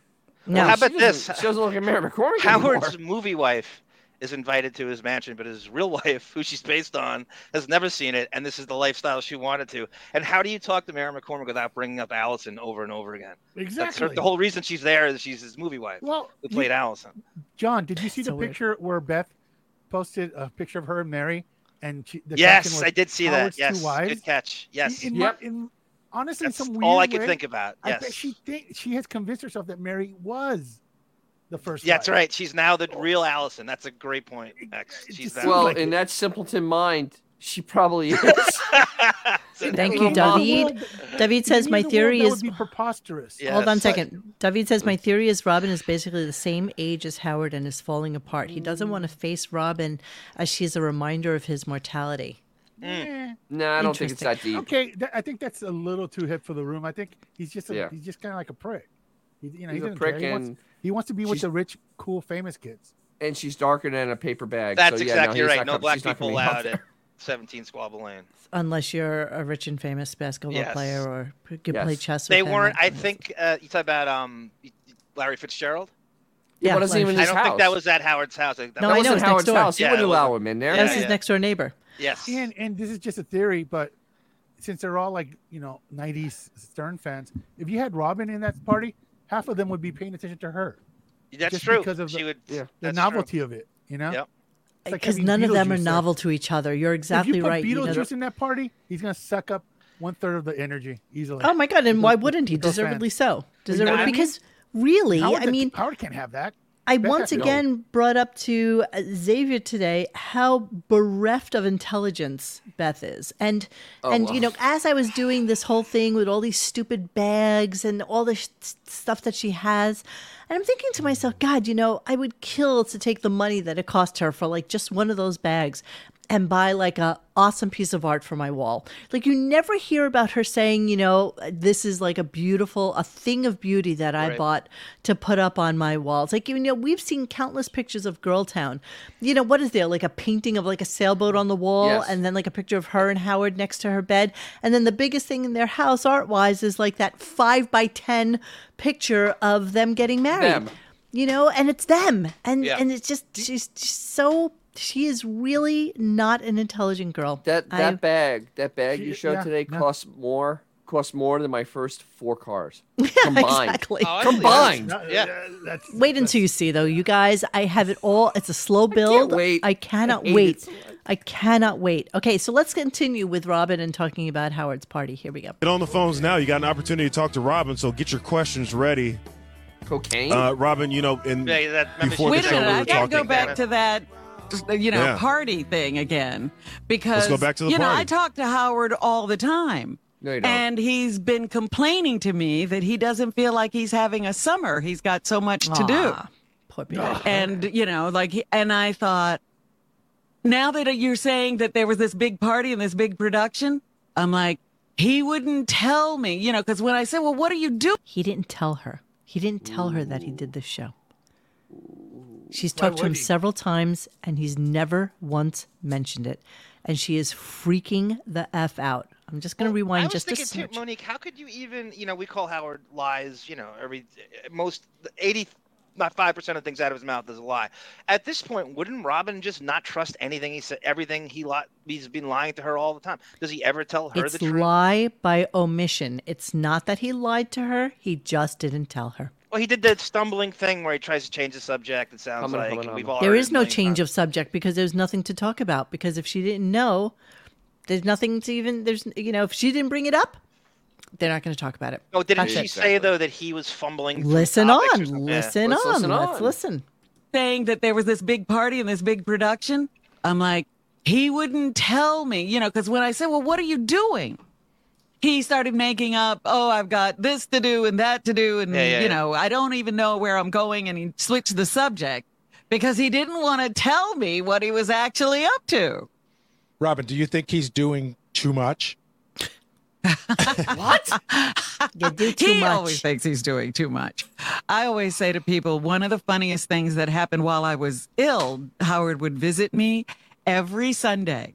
Speaker 1: no.
Speaker 4: How
Speaker 2: She doesn't-
Speaker 4: about this?
Speaker 2: She doesn't look like Mary McCormick
Speaker 4: Howard's
Speaker 2: anymore.
Speaker 4: movie wife is invited to his mansion, but his real wife, who she's based on, has never seen it, and this is the lifestyle she wanted to. And how do you talk to Mary McCormick without bringing up Allison over and over again? That's her,
Speaker 5: Exactly.
Speaker 4: the whole reason she's there is she's his movie wife
Speaker 5: well,
Speaker 4: who
Speaker 5: you-
Speaker 4: played Allison.
Speaker 5: John, did you see the
Speaker 1: So weird.
Speaker 5: picture where Beth posted a picture of her and Mary? And she, the caption
Speaker 4: Yes,
Speaker 5: was,
Speaker 4: I did see
Speaker 5: Howard's
Speaker 4: that.
Speaker 5: two
Speaker 4: Yes,
Speaker 5: wives?
Speaker 4: good catch. Yes,
Speaker 5: In, in,
Speaker 2: Yep.
Speaker 5: my- in, honestly,
Speaker 4: that's
Speaker 5: some weird
Speaker 4: all I could
Speaker 5: way,
Speaker 4: think about.
Speaker 5: I
Speaker 4: Yes,
Speaker 5: bet she think she has convinced herself that Mary was the first.
Speaker 4: yeah, that's
Speaker 5: wife.
Speaker 4: right. She's now the real Allison. That's a great point. Max.
Speaker 5: it
Speaker 4: She's
Speaker 5: just
Speaker 4: that.
Speaker 5: seems
Speaker 2: Well,
Speaker 5: like
Speaker 2: in
Speaker 5: it.
Speaker 2: that simpleton mind, she probably is.
Speaker 4: So
Speaker 1: Thank
Speaker 4: now-
Speaker 1: you,
Speaker 5: In a
Speaker 1: David.
Speaker 5: world that-
Speaker 1: David
Speaker 5: in
Speaker 1: says
Speaker 5: a
Speaker 1: my
Speaker 5: world
Speaker 1: theory
Speaker 5: that
Speaker 1: is.
Speaker 5: would be preposterous.
Speaker 4: Yeah,
Speaker 1: Hold on a
Speaker 4: it's like-
Speaker 1: second. David says my theory is Robin is basically the same age as Howard and is falling apart. He doesn't want to face Robin as she is a reminder of his mortality.
Speaker 2: Mm.
Speaker 4: Mm.
Speaker 5: Eh,
Speaker 2: no, I don't think it's
Speaker 1: Interesting.
Speaker 2: that deep.
Speaker 5: Okay, tha- I think that's a little too hip for the room. I think he's just a,
Speaker 2: Yeah.
Speaker 5: he's just kind of like a prick. He, you know,
Speaker 2: He's
Speaker 5: he
Speaker 2: a
Speaker 5: doesn't
Speaker 2: prick
Speaker 5: care. He,
Speaker 2: and-
Speaker 5: wants, he wants to be with
Speaker 2: she's-
Speaker 5: the rich, cool, famous kids.
Speaker 2: And she's darker than a paper bag.
Speaker 4: That's
Speaker 2: so, yeah,
Speaker 4: exactly
Speaker 2: no, he's not
Speaker 4: right. No
Speaker 2: coming-
Speaker 4: black
Speaker 2: she's not
Speaker 4: people
Speaker 2: coming out
Speaker 4: allowed
Speaker 2: there.
Speaker 4: at 17 Squabble Lane.
Speaker 1: Unless you're a rich and famous basketball
Speaker 4: Yes.
Speaker 1: player or p- can play
Speaker 2: Yes.
Speaker 1: chess.
Speaker 4: They
Speaker 1: with him
Speaker 4: weren't.
Speaker 1: or
Speaker 4: I
Speaker 1: something.
Speaker 4: think uh, you talk about um Larry Fitzgerald.
Speaker 1: Yeah,
Speaker 2: Yeah, but it's
Speaker 1: like-
Speaker 2: even
Speaker 4: I
Speaker 2: his
Speaker 4: don't
Speaker 2: house.
Speaker 4: think that was at Howard's house. I think that
Speaker 1: No,
Speaker 2: That
Speaker 1: I
Speaker 4: was
Speaker 1: know,
Speaker 2: wasn't
Speaker 1: it's next
Speaker 2: Howard's
Speaker 1: door.
Speaker 2: house. He
Speaker 4: Yeah, it
Speaker 2: wouldn't
Speaker 4: wasn't.
Speaker 2: allow him in there.
Speaker 1: That was
Speaker 4: Yeah,
Speaker 1: his
Speaker 4: yeah.
Speaker 1: next door neighbor.
Speaker 4: Yes.
Speaker 5: And and this is just a theory, but since they're all like you know '90s Stern fans, if you had Robin in that party, half of them would be paying attention to her.
Speaker 4: That's
Speaker 5: just
Speaker 4: true.
Speaker 5: because of
Speaker 4: she
Speaker 5: the-
Speaker 4: would.
Speaker 2: Yeah. the
Speaker 5: The
Speaker 4: that's true.
Speaker 5: novelty of it, you know.
Speaker 4: Yep.
Speaker 5: It's like
Speaker 1: Because
Speaker 5: having
Speaker 1: none of them
Speaker 5: Beetlejuice
Speaker 1: are
Speaker 5: there.
Speaker 1: novel to each other. You're exactly
Speaker 5: if you put
Speaker 1: right. You know-
Speaker 5: Beetlejuice in that party, he's gonna suck up one third of the energy easily.
Speaker 1: oh my god! And
Speaker 5: Beetlejuice-
Speaker 1: why wouldn't he?
Speaker 5: Beetlejuice fan.
Speaker 1: Deservedly so. Deservedly
Speaker 5: what I mean?
Speaker 1: because really,
Speaker 5: Howard
Speaker 1: I
Speaker 5: the-
Speaker 1: mean,
Speaker 5: Howard can't have that.
Speaker 1: I
Speaker 5: Beth
Speaker 1: once
Speaker 5: had to go.
Speaker 1: again brought up to uh, Xavier today how bereft of intelligence Beth is, and and you
Speaker 2: wow.
Speaker 1: know as I was doing this whole thing with all these stupid bags and all the sh- stuff that she has, and I'm thinking to myself, God, you know, I would kill to take the money that it cost her for like just one of those bags and buy like a awesome piece of art for my wall. Like you never hear about her saying, you know, this is like a beautiful, a thing of beauty that I bought to put up on my walls. Like you know, we've seen countless pictures of Girl Town. You know, what is there? Like a painting of like a sailboat on the wall
Speaker 2: Yes.
Speaker 1: and then like a picture of her and Howard next to her bed. And then the biggest thing in their house art wise is like that five by ten picture of them getting married
Speaker 2: Them.
Speaker 1: you know and it's them and
Speaker 4: Yeah.
Speaker 1: and it's just she's just so she is really not an intelligent girl
Speaker 2: That
Speaker 1: I-
Speaker 2: that bag, that bag
Speaker 5: She-
Speaker 2: you showed
Speaker 5: yeah,
Speaker 2: today
Speaker 5: yeah.
Speaker 2: costs more cost more than my first four cars combined.
Speaker 1: exactly
Speaker 4: Oh, actually,
Speaker 2: Combined.
Speaker 5: No,
Speaker 4: Yeah.
Speaker 5: that's-
Speaker 1: wait
Speaker 5: that's-
Speaker 1: until you see though you guys i have it all it's a slow build
Speaker 2: wait.
Speaker 1: cannot
Speaker 2: I hate
Speaker 1: wait
Speaker 2: it so much.
Speaker 1: i cannot wait okay so let's continue with robin and talking about howard's party here we go
Speaker 7: Get on the phones now. You got an opportunity to talk to Robin, so get your questions ready.
Speaker 2: Cocaine?
Speaker 7: Uh, Robin, you know, in
Speaker 4: Yeah, that- remember she
Speaker 7: before the
Speaker 4: was
Speaker 8: Wait a
Speaker 7: show,
Speaker 8: minute,
Speaker 7: we
Speaker 8: I
Speaker 7: were
Speaker 8: gotta
Speaker 7: talking.
Speaker 8: go back to that, you know,
Speaker 7: Yeah.
Speaker 8: party thing again because
Speaker 7: back to the
Speaker 8: you know
Speaker 7: party.
Speaker 8: I talk to Howard all the time.
Speaker 2: No, you don't.
Speaker 8: And he's been complaining to me that he doesn't feel like he's having a summer. He's got so much to do.
Speaker 1: Aw, poor Beetlejuice.
Speaker 8: And you know, like, he- and I thought, now that you're saying that there was this big party and this big production, I'm like, he wouldn't tell me, you know, because when I said, well, what are you doing?
Speaker 1: He didn't tell her. He didn't tell her that he did this show. She's talked to him several times and he's never once mentioned it. And she is freaking the F out. I'm just going to
Speaker 4: I
Speaker 1: rewind
Speaker 4: was
Speaker 1: just a
Speaker 4: thinking
Speaker 1: smidge.
Speaker 4: too, Monique. How could you even? You know, we call Howard lies. You know, every most eighty, not five percent of things out of his mouth is a lie. At this point, wouldn't Robin just not trust anything he said? Everything he li- he's been lying to her all the time. Does he ever tell her
Speaker 1: It's
Speaker 4: the truth?
Speaker 1: lie by omission. It's not that he lied to her, he just didn't tell her.
Speaker 4: well, he did that stumbling thing where he tries to change the subject. It sounds
Speaker 2: Humming,
Speaker 4: like
Speaker 2: humming,
Speaker 4: and we've
Speaker 2: humming.
Speaker 4: all.
Speaker 1: There is no change of subject because there's nothing to talk about. Because if she didn't know, there's nothing to even, there's, you know, if she didn't bring it up, they're not going to talk about it.
Speaker 4: No, Oh, didn't
Speaker 1: That's
Speaker 4: she
Speaker 1: it.
Speaker 4: say though that he was fumbling? through
Speaker 1: Listen
Speaker 4: topics or
Speaker 1: on.
Speaker 4: something? Yeah.
Speaker 1: Listen
Speaker 2: Let's
Speaker 1: on.
Speaker 2: listen
Speaker 1: Let's
Speaker 2: on.
Speaker 1: listen.
Speaker 8: saying that there was this big party and this big production, I'm like, he wouldn't tell me, you know, because when I said, well, what are you doing? He started making up, oh, I've got this to do and that to do. And,
Speaker 4: Yeah, yeah,
Speaker 8: you
Speaker 4: yeah.
Speaker 8: know, I don't even know where I'm going. And he switched the subject because he didn't want to tell me what he was actually up to.
Speaker 9: Robin, do you think he's doing too much?
Speaker 1: You do too
Speaker 8: he always
Speaker 1: much.
Speaker 8: thinks he's doing too much. I always say to people, one of the funniest things that happened while I was ill, Howard would visit me every Sunday.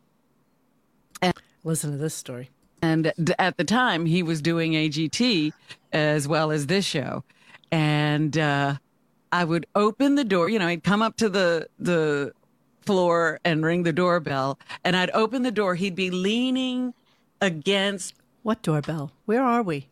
Speaker 1: Listen to this story.
Speaker 8: And d- at the time, he was doing AGT as well as this show. And uh, I would open the door. You know, he'd come up to the the floor and ring the doorbell, and I'd open the door. He'd be leaning against.
Speaker 1: What doorbell? Where are we?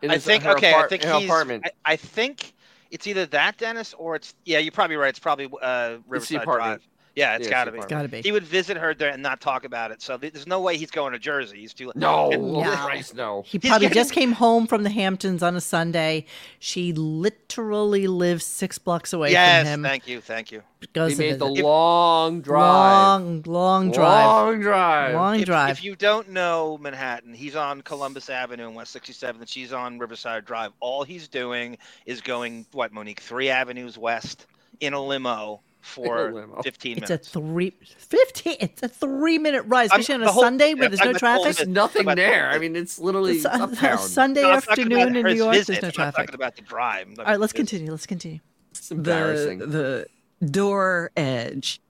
Speaker 2: In
Speaker 4: I
Speaker 2: his-
Speaker 4: think
Speaker 2: her
Speaker 4: okay.
Speaker 2: apart-
Speaker 4: I think
Speaker 2: in her
Speaker 4: he's.
Speaker 2: apartment.
Speaker 4: I, I think it's either that Dennis or it's yeah. You're probably right. It's probably uh, Riverside
Speaker 2: apartment.
Speaker 4: Drive. Yeah,
Speaker 2: Yeah,
Speaker 4: it's
Speaker 2: it's
Speaker 4: gotta
Speaker 2: the
Speaker 4: be.
Speaker 2: apartment.
Speaker 1: Gotta be.
Speaker 4: He would visit her there and not talk about it. So th- there's no way he's going to Jersey. He's too.
Speaker 2: No,
Speaker 4: And-
Speaker 2: oh,
Speaker 1: No.
Speaker 2: Christ, no.
Speaker 1: He
Speaker 4: He's
Speaker 1: probably
Speaker 4: getting-
Speaker 1: just came home from the Hamptons on a Sunday. She literally lives six blocks away
Speaker 4: Yes,
Speaker 1: from him.
Speaker 4: thank you, thank you.
Speaker 1: Goes
Speaker 2: He
Speaker 1: to
Speaker 2: made the
Speaker 1: visit.
Speaker 2: long drive.
Speaker 1: long, long drive.
Speaker 2: Long drive.
Speaker 1: Long
Speaker 4: if,
Speaker 1: drive.
Speaker 4: If you don't know Manhattan, he's on Columbus Avenue and West 67th, and she's on Riverside Drive. All he's doing is going what Monique three avenues west in a limo for
Speaker 2: limo.
Speaker 4: 15
Speaker 1: it's a
Speaker 4: minutes.
Speaker 1: three, 15, it's a three minute ride,
Speaker 4: I'm-
Speaker 1: especially on
Speaker 4: the
Speaker 1: a
Speaker 4: whole-
Speaker 1: Sunday where
Speaker 4: yeah,
Speaker 1: there's
Speaker 4: I'm
Speaker 1: no
Speaker 4: the whole
Speaker 1: traffic.
Speaker 4: bit-
Speaker 2: Nothing
Speaker 4: But-
Speaker 2: there. I mean, it's literally
Speaker 1: It's on a
Speaker 2: uptown.
Speaker 1: Sunday
Speaker 4: No, I'm talking about
Speaker 1: afternoon in New
Speaker 4: his
Speaker 1: York,
Speaker 4: visit.
Speaker 1: there's no
Speaker 4: I'm not
Speaker 1: traffic.
Speaker 4: talking about the drive. I'm talking
Speaker 1: All right, let's
Speaker 4: about his-
Speaker 1: continue. Let's continue.
Speaker 2: It's
Speaker 8: the
Speaker 2: embarrassing.
Speaker 8: the door edge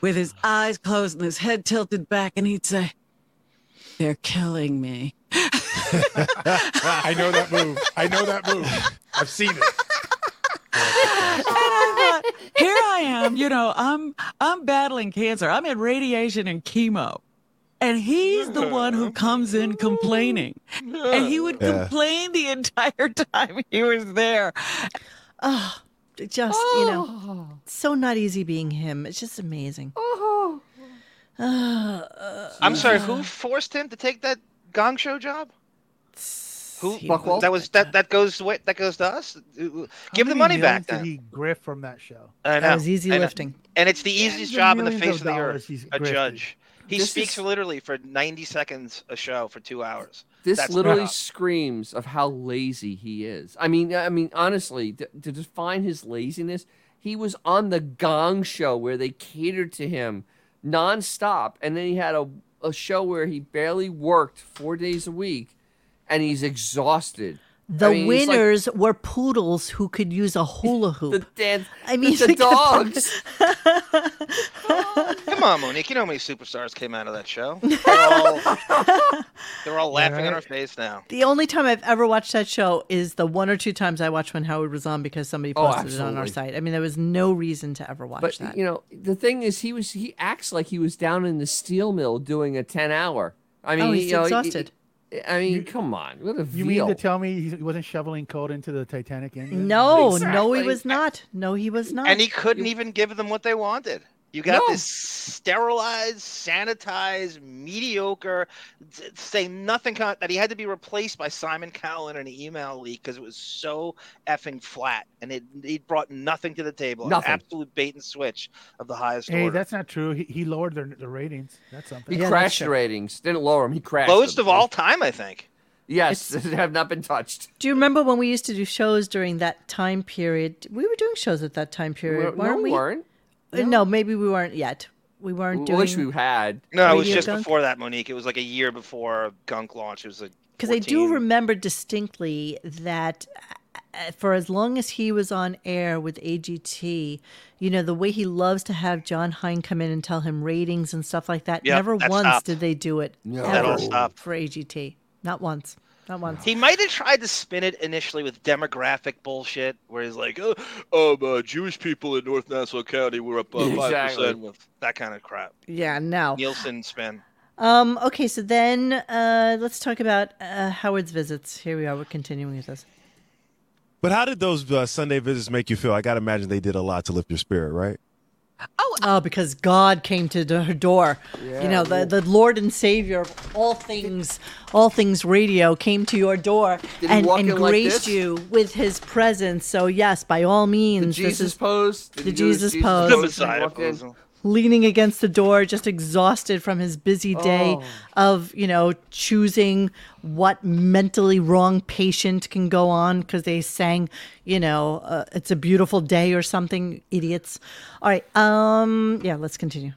Speaker 8: with his eyes closed and his head tilted back and he'd say they're killing me
Speaker 9: I know that move. I know that move. I've seen it.
Speaker 8: and I thought, here i am you know i'm i'm battling cancer i'm in radiation and chemo and he's the one who comes in complaining and he would
Speaker 7: Yeah.
Speaker 8: complain the entire time he was there
Speaker 1: Oh, just, you know,
Speaker 2: Oh.
Speaker 1: so not easy being him. It's just amazing.
Speaker 4: I'm sorry, who forced him to take that gong show job? Who
Speaker 1: He-
Speaker 2: Buckwall?
Speaker 4: that was that that goes away, that goes to us. Give
Speaker 5: How
Speaker 4: him the
Speaker 5: many
Speaker 4: money
Speaker 5: millions
Speaker 4: back then.
Speaker 5: Did he grift from that show?
Speaker 4: I know,
Speaker 1: That was easy
Speaker 4: I know.
Speaker 1: lifting.
Speaker 4: and it's the
Speaker 5: Tens
Speaker 4: easiest
Speaker 5: of
Speaker 4: job on the
Speaker 5: millions
Speaker 4: face
Speaker 5: of
Speaker 4: of the
Speaker 5: dollars
Speaker 4: earth.
Speaker 5: he's
Speaker 4: A
Speaker 5: grifted.
Speaker 4: judge. He
Speaker 2: This
Speaker 4: speaks
Speaker 2: is-
Speaker 4: literally for 90 seconds a show for two hours.
Speaker 2: This
Speaker 4: That's
Speaker 2: literally
Speaker 4: not-
Speaker 2: screams of how lazy he is. I mean, I mean, honestly, to, to define his laziness, he was on the Gong Show where they catered to him nonstop, and then he had a a show where he barely worked four days a week, and he's exhausted.
Speaker 1: The
Speaker 2: I mean, he's like-
Speaker 1: winners were poodles who could use a hula hoop.
Speaker 2: The dance.
Speaker 1: I mean,
Speaker 2: the
Speaker 1: think about
Speaker 2: dogs.
Speaker 4: Come on, Monique. You know how many superstars came out of that show? They're all, they're all laughing in our face now.
Speaker 1: The only time I've ever watched that show is the one or two times I watched when Howard was on because somebody
Speaker 2: Oh,
Speaker 1: posted it on our
Speaker 2: absolutely.
Speaker 1: site. I mean, there was no reason to ever watch
Speaker 2: But
Speaker 1: that.
Speaker 2: you know, the thing is, he was he acts like he was down in the steel mill doing a ten hour. I mean,
Speaker 1: oh,
Speaker 2: he-
Speaker 1: he's
Speaker 2: you know, he-
Speaker 1: exhausted.
Speaker 2: I mean, come on, what a
Speaker 5: You
Speaker 2: veal.
Speaker 5: mean to tell me he wasn't shoveling coal into the Titanic engine?
Speaker 1: no, no, he
Speaker 2: Exactly.
Speaker 1: was not. No, he was not.
Speaker 4: And he couldn't even give them what they wanted. You got
Speaker 2: No.
Speaker 4: this sterilized, sanitized, mediocre, d- say nothing con- that he had to be replaced by Simon Cowell in an email leak because it was so effing flat and it he brought nothing to the table. An
Speaker 2: Nothing.
Speaker 4: absolute bait and switch of the highest
Speaker 5: Hey,
Speaker 4: order.
Speaker 5: that's not true. He, he lowered their, their ratings. That's something.
Speaker 2: He
Speaker 1: Yeah, that's
Speaker 2: crashed the
Speaker 1: true.
Speaker 2: ratings. Didn't lower them. He crashed.
Speaker 4: Lowest
Speaker 2: them.
Speaker 4: of all time, I think.
Speaker 2: Yes, they have not been touched.
Speaker 1: do you remember when we used to do shows during that time period? We were doing shows at that time period,
Speaker 2: We're-
Speaker 1: weren't
Speaker 2: no,
Speaker 1: we?
Speaker 2: weren't.
Speaker 1: Uh, No, maybe we weren't yet. we weren't
Speaker 2: I wish
Speaker 1: doing
Speaker 2: we had.
Speaker 4: No, it was
Speaker 1: Radio
Speaker 4: just
Speaker 1: Gunk?
Speaker 4: before that, Monique. It was like a year before Gunk launch. It was like
Speaker 1: because I do
Speaker 4: 14.
Speaker 1: remember distinctly that uh, for as long as he was on air with AGT, you know the way he loves to have John Hine come in and tell him ratings and stuff like that.
Speaker 4: Yep,
Speaker 1: Never
Speaker 4: that
Speaker 1: once
Speaker 4: stopped.
Speaker 1: did they do it.
Speaker 2: No.
Speaker 1: ever
Speaker 4: That all stopped.
Speaker 1: for AGT. Not once. Not once.
Speaker 4: He might have tried to spin it initially with demographic bullshit, where he's like, "Oh, um, uh, Jewish people in North Nassau County were up uh, five
Speaker 2: Exactly.
Speaker 4: percent with that kind of crap."
Speaker 1: Yeah, no.
Speaker 4: Nielsen spin.
Speaker 1: Um, okay, so then uh, let's talk about uh, Howard's visits. Here we are. We're continuing with this.
Speaker 7: But how did those uh, Sunday visits make you feel? I got to imagine they did a lot to lift your spirit, right?
Speaker 1: Oh, because God came to the- her door. you know, the, the Lord and Savior of all things, all things radio came to your door
Speaker 2: Did he
Speaker 1: and,
Speaker 2: walk
Speaker 1: and
Speaker 2: in like
Speaker 1: graced
Speaker 2: this?
Speaker 1: you with his presence. So, yes, by all
Speaker 2: The
Speaker 1: means, this
Speaker 2: Jesus
Speaker 1: is
Speaker 2: pose. Did
Speaker 1: the
Speaker 2: he do his
Speaker 1: Jesus pose.
Speaker 4: The
Speaker 1: Oh,
Speaker 2: when he
Speaker 4: Messiah.
Speaker 2: walked in?
Speaker 4: pose.
Speaker 1: leaning against the door, just exhausted from his busy day
Speaker 2: Oh.
Speaker 1: of, you know, choosing what mentally wrong patient can go on because they sang, you know, uh, it's a beautiful day or something. Idiots. All right. Um. Yeah. Let's continue.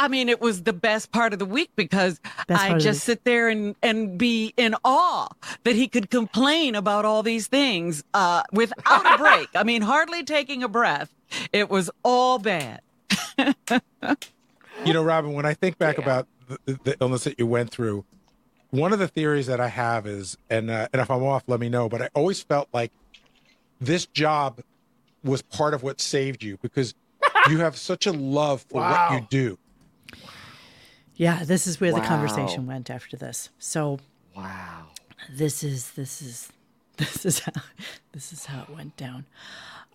Speaker 8: I mean, it was the best part of the week because
Speaker 1: Best part
Speaker 8: I
Speaker 1: of the
Speaker 8: just
Speaker 1: week.
Speaker 8: sit there and, and be in awe that he could complain about all these things uh, without a break. I mean, hardly taking a breath. It was all bad.
Speaker 9: You know, Robin, when I think back about the, the illness that you went through, one of the theories that I have is, and uh, and if I'm off, let me know. But I always felt like this job was part of what saved you because you have such a love for what you
Speaker 5: Wow.
Speaker 9: do.
Speaker 1: Yeah. This is where the conversation
Speaker 2: Wow.
Speaker 1: went after this. So
Speaker 2: Wow.
Speaker 1: this is this is this is how this is how it went down.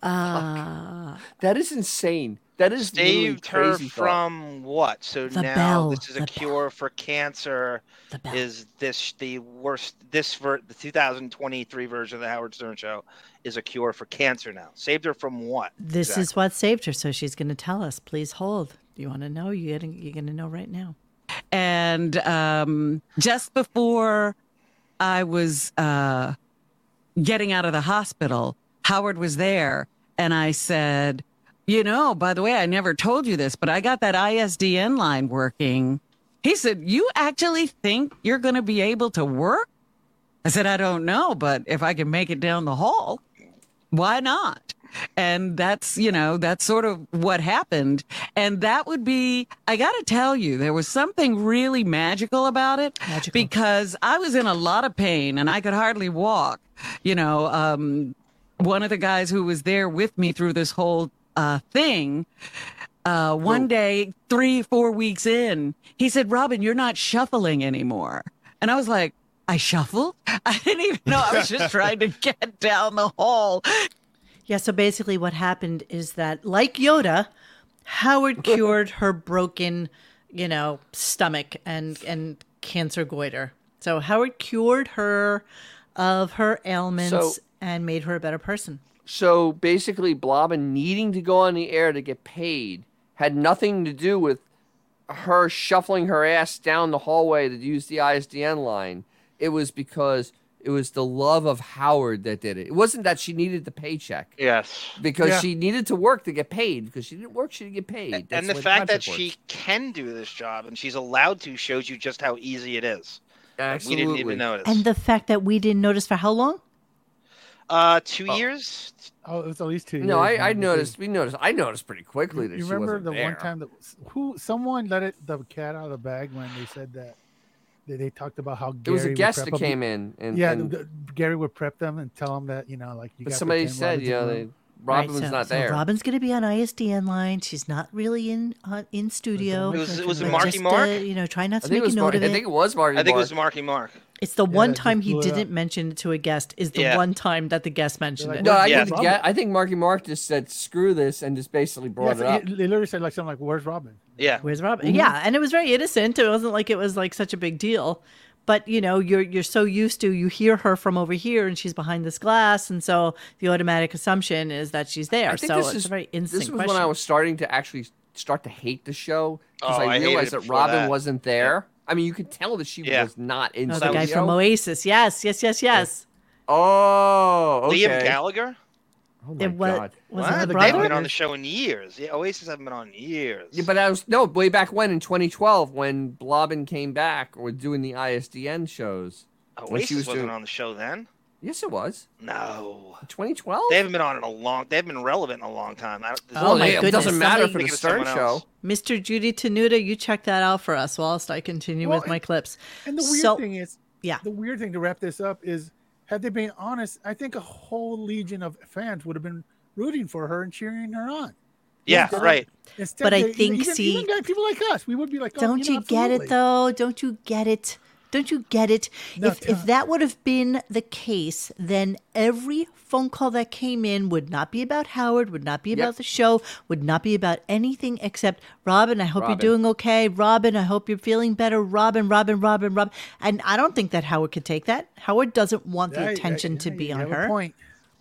Speaker 1: Uh,
Speaker 2: That is insane. That is literally
Speaker 4: Saved her
Speaker 2: crazy thought.
Speaker 4: from what? So
Speaker 1: The
Speaker 4: now
Speaker 1: bell,
Speaker 4: this is a
Speaker 1: the
Speaker 4: cure for cancer.
Speaker 1: The bell.
Speaker 4: Is this the worst? This ver- the 2023 version of the Howard Stern Show is a cure for cancer now. Saved her from what?
Speaker 1: This is what saved her. So she's going to tell us. Please hold. You want to know? You're going you're to know right now.
Speaker 8: and um, just before I was uh, getting out of the hospital, Howard was there, and I said, "You know, by the way, I never told you this, but I got that ISDN line working." He said, "You actually think you're going to be able to work?" I said, "I don't know, but if I can make it down the hall." why not? And that's, you know, that's sort of what happened. And that would be, I got to tell you, there was something really magical about it
Speaker 1: Magical.
Speaker 8: because I was in a lot of pain and I could hardly walk. You know, um, one of the guys who was there with me through this whole uh, thing, uh, one day, three, four weeks in, he said, Robin, you're not shuffling anymore. And I was like, I shuffled? I didn't even know. I was just trying to get down the hall.
Speaker 1: Yeah, so basically what happened is that like Yoda, Howard cured her broken, you know, stomach and and cancer goiter. So Howard cured her of her ailments
Speaker 2: So-
Speaker 1: and made her a better person.
Speaker 2: So basically, Blobbin needing to go on the air to get paid had nothing to do with her shuffling her ass down the hallway to use the ISDN line. It was because it was the love of Howard that did it. It wasn't that she needed the paycheck
Speaker 4: Yes.
Speaker 2: because
Speaker 5: Yeah.
Speaker 2: she needed to work to get paid. Because she didn't work, she didn't get paid. That's
Speaker 4: and the
Speaker 2: way
Speaker 4: fact that
Speaker 2: contract
Speaker 4: she
Speaker 2: works.
Speaker 4: can do this job and she's allowed to shows you just how easy it is.
Speaker 2: absolutely
Speaker 4: We didn't even notice.
Speaker 1: And the fact that we didn't notice for how long?
Speaker 4: uh, two years.
Speaker 5: Oh, it was at least two.
Speaker 2: No,
Speaker 5: years,
Speaker 2: I, I
Speaker 5: maybe three.
Speaker 2: noticed. We noticed. I noticed pretty
Speaker 5: You,
Speaker 2: quickly that
Speaker 5: you
Speaker 2: she
Speaker 5: remember
Speaker 2: wasn't
Speaker 5: the
Speaker 2: there.
Speaker 5: one time that who someone let it the cat out of the bag when they said that they, they talked about how Gary
Speaker 2: It was a
Speaker 5: would
Speaker 2: guest
Speaker 5: prep
Speaker 2: that
Speaker 5: up-
Speaker 2: came in, and
Speaker 5: yeah,
Speaker 2: and-
Speaker 5: the- Gary would prep them and tell them that you know like you
Speaker 2: but
Speaker 5: got
Speaker 2: somebody
Speaker 5: pretend
Speaker 2: said,
Speaker 5: Robin's
Speaker 2: you know,
Speaker 5: room.
Speaker 2: they, Robin was
Speaker 1: Right, so-
Speaker 2: not
Speaker 1: so
Speaker 2: there.
Speaker 1: Robin's going to be on ISDN line. She's not really in on in studio.
Speaker 5: It
Speaker 4: was- it was
Speaker 1: But
Speaker 4: Marky
Speaker 1: just,
Speaker 4: Mark?
Speaker 1: uh, you know, try not
Speaker 2: I
Speaker 1: to
Speaker 2: think,
Speaker 1: make
Speaker 2: it
Speaker 1: a
Speaker 2: was Mar-
Speaker 1: note
Speaker 2: I
Speaker 1: of it.
Speaker 2: think it was Marty.
Speaker 4: I think it was
Speaker 2: Mark.
Speaker 4: Marky Mark.
Speaker 1: It's the
Speaker 5: Yeah,
Speaker 1: one
Speaker 5: that just
Speaker 1: time he
Speaker 5: blew it up.
Speaker 1: didn't mention it to a guest. Is the
Speaker 4: Yeah.
Speaker 1: one time that the guest mentioned
Speaker 5: like,
Speaker 1: it.
Speaker 2: No, I
Speaker 4: Yeah.
Speaker 2: think the ga- I think Marky Mark just said screw this and just basically
Speaker 5: Yeah,
Speaker 2: brought
Speaker 5: so
Speaker 2: it up.
Speaker 5: They they literally said like something like, "Where's Robin?"
Speaker 4: Yeah.
Speaker 1: Where's Robin? Yeah, and it was very innocent. It wasn't like it was like such a big deal. But you know, you're you're so used to you hear her from over here, and she's behind this glass, and so the automatic assumption is that she's there.
Speaker 2: I think
Speaker 1: So
Speaker 2: this
Speaker 1: it's
Speaker 2: is
Speaker 1: a very
Speaker 2: this
Speaker 1: instant
Speaker 2: was
Speaker 1: question.
Speaker 2: when I was starting to actually start to hate the show because
Speaker 4: Oh, I
Speaker 2: I
Speaker 4: hated
Speaker 2: realized
Speaker 4: it
Speaker 2: that
Speaker 4: before
Speaker 2: Robin
Speaker 4: that.
Speaker 2: wasn't there. I mean, you could tell that she
Speaker 4: Yeah.
Speaker 2: was not in
Speaker 1: oh, the
Speaker 2: studio.
Speaker 1: guy from Oasis. Yes, yes, yes, yes.
Speaker 2: oh, okay.
Speaker 4: Liam Gallagher.
Speaker 2: Oh my
Speaker 1: It wa-
Speaker 2: god.
Speaker 1: Uh, was it
Speaker 2: What?
Speaker 1: the
Speaker 4: They haven't been
Speaker 1: brother?
Speaker 4: on the show in years. Yeah, Oasis haven't been on in years.
Speaker 2: Yeah, but I was no way back when in 2012 when Blobbin came back or doing the ISDN shows. when
Speaker 4: Oasis
Speaker 2: she was
Speaker 4: wasn't
Speaker 2: doing-
Speaker 4: on the show then.
Speaker 2: Yes, it was
Speaker 4: No,
Speaker 2: 2012.
Speaker 4: they haven't been on in a long. They've been relevant in a long time. I don't, there's
Speaker 1: Oh
Speaker 2: well,
Speaker 4: no
Speaker 1: my
Speaker 2: they-
Speaker 4: way-
Speaker 2: it doesn't
Speaker 1: goodness,
Speaker 2: matter
Speaker 1: somebody-
Speaker 2: for the
Speaker 4: Thinking of
Speaker 2: Stern
Speaker 4: someone
Speaker 2: show.
Speaker 4: else.
Speaker 1: Mr. Judy Tenuta, you check that out for us whilst I continue
Speaker 5: Well,
Speaker 1: with my clips.
Speaker 5: And the weird
Speaker 1: So-
Speaker 5: thing is,
Speaker 1: yeah.
Speaker 5: the weird thing to wrap this up is, had they been honest, I think a whole legion of fans would have been rooting for her and cheering her on.
Speaker 4: Yeah,
Speaker 5: Yeah.
Speaker 4: right.
Speaker 5: Instead,
Speaker 1: But I
Speaker 5: they-
Speaker 1: think,
Speaker 5: even,
Speaker 1: see-
Speaker 5: even guy- people like us, we would be like, oh,
Speaker 1: Don't
Speaker 5: know,
Speaker 1: you get
Speaker 5: absolutely.
Speaker 1: it though? Don't you get it? Don't you get it?
Speaker 5: No,
Speaker 1: if if
Speaker 5: Tom.
Speaker 1: that would have been the case, then every phone call that came in would not be about Howard, would not be about the show, would not be about anything except Robin. I hope
Speaker 2: Robin.
Speaker 1: you're doing okay, Robin. I hope you're feeling better, Robin, Robin, Robin, Robin. And I don't think that Howard could take that. Howard doesn't want
Speaker 5: Yeah,
Speaker 1: the
Speaker 5: yeah,
Speaker 1: attention to
Speaker 5: yeah,
Speaker 1: be
Speaker 5: you
Speaker 1: on
Speaker 5: have a
Speaker 1: her.
Speaker 5: Point.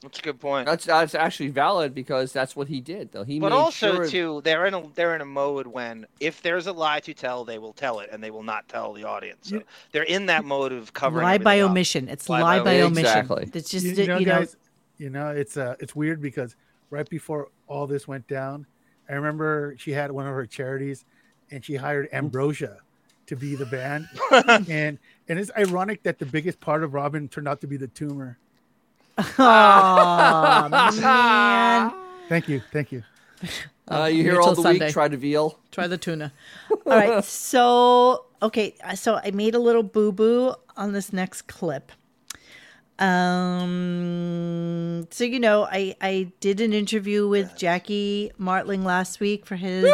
Speaker 4: That's a good point.
Speaker 2: That's that's actually valid because that's what he did though. He
Speaker 4: But
Speaker 2: made
Speaker 4: also
Speaker 2: sure-
Speaker 4: too, they're in a they're in a mode when if there's a lie to tell, they will tell it, and they will not tell the audience. So they're in that mode of covering.
Speaker 1: Lie by
Speaker 4: everything up.
Speaker 1: omission. It's
Speaker 4: Lie
Speaker 1: lie,
Speaker 4: by
Speaker 1: by,
Speaker 2: omission.
Speaker 1: omission.
Speaker 2: Exactly.
Speaker 1: It's just
Speaker 5: you,
Speaker 1: that,
Speaker 5: you know,
Speaker 1: you know
Speaker 5: guys, you know, it's uh, it's weird because right before all this went down, I remember she had one of her charities, and she hired
Speaker 2: Hmm.
Speaker 5: Ambrosia to be the band, and and it's ironic that the biggest part of Robin turned out to be the tumor.
Speaker 1: Aw, man.
Speaker 5: Thank you, thank you.
Speaker 2: Uh, you
Speaker 1: Here
Speaker 2: hear all
Speaker 1: till
Speaker 2: the
Speaker 1: Oh, Sunday.
Speaker 2: week try to veal.
Speaker 1: Try the tuna. All right. So, okay. So I made a little boo boo on this next clip. Um, so you know, I I did an interview with Jackie Martling last week for his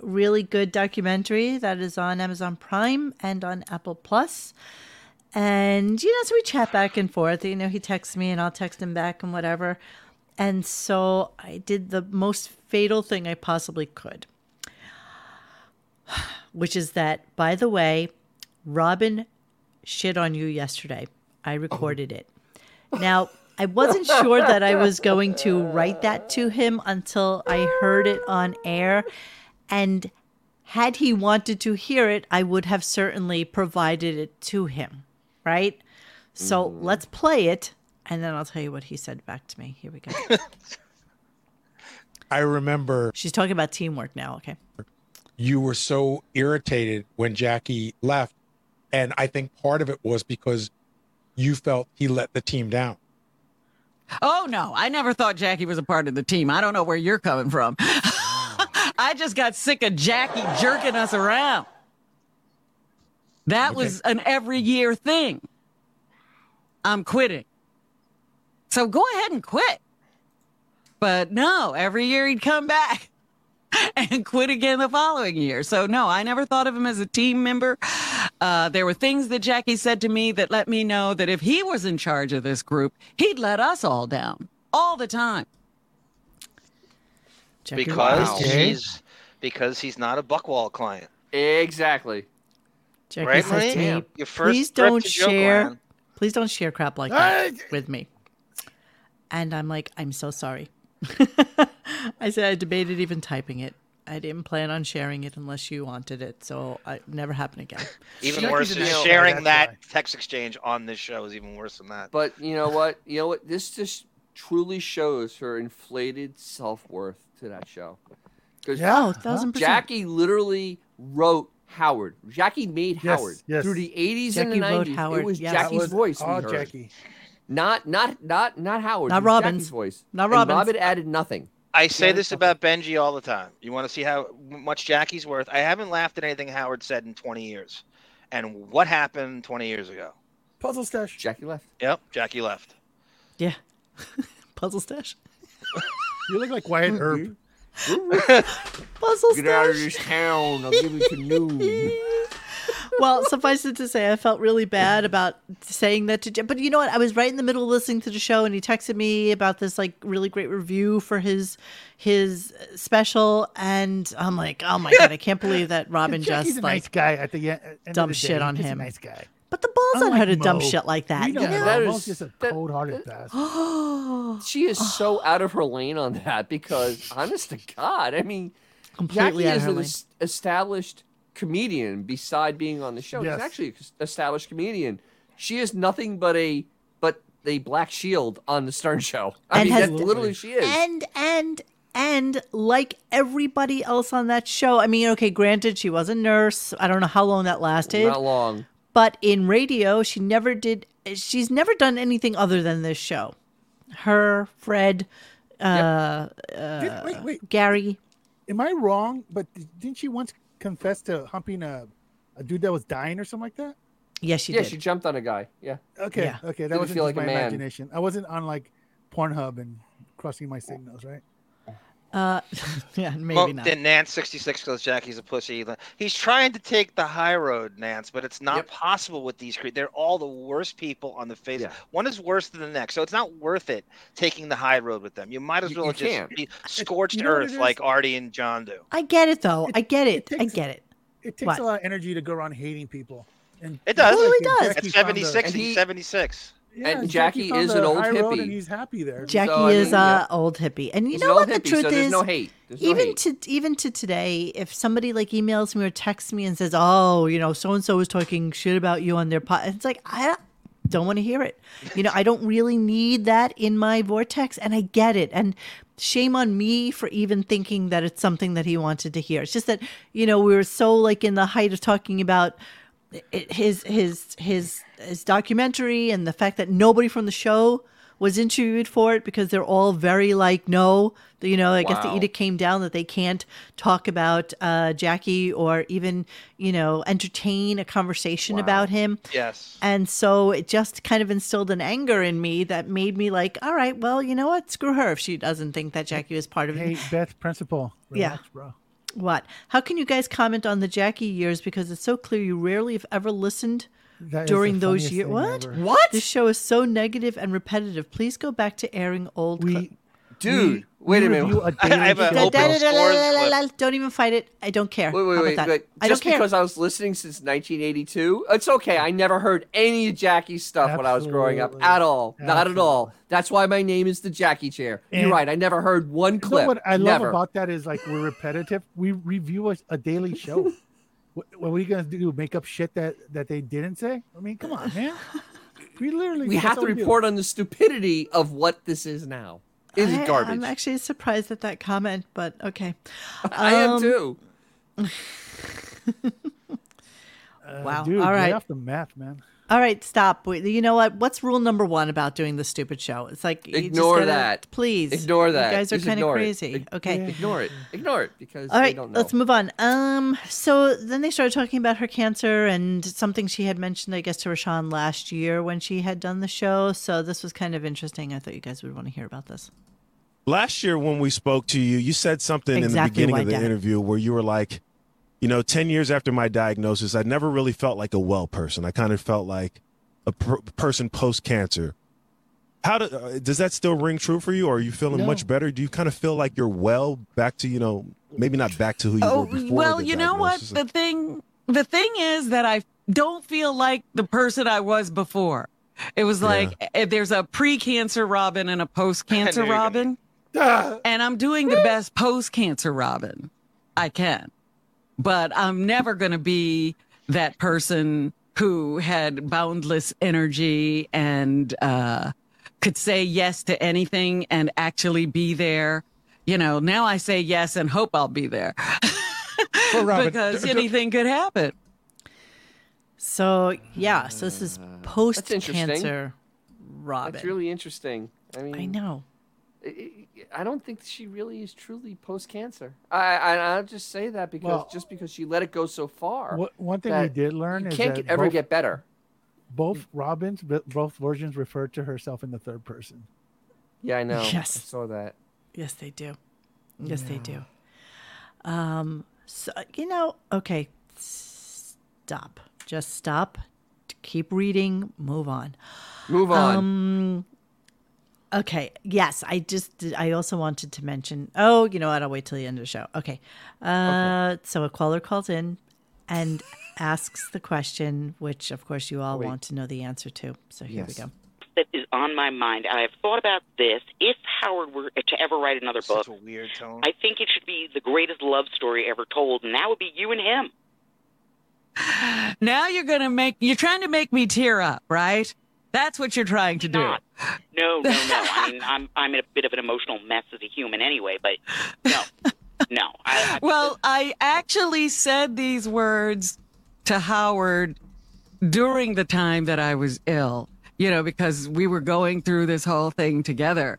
Speaker 1: really good documentary that is on Amazon Prime and on Apple Plus. And you know, so we chat back and forth. You know, he texts me and I'll text him back and whatever. And so I did the most fatal thing I possibly could which is that, by the way, Robin shit on you yesterday. I recorded it. Now, I wasn't sure that I was going to write that to him until I heard it on air. And had he wanted to hear it, I would have certainly provided it to him, right? So let's play it, and then I'll tell you what he said back to me. Here we go.
Speaker 9: I remember
Speaker 1: She's talking about teamwork now, okay?
Speaker 9: you were so irritated when Jackie left. And I think part of it was because you felt he let the team down.
Speaker 8: Oh no, I never thought Jackie was a part of the team. I don't know where you're coming from. I just got sick of Jackie jerking us around. That was an every year thing. I'm quitting. So go ahead and quit. But no, every year he'd come back and quit again the following year. So no, I never thought of him as a team member. Uh, there were things that Jackie said to me that let me know that if he was in charge of this group, he'd let us all down all the time.
Speaker 1: Check your-
Speaker 4: because
Speaker 5: Okay.
Speaker 4: he's because he's not a Buckwall client,
Speaker 2: Exactly.
Speaker 1: Check
Speaker 4: right,
Speaker 1: your
Speaker 4: Marie?
Speaker 1: tape.
Speaker 4: Your first
Speaker 1: please
Speaker 4: threat
Speaker 1: don't
Speaker 4: to Joe
Speaker 1: share
Speaker 4: Glenn.
Speaker 1: please don't share crap like that with me and i'm like i'm so sorry i said i debated even typing it i didn't plan on sharing it unless you wanted it so i never happen again
Speaker 4: Even
Speaker 5: Jackie's
Speaker 4: worse
Speaker 5: an
Speaker 4: is
Speaker 5: asshole,
Speaker 4: sharing that
Speaker 5: that's
Speaker 4: text exchange on this show is even worse than that.
Speaker 2: But you know what? You know what? This just truly shows her inflated self worth to that show. Because
Speaker 1: oh thousand percent
Speaker 2: Jackie literally wrote Howard. Jackie made
Speaker 5: Yes,
Speaker 2: Howard
Speaker 5: yes.
Speaker 2: through the eighties and the
Speaker 1: Jackie wrote
Speaker 2: nineties. It
Speaker 1: Howard,
Speaker 2: was
Speaker 1: yes. That
Speaker 2: Jackie's voice. We
Speaker 5: all
Speaker 2: heard.
Speaker 5: Jackie.
Speaker 2: Not not not not Howard.
Speaker 1: Not
Speaker 2: it was
Speaker 1: Robin's.
Speaker 2: Jackie's voice.
Speaker 1: Not
Speaker 2: And
Speaker 1: Robin's.
Speaker 2: Robin added nothing.
Speaker 4: I say this about Benji all the time. You want to see how much Jackie's worth? I haven't laughed at anything Howard said in 20 years. And what happened 20 years ago?
Speaker 5: Puzzle stash.
Speaker 2: Jackie left.
Speaker 4: Yep, Jackie left.
Speaker 1: yeah puzzle stash
Speaker 5: You look like Wyatt Earp.
Speaker 1: puzzle
Speaker 2: Get out Hmm. of
Speaker 1: stash
Speaker 2: this town. I'll give you to noon.
Speaker 1: well, suffice it to say, I felt really bad about saying that to Jim. But you know what? I was right in the middle of listening to the show, and he texted me about this like really great review for his his special, and I'm like, oh my god, I can't believe that Robin
Speaker 5: Jackie's
Speaker 1: just
Speaker 5: a
Speaker 1: like.
Speaker 5: nice guy. At the e-, end, end of
Speaker 1: dumb
Speaker 5: the
Speaker 1: shit
Speaker 5: day.
Speaker 1: on
Speaker 5: He's a
Speaker 1: him.
Speaker 5: nice guy.
Speaker 1: But the balls on
Speaker 5: Unlike
Speaker 1: her to dumb
Speaker 5: Mo.
Speaker 1: shit like that.
Speaker 5: We
Speaker 1: You
Speaker 5: know
Speaker 1: know?
Speaker 2: that
Speaker 5: that Mo's
Speaker 2: is-
Speaker 5: just a
Speaker 2: that-
Speaker 5: cold-hearted bastard.
Speaker 2: She is so out of her lane on that because, honest to God, I mean,
Speaker 1: Completely
Speaker 2: Jackie
Speaker 1: out of
Speaker 2: is
Speaker 1: her
Speaker 2: an
Speaker 1: lane.
Speaker 2: es- established comedian. Beside being on the show,
Speaker 5: Yes.
Speaker 2: she's actually an established comedian. She is nothing but a but the Black Shield on the Stern Show. I
Speaker 1: And
Speaker 2: mean,
Speaker 1: has- Mm.
Speaker 2: that's literally she is.
Speaker 1: and and and like everybody else on that show i mean okay granted she was a nurse i don't know how long that lasted
Speaker 2: Not long.
Speaker 1: but in radio she never did she's never done anything other than this show her fred uh,
Speaker 5: Did- wait, wait.
Speaker 1: gary
Speaker 5: Am I wrong? But di- didn't she once confess to humping a, a dude that was dying or something like that?
Speaker 1: yes she
Speaker 2: yeah,
Speaker 1: did
Speaker 2: she jumped on a guy. Yeah.
Speaker 5: Okay,
Speaker 1: Yeah.
Speaker 5: okay,
Speaker 2: Didn't
Speaker 5: that was
Speaker 2: feel
Speaker 5: just
Speaker 2: like a
Speaker 5: my
Speaker 2: man.
Speaker 5: imagination. I wasn't on like Pornhub and crossing my signals, right?
Speaker 1: uh, yeah maybe
Speaker 4: well,
Speaker 1: not
Speaker 4: then Nance sixty six goes, Jackie's a pussy. He's trying to take the high road, Nance, but it's not
Speaker 2: Yep.
Speaker 4: possible with these creatures. They're all the worst people on the face.
Speaker 2: Yeah.
Speaker 4: One is worse than the next, so it's not worth it taking the high road with them. You might as
Speaker 2: You-
Speaker 4: well
Speaker 2: you
Speaker 4: just
Speaker 2: can't.
Speaker 4: be scorched
Speaker 5: You know what it
Speaker 4: earth
Speaker 5: is?
Speaker 4: like Artie and John do.
Speaker 1: i get it though i get
Speaker 5: it
Speaker 1: it, i
Speaker 5: takes-
Speaker 1: get it
Speaker 5: It takes
Speaker 1: What?
Speaker 5: a lot of energy to go around hating people. And
Speaker 4: It does.
Speaker 1: Well, it
Speaker 5: and
Speaker 1: does.
Speaker 5: Jackie
Speaker 4: At
Speaker 5: found the-
Speaker 4: 76,
Speaker 2: And he-
Speaker 4: he's 76.
Speaker 5: yeah,
Speaker 2: and Jackie
Speaker 5: found
Speaker 2: is
Speaker 5: the
Speaker 2: an old
Speaker 5: high road
Speaker 2: hippie.
Speaker 5: and he's happy there.
Speaker 1: jackie
Speaker 2: I
Speaker 1: is
Speaker 2: mean,
Speaker 1: a
Speaker 2: yeah.
Speaker 1: old hippie and you
Speaker 2: He's
Speaker 1: know
Speaker 2: an old
Speaker 1: what the
Speaker 2: hippie,
Speaker 1: truth
Speaker 2: so
Speaker 1: is
Speaker 2: There's no hate. There's no
Speaker 1: even
Speaker 2: hate.
Speaker 1: to even to today if somebody like emails me or texts me and says oh you know so and so was talking shit about you on their pod it's like i don't want to hear it you know i don't really need that in my vortex and i get it and shame on me for even thinking that it's something that he wanted to hear it's just that you know we were so like in the height of talking about i- his his his his documentary and the fact that nobody from the show was interviewed for it because they're all very like no you know i guess the
Speaker 2: Wow.
Speaker 1: edict came down that they can't talk about uh, jackie or even you know entertain a conversation about him
Speaker 4: Yes.
Speaker 1: and so it just kind of instilled an anger in me that made me like all right well you know what screw her if she doesn't think that jackie was part of it
Speaker 5: Hey, Beth, principal. Relax, bro.
Speaker 1: what how can you guys comment on the jackie years because it's so clear you rarely if ever listened
Speaker 5: That is the
Speaker 1: during those
Speaker 5: funniest
Speaker 1: years
Speaker 5: thing
Speaker 1: what
Speaker 5: ever.
Speaker 1: what this show is so negative and repetitive please go back to airing old cli-
Speaker 5: We
Speaker 2: Dude,
Speaker 5: we-
Speaker 2: wait
Speaker 5: we
Speaker 2: a minute.
Speaker 5: review a
Speaker 4: I
Speaker 5: daily
Speaker 4: have a
Speaker 5: show.
Speaker 4: open
Speaker 1: Da- da- da- la-
Speaker 4: scores
Speaker 1: la- la-
Speaker 4: clip.
Speaker 1: la- Don't even fight it. I don't care.
Speaker 2: Wait, wait,
Speaker 1: How
Speaker 2: wait.
Speaker 1: about
Speaker 2: wait.
Speaker 1: that? I don't
Speaker 2: Just
Speaker 1: care.
Speaker 2: because I was listening since 1982, it's okay. I never heard any of Jackie's stuff when I was growing up
Speaker 5: Absolutely.
Speaker 2: at all. Not at all. That's why my name is the Jackie Chair. You're
Speaker 5: And-
Speaker 2: right. I never heard one
Speaker 5: You
Speaker 2: clip.
Speaker 5: know what I love
Speaker 2: never.
Speaker 5: about that is like we're repetitive. We review a, a daily show. what, what are we gonna do? Make up shit that that they didn't say? I mean, come on, man. We literally
Speaker 2: we
Speaker 5: that's
Speaker 2: have
Speaker 5: all
Speaker 2: to
Speaker 5: do.
Speaker 2: report on the stupidity of what this is now. It is
Speaker 1: I-
Speaker 2: garbage.
Speaker 1: I'm actually surprised at that comment, but okay.
Speaker 2: I am
Speaker 1: Um,
Speaker 2: too.
Speaker 5: Uh,
Speaker 1: Wow.
Speaker 5: Dude,
Speaker 1: All
Speaker 5: get
Speaker 1: right.
Speaker 5: off the map, man.
Speaker 1: All right, stop. Wait, You know what? What's rule number one about doing this stupid show? It's like you just
Speaker 2: Ignore
Speaker 1: gotta-
Speaker 2: that.
Speaker 1: Please
Speaker 2: Ignore that.
Speaker 1: You guys are
Speaker 2: Just
Speaker 1: kind of
Speaker 2: ignore it.
Speaker 1: crazy.
Speaker 2: Ig-
Speaker 1: Okay.
Speaker 2: Ignore it. Ignore it because
Speaker 1: All
Speaker 2: they
Speaker 1: right,
Speaker 2: don't know.
Speaker 1: let's move on. Um, so then they started talking about her cancer and something she had mentioned, I guess, to Rashawn last year when she had done the show. So this was kind of interesting. I thought you guys would want to hear about this.
Speaker 7: Last year, when we spoke to you, you said something in the
Speaker 1: Exactly
Speaker 7: beginning
Speaker 1: why
Speaker 7: of the
Speaker 1: dad.
Speaker 7: interview where you were like, you know, 10 years after my diagnosis, I never really felt like a well person. I kind of felt like a per- person post cancer. How do, uh, does that still ring true for you? Or are you feeling
Speaker 5: No.
Speaker 7: much better? Do you kind of feel like you're well back to, you know, maybe not back to who you were before?
Speaker 8: Oh, well,
Speaker 7: the
Speaker 8: you know what?
Speaker 7: diagnosis?
Speaker 8: The thing the thing is that I don't feel like the person I was before. It was like eh, there's a pre-cancer Robin and a
Speaker 4: I
Speaker 8: post-cancer
Speaker 4: knew you were gonna-
Speaker 8: Robin. And I'm doing the best post-cancer Robin I can. But I'm never going to be that person who had boundless energy and uh could say yes to anything and actually be there. You know, now I say yes and hope I'll be there.
Speaker 9: Well, Robin,
Speaker 8: because
Speaker 9: d- d-
Speaker 8: anything could happen.
Speaker 1: So yeah, so this
Speaker 2: Uh,
Speaker 1: is post cancer Robin.
Speaker 2: That's really interesting. I mean,
Speaker 1: I know.
Speaker 2: I- I don't think she really is truly post cancer. I, I I'll just say that because
Speaker 5: Well-
Speaker 2: just because she let it go so far,
Speaker 5: What, one thing we
Speaker 2: that
Speaker 5: did learn
Speaker 2: you
Speaker 5: is
Speaker 2: can't
Speaker 5: that
Speaker 2: get, ever
Speaker 5: both,
Speaker 2: get better.
Speaker 5: both Robins, but both versions refer to herself in the third person.
Speaker 2: Yeah, I know.
Speaker 1: Yes.
Speaker 2: I saw that.
Speaker 1: Yes, they do. Yes, they do. Um, so you know, okay, stop. Just stop. Keep reading. Move on. Um,
Speaker 2: Move on.
Speaker 1: Okay. Yes, I just did, I also wanted to mention. Oh, you know what? I'll wait till the end of the show. Okay. Uh, So a caller calls in and asks the question, which of course you all want to know the answer to. So here
Speaker 2: Yes.
Speaker 1: we go.
Speaker 10: that is on my mind, and I've thought about this. If Howard were to ever write another book,
Speaker 4: Such a weird tone.
Speaker 10: I think it should be the greatest love story ever told, and that would be you and him.
Speaker 8: Now you're going to make, you're trying to make me tear up, right? That's what you're trying to do.
Speaker 10: Not. No, no, no. I mean, I'm I'm in a bit of an emotional mess as a human anyway, but no, no. I, I,
Speaker 8: Well, I actually said these words to Howard during the time that I was ill, you know, because we were going through this whole thing together.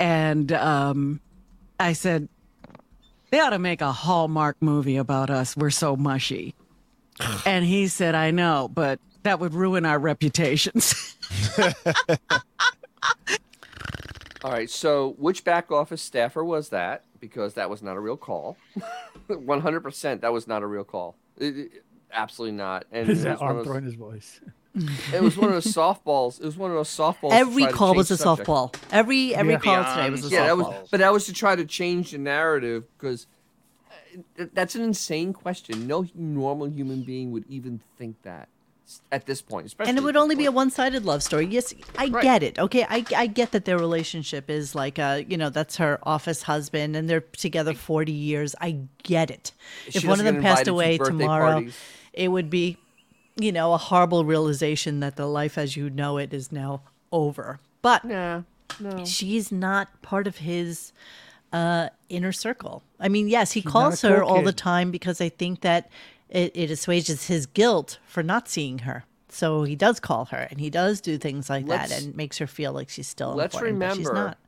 Speaker 8: And um, I said, they ought to make a Hallmark movie about us. We're so mushy. and he said, I know, but that would ruin our reputations.
Speaker 2: All right. So, which back office staffer was that? Because that was not a real call. One hundred percent, that was not a real call. It- it- absolutely not. And
Speaker 5: Is
Speaker 2: it
Speaker 5: that
Speaker 2: was one
Speaker 5: arm
Speaker 2: of
Speaker 5: throwing
Speaker 2: those,
Speaker 5: his voice?
Speaker 2: it was one of those softballs. It was one of those softballs. to
Speaker 1: every
Speaker 2: try to
Speaker 1: call
Speaker 2: change
Speaker 1: was a
Speaker 2: subject.
Speaker 1: softball. Every every
Speaker 5: Yeah.
Speaker 1: call today was a
Speaker 2: Yeah,
Speaker 1: softball.
Speaker 2: that was. But that was to try to change the narrative because that's an insane question. No normal human being would even think that s- at this point, especially.
Speaker 1: and it
Speaker 2: at
Speaker 1: would
Speaker 2: this
Speaker 1: only be a
Speaker 2: point.
Speaker 1: one-sided love story. Yes, I
Speaker 2: Right.
Speaker 1: get it. Okay, I, I get that their relationship is like a you know that's her office husband, and they're together forty years. I get it.
Speaker 2: She
Speaker 1: if one
Speaker 2: doesn't
Speaker 1: of
Speaker 2: get
Speaker 1: them passed
Speaker 2: invited to
Speaker 1: away
Speaker 2: birthday
Speaker 1: tomorrow,
Speaker 2: parties.
Speaker 1: it would be you know a horrible realization that the life as you know it is now over. But
Speaker 2: Yeah.
Speaker 1: she's not part of his uh, inner circle. I mean, yes, he
Speaker 5: not a
Speaker 1: calls her
Speaker 5: cool
Speaker 1: all the
Speaker 5: kid.
Speaker 1: time because I think that it, it assuages his guilt for not seeing her. So he does call her and he does do things like that
Speaker 2: Let's-
Speaker 1: and makes her feel like she's still
Speaker 2: Let's
Speaker 1: important, but she's
Speaker 2: remember
Speaker 1: not.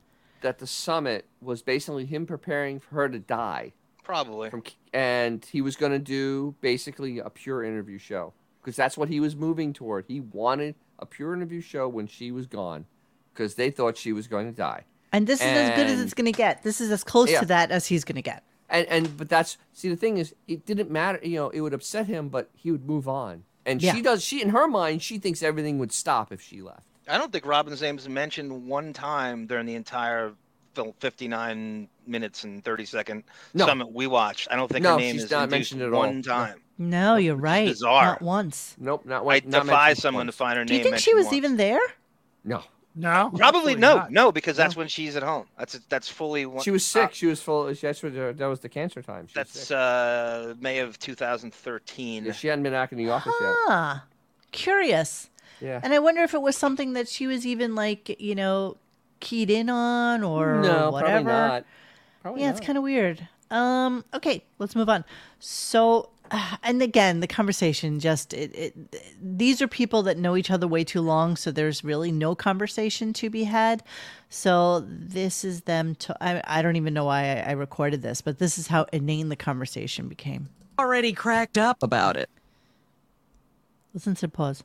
Speaker 2: that the summit was basically him preparing for her to die,
Speaker 4: Probably.
Speaker 2: from, and he was going to do basically a pure interview show because that's what he was moving toward. He wanted a pure interview show when she was gone because they thought she was going to die.
Speaker 1: And this is as good as
Speaker 2: And-
Speaker 1: it's going to get. This is as close
Speaker 2: Yeah.
Speaker 1: to that as he's going to get.
Speaker 2: and and but that's see the thing is it didn't matter you know it would upset him but he would move on and
Speaker 1: Yeah.
Speaker 2: she does she in her mind she thinks everything would stop if she left
Speaker 4: I don't think Robin's name's mentioned one time during the entire film, 59 minutes and 30 second
Speaker 2: No.
Speaker 4: summit we watched. I don't think
Speaker 2: No,
Speaker 4: her name
Speaker 2: she's
Speaker 4: is
Speaker 2: not
Speaker 4: induced
Speaker 2: mentioned at all.
Speaker 4: one time.
Speaker 1: No, you're right.
Speaker 4: bizarre.
Speaker 1: Not once.
Speaker 2: nope not
Speaker 4: I
Speaker 2: one not
Speaker 4: defy
Speaker 2: mentioned
Speaker 4: someone to
Speaker 2: once.
Speaker 4: find her
Speaker 1: Do
Speaker 4: name.
Speaker 1: you think she
Speaker 4: mentioned
Speaker 1: was
Speaker 4: once.
Speaker 1: even there?
Speaker 2: no
Speaker 5: No,
Speaker 4: Probably
Speaker 5: absolutely
Speaker 4: no,
Speaker 5: not.
Speaker 4: no, because that's when she's at home. That's that's fully. one-
Speaker 2: she was
Speaker 4: uh,
Speaker 2: sick she was full she, that's what her- that was the cancer time she was
Speaker 4: that's
Speaker 2: sick.
Speaker 4: uh, May of 2013.
Speaker 2: Yeah, she hadn't been back in the office
Speaker 1: Huh. Curious.
Speaker 2: yet yeah
Speaker 1: And I wonder if it was something that she was even like, you know, keyed in on or whatever.
Speaker 2: no probably not probably
Speaker 1: yeah,
Speaker 2: not.
Speaker 1: it's kind of weird. Um, okay, let's move on. So, and again, the conversation just it, it these are people that know each other way too long, so there's really no conversation to be had. So this is them. To I, I don't even know why I, I recorded this, but this is how inane the conversation became.
Speaker 8: Already cracked up about it.
Speaker 1: Listen to the pause.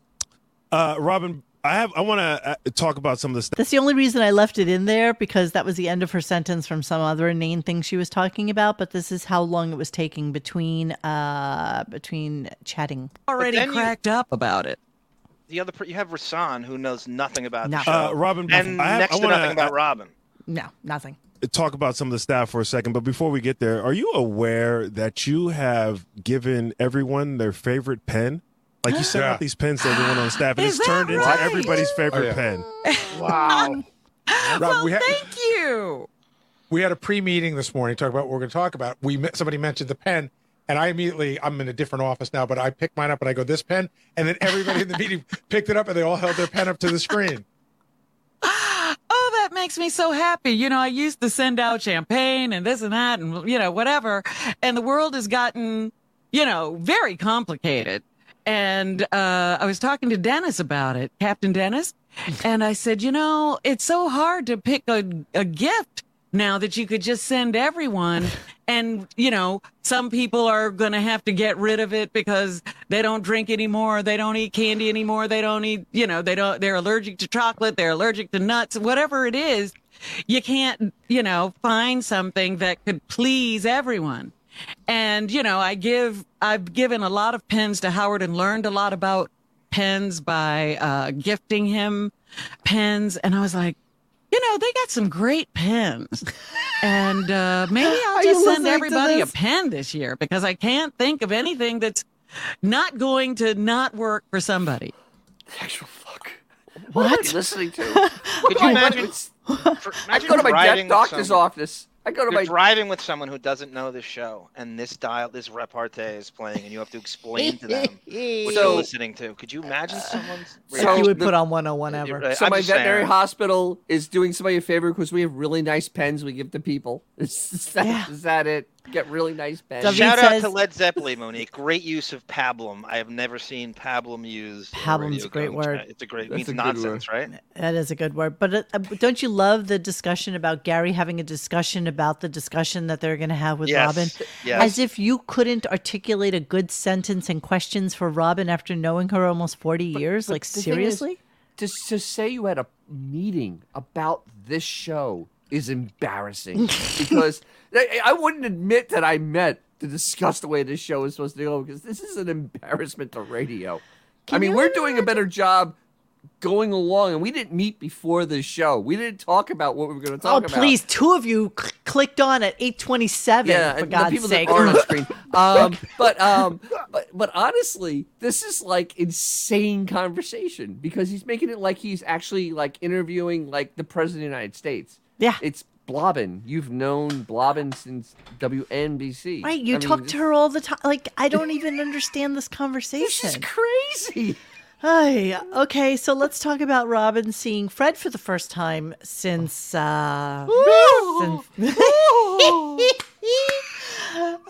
Speaker 7: Uh, Robin, I have. I want to uh, talk about some of the stuff.
Speaker 1: That's the only reason I left it in there because that was the end of her sentence from some other inane thing she was talking about. But this is how long it was taking between uh between chatting.
Speaker 8: Already
Speaker 4: then you-
Speaker 8: cracked up about it.
Speaker 4: the other per- you have Rasan who knows nothing about
Speaker 1: No.
Speaker 4: the show
Speaker 7: Uh, Robin,
Speaker 4: and
Speaker 7: I, have-
Speaker 4: next
Speaker 7: I
Speaker 4: to
Speaker 7: want
Speaker 4: nothing about Robin.
Speaker 1: No, nothing.
Speaker 7: talk about some of the staff for a second, but before we get there, are you aware that you have given everyone their favorite pen? Like you sent
Speaker 9: Yeah. Oh,
Speaker 7: out these pens to everyone on staff, and
Speaker 8: Is
Speaker 7: it's turned
Speaker 8: that
Speaker 7: into
Speaker 8: right?
Speaker 7: everybody's favorite
Speaker 9: yeah.
Speaker 7: pen.
Speaker 5: Wow.
Speaker 9: Rob, we
Speaker 8: well,
Speaker 9: had-
Speaker 8: thank you.
Speaker 9: we had a pre-meeting this morning talk about what we're going to talk about we met- somebody mentioned the pen and i immediately i'm in a different office now but i picked mine up and i go this pen and then everybody in the meeting picked it up and they all held their pen up to the screen
Speaker 8: Oh, that makes me so happy. You know, I used to send out champagne and this and that and, you know, whatever. And the world has gotten, you know, very complicated. And uh, I was talking to Dennis about it, Captain Dennis. And I said, you know, it's so hard to pick a, a gift now that you could just send everyone. And, you know, some people are going to have to get rid of it because they don't drink anymore. They don't eat candy anymore. They don't eat, you know, they don't, they're allergic to chocolate. They're allergic to nuts, whatever it is. You can't, you know, find something that could please everyone. And, you know, I give, I've given a lot of pens to Howard and learned a lot about pens by uh, gifting him pens. And I was like, you know, they got some great pens. And uh, maybe I'll
Speaker 1: Are you
Speaker 8: just send
Speaker 1: listening to
Speaker 8: everybody a
Speaker 1: this?
Speaker 8: pen this year because I can't think of anything that's not going to not work for somebody.
Speaker 2: actual fuck what, am I listening to
Speaker 4: Could you imagine?
Speaker 2: It's-
Speaker 4: for-
Speaker 2: i
Speaker 4: imagine
Speaker 2: go to my dead
Speaker 4: riding
Speaker 2: doctor's
Speaker 4: some-
Speaker 2: office I go to
Speaker 4: You're
Speaker 2: my
Speaker 4: driving with someone who doesn't know the show, and this dial, this repartee is playing, and you have to explain to them what
Speaker 2: So-
Speaker 4: you're listening to. Could you imagine someone's?
Speaker 2: So
Speaker 1: you would
Speaker 2: the-
Speaker 1: put on 101 ever.
Speaker 4: right.
Speaker 2: so
Speaker 4: I'm
Speaker 2: my
Speaker 4: just saying.
Speaker 2: veterinary hospital is doing somebody a favor because we have really nice pens we give to people. Is, that,
Speaker 1: Yeah.
Speaker 2: is that it? Get really nice pens.
Speaker 1: David
Speaker 4: Shout out to
Speaker 1: says-
Speaker 4: Led Zeppelin, Monique. Great use of pablum. I have never seen pablum used. in a
Speaker 1: Pablum's
Speaker 4: radio
Speaker 1: a great
Speaker 4: contact.
Speaker 1: word.
Speaker 4: It's a great. It
Speaker 2: That's
Speaker 4: means
Speaker 2: a good Uh,
Speaker 4: nonsense, right?
Speaker 1: That is a good word. But uh, uh, don't you love the discussion about Gary having a discussion about the discussion that they're going to have with
Speaker 4: Yes.
Speaker 1: Robin?
Speaker 4: Yes.
Speaker 1: As if you couldn't articulate a good sentence and questions for Robin after knowing her almost 40 years?
Speaker 2: but
Speaker 1: like,
Speaker 2: the thing is-
Speaker 1: seriously?
Speaker 2: to, to say you had a meeting about this show is embarrassing because I, I wouldn't admit that I met to discuss the way this show is supposed to go because this is an embarrassment to radio. I
Speaker 1: Can
Speaker 2: mean,
Speaker 1: you
Speaker 2: we're doing a better job going along, and we didn't meet before this show. We didn't talk about what we were going to
Speaker 1: Oh,
Speaker 2: talk about.
Speaker 1: please. Two of you cl- clicked on at 827,
Speaker 2: Yeah,
Speaker 1: for
Speaker 2: and the
Speaker 1: God's
Speaker 2: people
Speaker 1: sake.
Speaker 2: that are on screen. Um, but um, but but honestly, this is like insane conversation because he's making it like he's actually like interviewing like the president of the United States.
Speaker 1: Yeah.
Speaker 2: it's Blobbin. You've known Blobbin since WNBC.
Speaker 1: Right, you
Speaker 2: I mean,
Speaker 1: talk
Speaker 2: this-
Speaker 1: to her all the time. Like I don't even understand this conversation.
Speaker 2: This is crazy.
Speaker 1: Ay, okay, so let's talk about Robin seeing Fred for the first time since. Uh, since-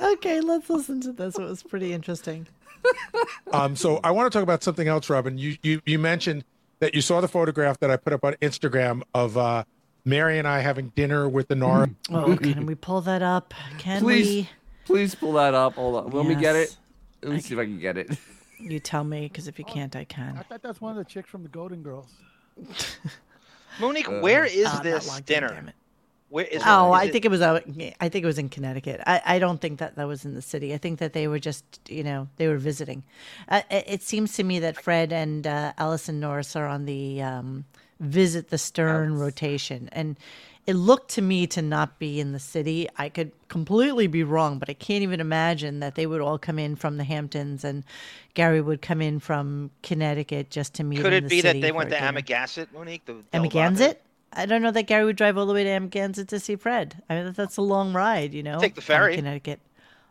Speaker 1: okay, let's listen to this. It was pretty interesting.
Speaker 9: Um, so I want to talk about something else, Robin. You, you you mentioned that you saw the photograph that I put up on Instagram of uh, Mary and I having dinner with the Nora.
Speaker 1: Oh, can we pull that up? Can
Speaker 2: Please, please pull that up. Hold on. Let me get it.
Speaker 1: Yes.
Speaker 2: Let me see if I can get it.
Speaker 1: we? You tell me, because if you can't, I
Speaker 5: I
Speaker 1: can.
Speaker 5: thought that's one of the chicks from the Golden Girls.
Speaker 4: Monique,
Speaker 2: Uh,
Speaker 4: where is
Speaker 1: Oh, I'm not
Speaker 4: this
Speaker 1: logged in, damn
Speaker 4: dinner?
Speaker 1: it.
Speaker 4: Where is?
Speaker 1: Oh,
Speaker 4: is
Speaker 1: I
Speaker 4: it-
Speaker 1: think it was out. I think it was in Connecticut. I, I don't think that that was in the city. I think that they were just, you know, they were visiting. Uh, it, it seems to me that Fred and uh, Allison Norris are on the um, visit the Stern rotation, and it looked to me to not be in the city. I could completely be wrong, but I can't even imagine that they would all come in from the Hamptons and Gary would come in from Connecticut just to meet.
Speaker 4: Could
Speaker 1: in the
Speaker 4: it be that
Speaker 1: city
Speaker 4: they
Speaker 1: for
Speaker 4: went to
Speaker 1: dinner.
Speaker 4: Amagansett, Monique? The Del Valle?
Speaker 1: Amagansett? I don't know that Gary would drive all the way to Amagansett to see Fred. I mean, that's a long ride, you know.
Speaker 4: Take the
Speaker 1: from
Speaker 4: ferry.
Speaker 1: Connecticut.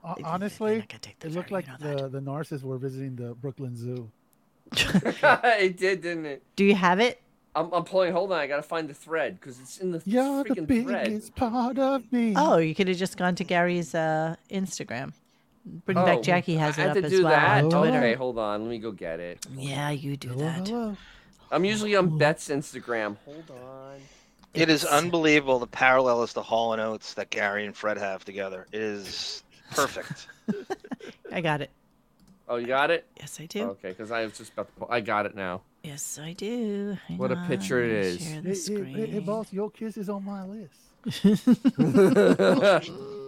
Speaker 5: Uh,
Speaker 1: They- they- they're
Speaker 5: honestly,
Speaker 1: not gonna take the
Speaker 5: it looked
Speaker 1: ferry,
Speaker 5: like
Speaker 1: you know that.
Speaker 5: the, the Narcissists were visiting the Brooklyn Zoo.
Speaker 2: it did, didn't it?
Speaker 1: Do you have it?
Speaker 2: I'm, I'm pulling. Hold on, I gotta find the thread because it's in the
Speaker 5: You're the
Speaker 2: freaking thread.
Speaker 5: biggest part of me.
Speaker 1: Oh, you could have just gone to Gary's uh, Instagram. Bring
Speaker 2: Oh,
Speaker 1: back Jackie has
Speaker 2: I
Speaker 1: it
Speaker 2: had
Speaker 1: up
Speaker 2: to
Speaker 1: as
Speaker 2: do
Speaker 1: well
Speaker 2: that.
Speaker 1: on Twitter.
Speaker 2: Okay, hold on. Let me go get it.
Speaker 1: Yeah, you do
Speaker 5: Hello,
Speaker 1: that.
Speaker 5: hello.
Speaker 2: I'm usually on Beth's Instagram. Hold on.
Speaker 4: It is
Speaker 1: It's-
Speaker 4: unbelievable the parallel is the Hall and Oates that Gary and Fred have together. It is perfect.
Speaker 1: I got it.
Speaker 2: Oh, you got it?
Speaker 1: Yes, I do.
Speaker 2: Okay, because I was just about to. Pull. I got it now.
Speaker 1: Yes, I do. Hang
Speaker 2: What a
Speaker 1: on,
Speaker 2: picture
Speaker 1: let
Speaker 2: it
Speaker 1: me
Speaker 2: is.
Speaker 1: share the
Speaker 5: Hey, hey, hey, hey,
Speaker 1: screen.
Speaker 5: boss, your kiss is on my list. Oh,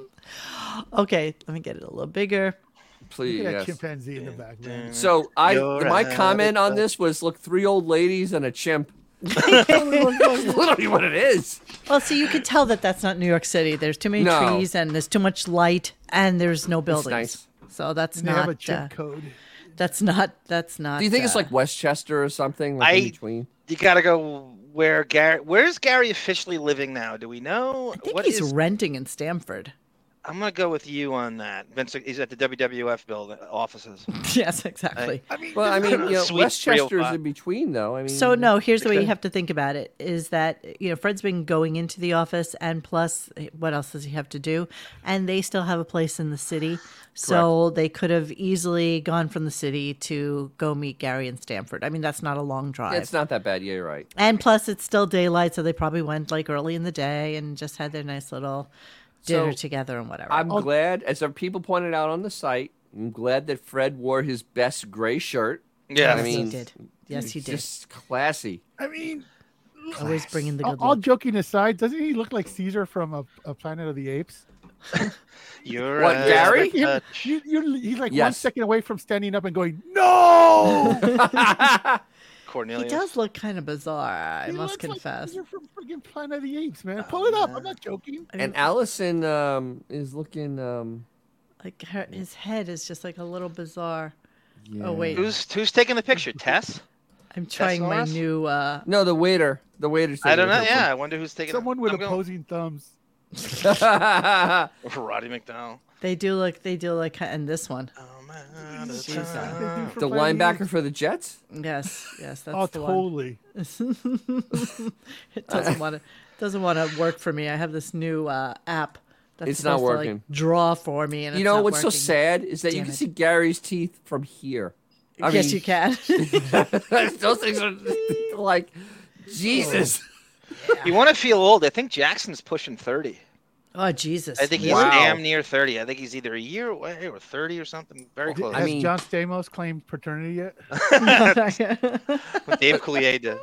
Speaker 1: Okay, let me get it a little bigger.
Speaker 2: Please.
Speaker 5: Look at that
Speaker 2: yes.
Speaker 5: chimpanzee in the back, man.
Speaker 2: So I,
Speaker 4: You're
Speaker 2: my
Speaker 4: a-
Speaker 2: comment on this was: look, three old ladies and a chimp. That's literally what it is.
Speaker 1: Well, see, you can tell that that's not New York City. There's too many
Speaker 2: No.
Speaker 1: trees, and there's too much light, and there's no buildings.
Speaker 2: nice.
Speaker 1: So that's
Speaker 5: They have a
Speaker 1: not.
Speaker 5: chip
Speaker 1: Uh,
Speaker 5: code.
Speaker 1: that's not. That's not.
Speaker 2: Do you think it's
Speaker 1: uh,
Speaker 2: like Westchester or something? Like in
Speaker 4: I-
Speaker 2: between?
Speaker 4: You gotta go where Gary. Where's Gary officially living now? Do we know?
Speaker 1: I think
Speaker 4: What
Speaker 1: he's
Speaker 4: is-
Speaker 1: renting in Stamford.
Speaker 4: I'm gonna go with you on that. Vince, he's at the WWF building offices.
Speaker 1: yes, exactly.
Speaker 4: mean,
Speaker 2: Well, I mean, you know,
Speaker 4: Sweet
Speaker 2: Westchester
Speaker 4: real
Speaker 2: is
Speaker 4: vibe.
Speaker 2: in between, though. I mean,
Speaker 1: So no, here's the way you have to think about it: is that you know Fred's been going into the office, and plus, what else does he have to do? And they still have a place in the city, so they could have easily gone from the city to go meet Gary in Stamford. I mean, that's not a long drive.
Speaker 2: it's not that bad. Yeah, you're right.
Speaker 1: And plus, it's still daylight, so they probably went like early in the day and just had their nice little dinner
Speaker 2: So,
Speaker 1: together and whatever.
Speaker 2: I'm glad, as our people pointed out on the site, I'm glad that Fred wore his best gray shirt.
Speaker 4: Yeah,
Speaker 2: I
Speaker 1: yes,
Speaker 2: mean,
Speaker 1: he did. Yes, he
Speaker 2: It's
Speaker 1: did.
Speaker 2: Just classy.
Speaker 5: I mean,
Speaker 1: Always bringing the
Speaker 5: all,
Speaker 1: good
Speaker 5: all
Speaker 1: look.
Speaker 5: joking aside, doesn't he look like Caesar from a, a Planet of the Apes?
Speaker 4: You're
Speaker 2: What,
Speaker 4: a-
Speaker 2: Gary?
Speaker 4: a-
Speaker 5: You, you, he's like one
Speaker 2: Yes.
Speaker 5: second away from standing up and going, "No!"
Speaker 1: He
Speaker 4: Cornelius.
Speaker 1: does look kind of bizarre. I
Speaker 5: He
Speaker 1: must
Speaker 5: looks like
Speaker 1: confess.
Speaker 5: Caesar from freaking Planet of the Apes, man. Pull it up. I'm not joking.
Speaker 2: and Allison um, is looking. Um,
Speaker 1: Like her, his head is just like a little bizarre. Oh wait,
Speaker 4: Who's who's taking the picture? Tess?
Speaker 1: I'm trying my
Speaker 4: Teslas?
Speaker 1: new. uh
Speaker 2: no, the waiter. The waiter's.
Speaker 4: I don't
Speaker 2: taking
Speaker 4: know.
Speaker 2: it.
Speaker 4: Yeah, I wonder who's taking.
Speaker 5: Someone with
Speaker 4: I'm going-
Speaker 5: opposing thumbs.
Speaker 4: Roddy McDowell.
Speaker 1: They do look. They do look. And this one.
Speaker 4: Jesus.
Speaker 2: the linebacker for the Jets.
Speaker 1: Yes. Yes. That's
Speaker 5: Oh,
Speaker 1: the
Speaker 5: totally.
Speaker 1: one. it doesn't want to. Doesn't want to work for me. I have this new uh, app. That's
Speaker 2: It's not
Speaker 1: supposed to, like,
Speaker 2: working.
Speaker 1: draw for me, and
Speaker 2: you
Speaker 1: it's
Speaker 2: know
Speaker 1: not
Speaker 2: what's so
Speaker 1: working.
Speaker 2: sad is that you
Speaker 1: Damn
Speaker 2: can
Speaker 1: it.
Speaker 2: see Gary's teeth from here. I
Speaker 1: yes,
Speaker 2: mean,
Speaker 1: you can.
Speaker 2: those things are like Jesus.
Speaker 4: You want to feel old. I think Jackson's pushing 30.
Speaker 1: oh Jesus!
Speaker 4: I think he's
Speaker 2: Wow.
Speaker 4: damn near 30. I think he's either a year away or 30 or something. Very close.
Speaker 5: Has
Speaker 2: I mean-
Speaker 5: John Stamos claimed paternity yet?
Speaker 4: What Dave Coulier did.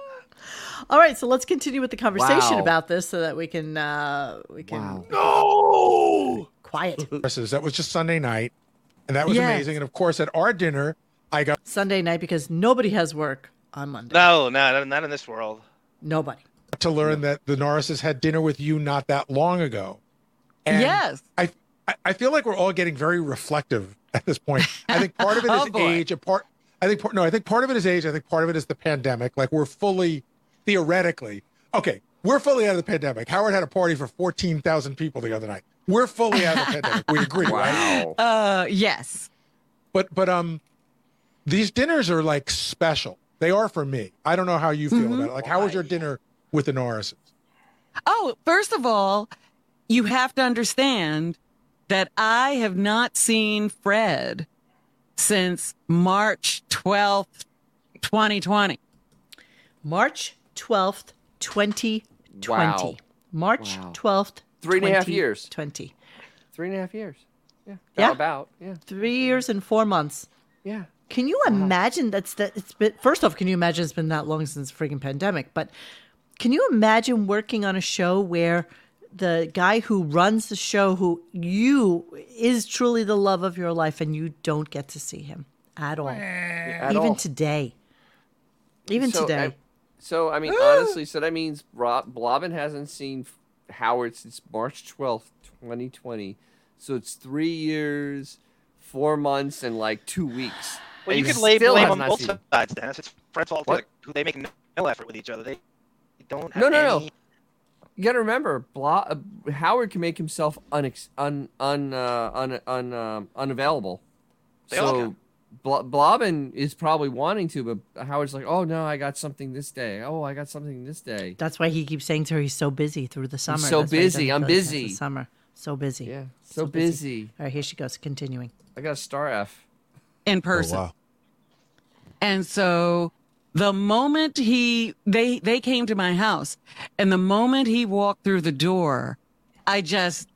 Speaker 1: All right, so let's continue with the conversation
Speaker 2: Wow.
Speaker 1: about this, so that we can uh, we can
Speaker 2: Wow.
Speaker 5: No.
Speaker 1: quiet
Speaker 9: Versus that was just Sunday night, and that was
Speaker 1: Yes.
Speaker 9: amazing. And of course, at our dinner, I got
Speaker 1: Sunday night because nobody has work on Monday.
Speaker 4: No, no, not in this world.
Speaker 1: Nobody.
Speaker 9: to learn that the Norrises had dinner with you not that long ago. And
Speaker 8: yes.
Speaker 9: I I- I feel like we're all getting very reflective at this point. I think part of it is
Speaker 8: Oh, boy.
Speaker 9: age. A part I think part, no, I think part of it is age. I think part of it is the pandemic. Like we're fully theoretically okay. We're fully out of the pandemic. Howard had a party for fourteen thousand people the other night. We're fully out of the pandemic. We agree, right?
Speaker 2: Wow.
Speaker 8: Uh, yes.
Speaker 9: But but um, these dinners are like special. They are for me. I don't know how you feel
Speaker 8: Mm-hmm.
Speaker 9: about it. Like, how was your dinner with the Norrises?
Speaker 8: Oh, first of all, you have to understand that I have not seen Fred since March 12th, 2020.
Speaker 1: March twelfth, twenty
Speaker 2: Wow.
Speaker 1: twenty. March
Speaker 2: Wow.
Speaker 1: twelfth,
Speaker 2: Three and a half years.
Speaker 1: Twenty.
Speaker 2: Three and a half years. Yeah.
Speaker 1: Yeah.
Speaker 2: About. Yeah.
Speaker 1: Three years and four months.
Speaker 2: Yeah.
Speaker 1: Can you imagine that's that it's been first off, can you imagine it's been that long since the freaking pandemic? But can you imagine working on a show where the guy who runs the show who you is truly the love of your life and you don't get to see him at all.
Speaker 2: At
Speaker 1: Even
Speaker 2: all.
Speaker 1: today. Even
Speaker 2: So,
Speaker 1: today.
Speaker 2: I- so I mean, honestly, so that means Rob Blobbin hasn't seen Howard since March twelfth, twenty twenty. So it's three years, four months, and like two weeks.
Speaker 4: Well,
Speaker 2: And
Speaker 4: you
Speaker 2: he
Speaker 4: can lay
Speaker 2: still
Speaker 4: blame
Speaker 2: has
Speaker 4: on
Speaker 2: not
Speaker 4: both
Speaker 2: seen him.
Speaker 4: sides, Dennis. It's Fred's fault.
Speaker 2: What?
Speaker 4: Who they make no effort with each other. They don't have
Speaker 2: No, no,
Speaker 4: any-
Speaker 2: no. You gotta remember, Bla- uh, Howard can make himself unex- un un uh, un un um, unavailable.
Speaker 4: They all
Speaker 2: so Blo- Blobbin is probably wanting to, but Howard's like, "Oh no, I got something this day. Oh, I got something this day."
Speaker 1: That's why he keeps saying to her he's so busy through the summer.
Speaker 2: so
Speaker 1: That's why he
Speaker 2: busy.
Speaker 1: doesn't
Speaker 2: I'm
Speaker 1: feel like he has
Speaker 2: busy.
Speaker 1: the Summer. So busy.
Speaker 2: Yeah, so busy.
Speaker 1: All right, here she goes, continuing.
Speaker 2: I got a star F.
Speaker 8: in
Speaker 7: Oh,
Speaker 8: person.
Speaker 7: wow.
Speaker 8: And so the moment he they they came to my house and the moment he walked through the door, I just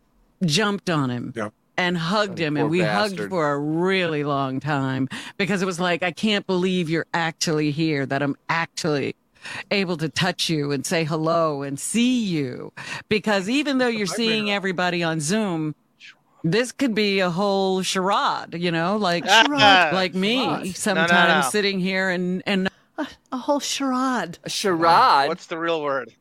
Speaker 8: jumped on him
Speaker 9: Yep.
Speaker 8: and hugged him and
Speaker 2: poor
Speaker 8: we
Speaker 2: bastard.
Speaker 8: hugged for a really long time because it was like I can't believe you're actually here that I'm actually able to touch you and say hello and see you because even though you're seeing everybody on Zoom this could be a whole charade, you know, like
Speaker 4: Ah, Charade.
Speaker 8: like me
Speaker 2: Charade.
Speaker 8: sometimes
Speaker 4: No, no, no.
Speaker 8: sitting here and and
Speaker 1: A whole charade.
Speaker 2: A charade.
Speaker 4: What's the real word?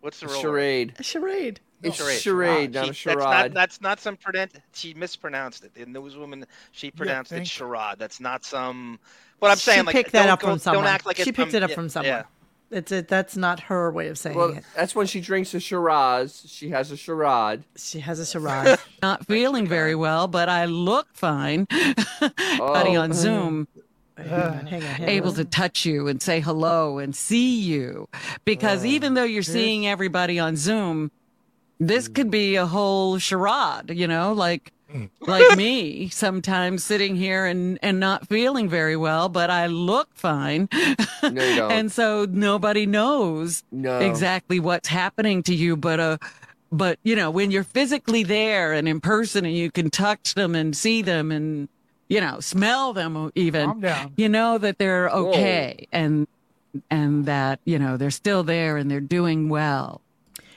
Speaker 4: What's the real word?
Speaker 2: charade.
Speaker 1: A charade.
Speaker 2: It's charade, not
Speaker 4: She-
Speaker 2: a
Speaker 4: That's
Speaker 2: charade.
Speaker 4: not, that's not some pronounced. She mispronounced it. The newswoman, she pronounced it
Speaker 5: thank-
Speaker 4: charade. That's not some. What I'm
Speaker 1: She
Speaker 4: saying, like,
Speaker 1: picked that
Speaker 4: don't
Speaker 1: up
Speaker 4: go-
Speaker 1: from someone.
Speaker 4: Don't act like
Speaker 1: She
Speaker 4: it's,
Speaker 1: picked
Speaker 4: um,
Speaker 1: it up
Speaker 4: yeah,
Speaker 1: from
Speaker 4: Yeah.
Speaker 1: someone. That's it. That's not her way of saying
Speaker 2: Well,
Speaker 1: it.
Speaker 2: that's when she drinks a Shiraz. She has a charade.
Speaker 1: She has a charade.
Speaker 8: not feeling very well, but I look fine. Buddy
Speaker 4: Oh.
Speaker 2: oh.
Speaker 8: on Zoom
Speaker 1: hang on, hang on, hang
Speaker 8: able
Speaker 1: on.
Speaker 8: to touch you and say hello and see you because even though you're seeing everybody on Zoom, this
Speaker 1: Hmm.
Speaker 8: could be a whole charade, you know, like like me sometimes sitting here and and not feeling very well, but I look fine.
Speaker 2: No, you don't.
Speaker 8: and so nobody knows
Speaker 2: No.
Speaker 8: exactly what's happening to you but uh but you know when you're physically there and in person and you can touch them and see them and you know smell them even
Speaker 5: Calm down.
Speaker 8: you know that they're okay and and that you know they're still there and they're doing well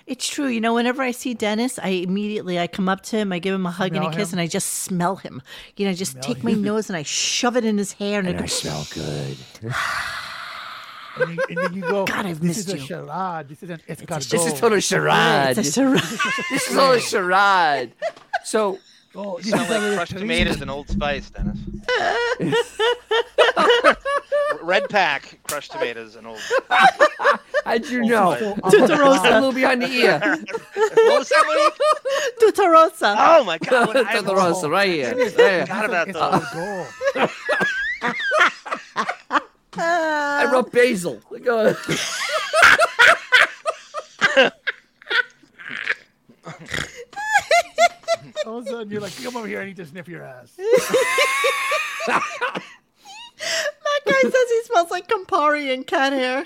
Speaker 1: It's true. You know, whenever I see Dennis, I immediately I come up to him, I give him a hug
Speaker 5: Smell
Speaker 1: and a kiss,
Speaker 5: him.
Speaker 1: and I just smell him. You know, I just take my nose and I shove it in his hair, and, I go,
Speaker 2: smell good.
Speaker 5: And, you, and then you go,
Speaker 1: God, I've
Speaker 5: this
Speaker 1: missed
Speaker 5: is
Speaker 1: you."
Speaker 5: a charade. This is an escargot.
Speaker 2: This is total charade.
Speaker 1: "It's a charade."
Speaker 2: This is all a charade. So
Speaker 5: oh, this
Speaker 4: You
Speaker 5: is
Speaker 4: sound
Speaker 5: a
Speaker 4: like crushed
Speaker 5: charade.
Speaker 4: tomatoes and Old Spice, Dennis. Red pack, crushed tomatoes and Old.
Speaker 2: How'd you know?
Speaker 1: Tutarosa.
Speaker 2: A little behind the ear.
Speaker 4: What was that one?
Speaker 1: Tutarosa.
Speaker 4: Oh my god! what an eyeball.
Speaker 2: Tutarosa, right here. Right here.
Speaker 4: Forgot about
Speaker 5: it's
Speaker 4: those.
Speaker 5: a goal.
Speaker 2: I wrote basil. Like, uh,
Speaker 5: All of a sudden, you're like, come over here. I need to sniff your ass.
Speaker 1: That guy says he smells like Campari and cat hair.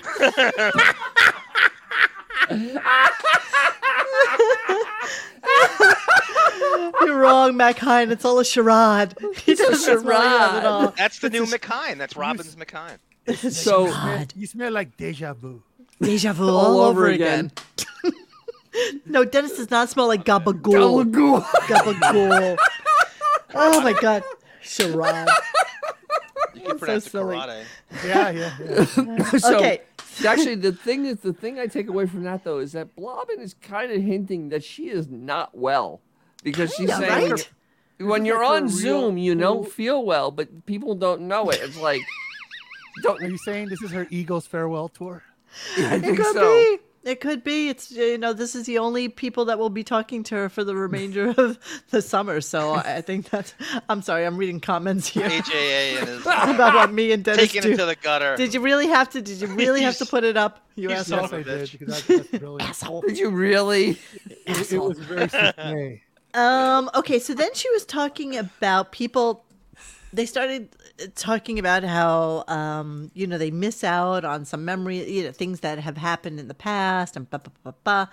Speaker 1: You're wrong, Mac Hine. It's all a charade. He
Speaker 2: It's a
Speaker 1: doesn't smell like that at
Speaker 2: charade.
Speaker 1: all.
Speaker 4: That's the new McKine. That's Robin's McKine.
Speaker 2: so
Speaker 1: God.
Speaker 5: You smell like deja vu.
Speaker 1: Deja vu all,
Speaker 2: all
Speaker 1: over,
Speaker 2: over
Speaker 1: again. no, Dennis does not smell like gabagool.
Speaker 2: Galagool.
Speaker 1: Gabagool. oh my God. Charade.
Speaker 4: You can pronounce it
Speaker 2: silly.
Speaker 4: karate.
Speaker 5: Yeah, yeah. yeah.
Speaker 2: So,
Speaker 1: Okay.
Speaker 2: Actually, the thing is, the thing I take away from that though is that Blobbin is kind of hinting that she is not well because she's
Speaker 1: Kinda,
Speaker 2: saying
Speaker 1: right?
Speaker 2: when you're
Speaker 5: like her
Speaker 2: on
Speaker 5: real
Speaker 2: Zoom, you don't feel well, but people don't know it. It's like don't.
Speaker 5: Are you saying this is her ego's farewell tour?
Speaker 2: I
Speaker 1: It
Speaker 2: think
Speaker 1: could
Speaker 2: so.
Speaker 1: be. It could be. It's you know this is the only people that will be talking to her for the remainder of the summer. So I I think that's. I'm sorry. I'm reading comments here
Speaker 4: AJA and his
Speaker 1: about what me and Dennis
Speaker 4: taking
Speaker 1: do.
Speaker 4: it to the gutter.
Speaker 1: Did you really have to? Did you really have to put it up? You
Speaker 4: He's
Speaker 1: asshole.
Speaker 4: so-
Speaker 5: I did
Speaker 4: bitch.
Speaker 5: because that's, that's brilliant.
Speaker 1: Asshole.
Speaker 2: Did you really?
Speaker 5: it, it was very display.
Speaker 1: Um. Okay. So then she was talking about people. They started talking about how um, you know they miss out on some memory, you know, things that have happened in the past, and blah blah blah blah.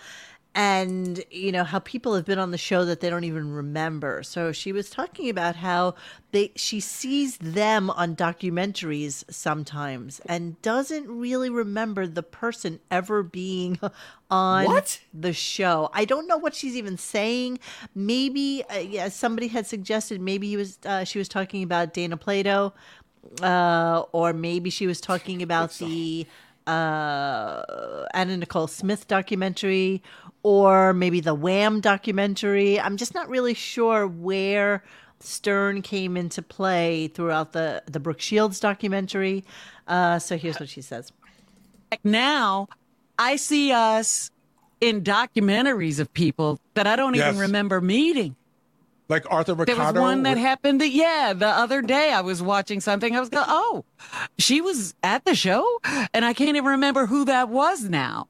Speaker 1: And you know how people have been on the show that they don't even remember. So she was talking about how they she sees them on documentaries sometimes and doesn't really remember the person ever being on
Speaker 2: What?
Speaker 1: the show. I don't know what she's even saying. Maybe uh, yeah, somebody had suggested maybe he was uh, she was talking about Dana Plato, uh, or maybe she was talking about the uh, Anna Nicole Smith documentary, or maybe the Wham documentary. I'm just not really sure where Stern came into play throughout the the Brooke Shields documentary. Uh, so here's what she says.
Speaker 8: Like, now I see us in documentaries of people that I don't
Speaker 9: Yes.
Speaker 8: even remember meeting.
Speaker 9: Like Arthur
Speaker 8: There
Speaker 9: Ricardo.
Speaker 8: was one that happened. Yeah, the other day I was watching something. I was going, oh, she was at the show, and I can't even remember who that was now.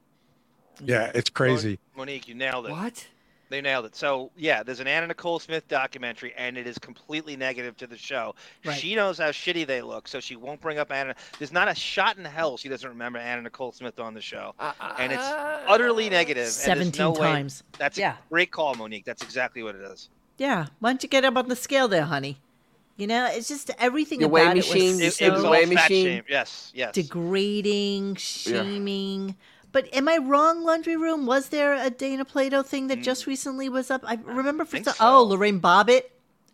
Speaker 9: yeah, it's crazy.
Speaker 4: Monique, you nailed it.
Speaker 2: What?
Speaker 4: They nailed it. So yeah, there's an Anna Nicole Smith documentary, and it is completely negative to the show.
Speaker 1: Right.
Speaker 4: She knows how shitty they look, so she won't bring up Anna. There's not a shot in hell she doesn't remember Anna Nicole Smith on the show,
Speaker 5: Uh,
Speaker 4: and it's utterly negative. and there's
Speaker 1: 17
Speaker 4: no way-
Speaker 1: times.
Speaker 4: That's
Speaker 1: Yeah.
Speaker 4: a great call, Monique. That's exactly what it is.
Speaker 1: Yeah, why don't you get up on the scale there, honey? You know, it's just everything
Speaker 2: Your weighing
Speaker 1: about it
Speaker 2: machine,
Speaker 1: was
Speaker 4: It,
Speaker 1: so
Speaker 4: it was all
Speaker 2: Weighing
Speaker 4: fat
Speaker 2: machine.
Speaker 4: shame. Yes, yes.
Speaker 1: degrading, shaming. But am I wrong? Laundry Room was there a Dana Plato thing that just recently was up? I remember for
Speaker 4: Mm. think
Speaker 1: so- oh
Speaker 4: so.
Speaker 1: Lorraine Bobbitt,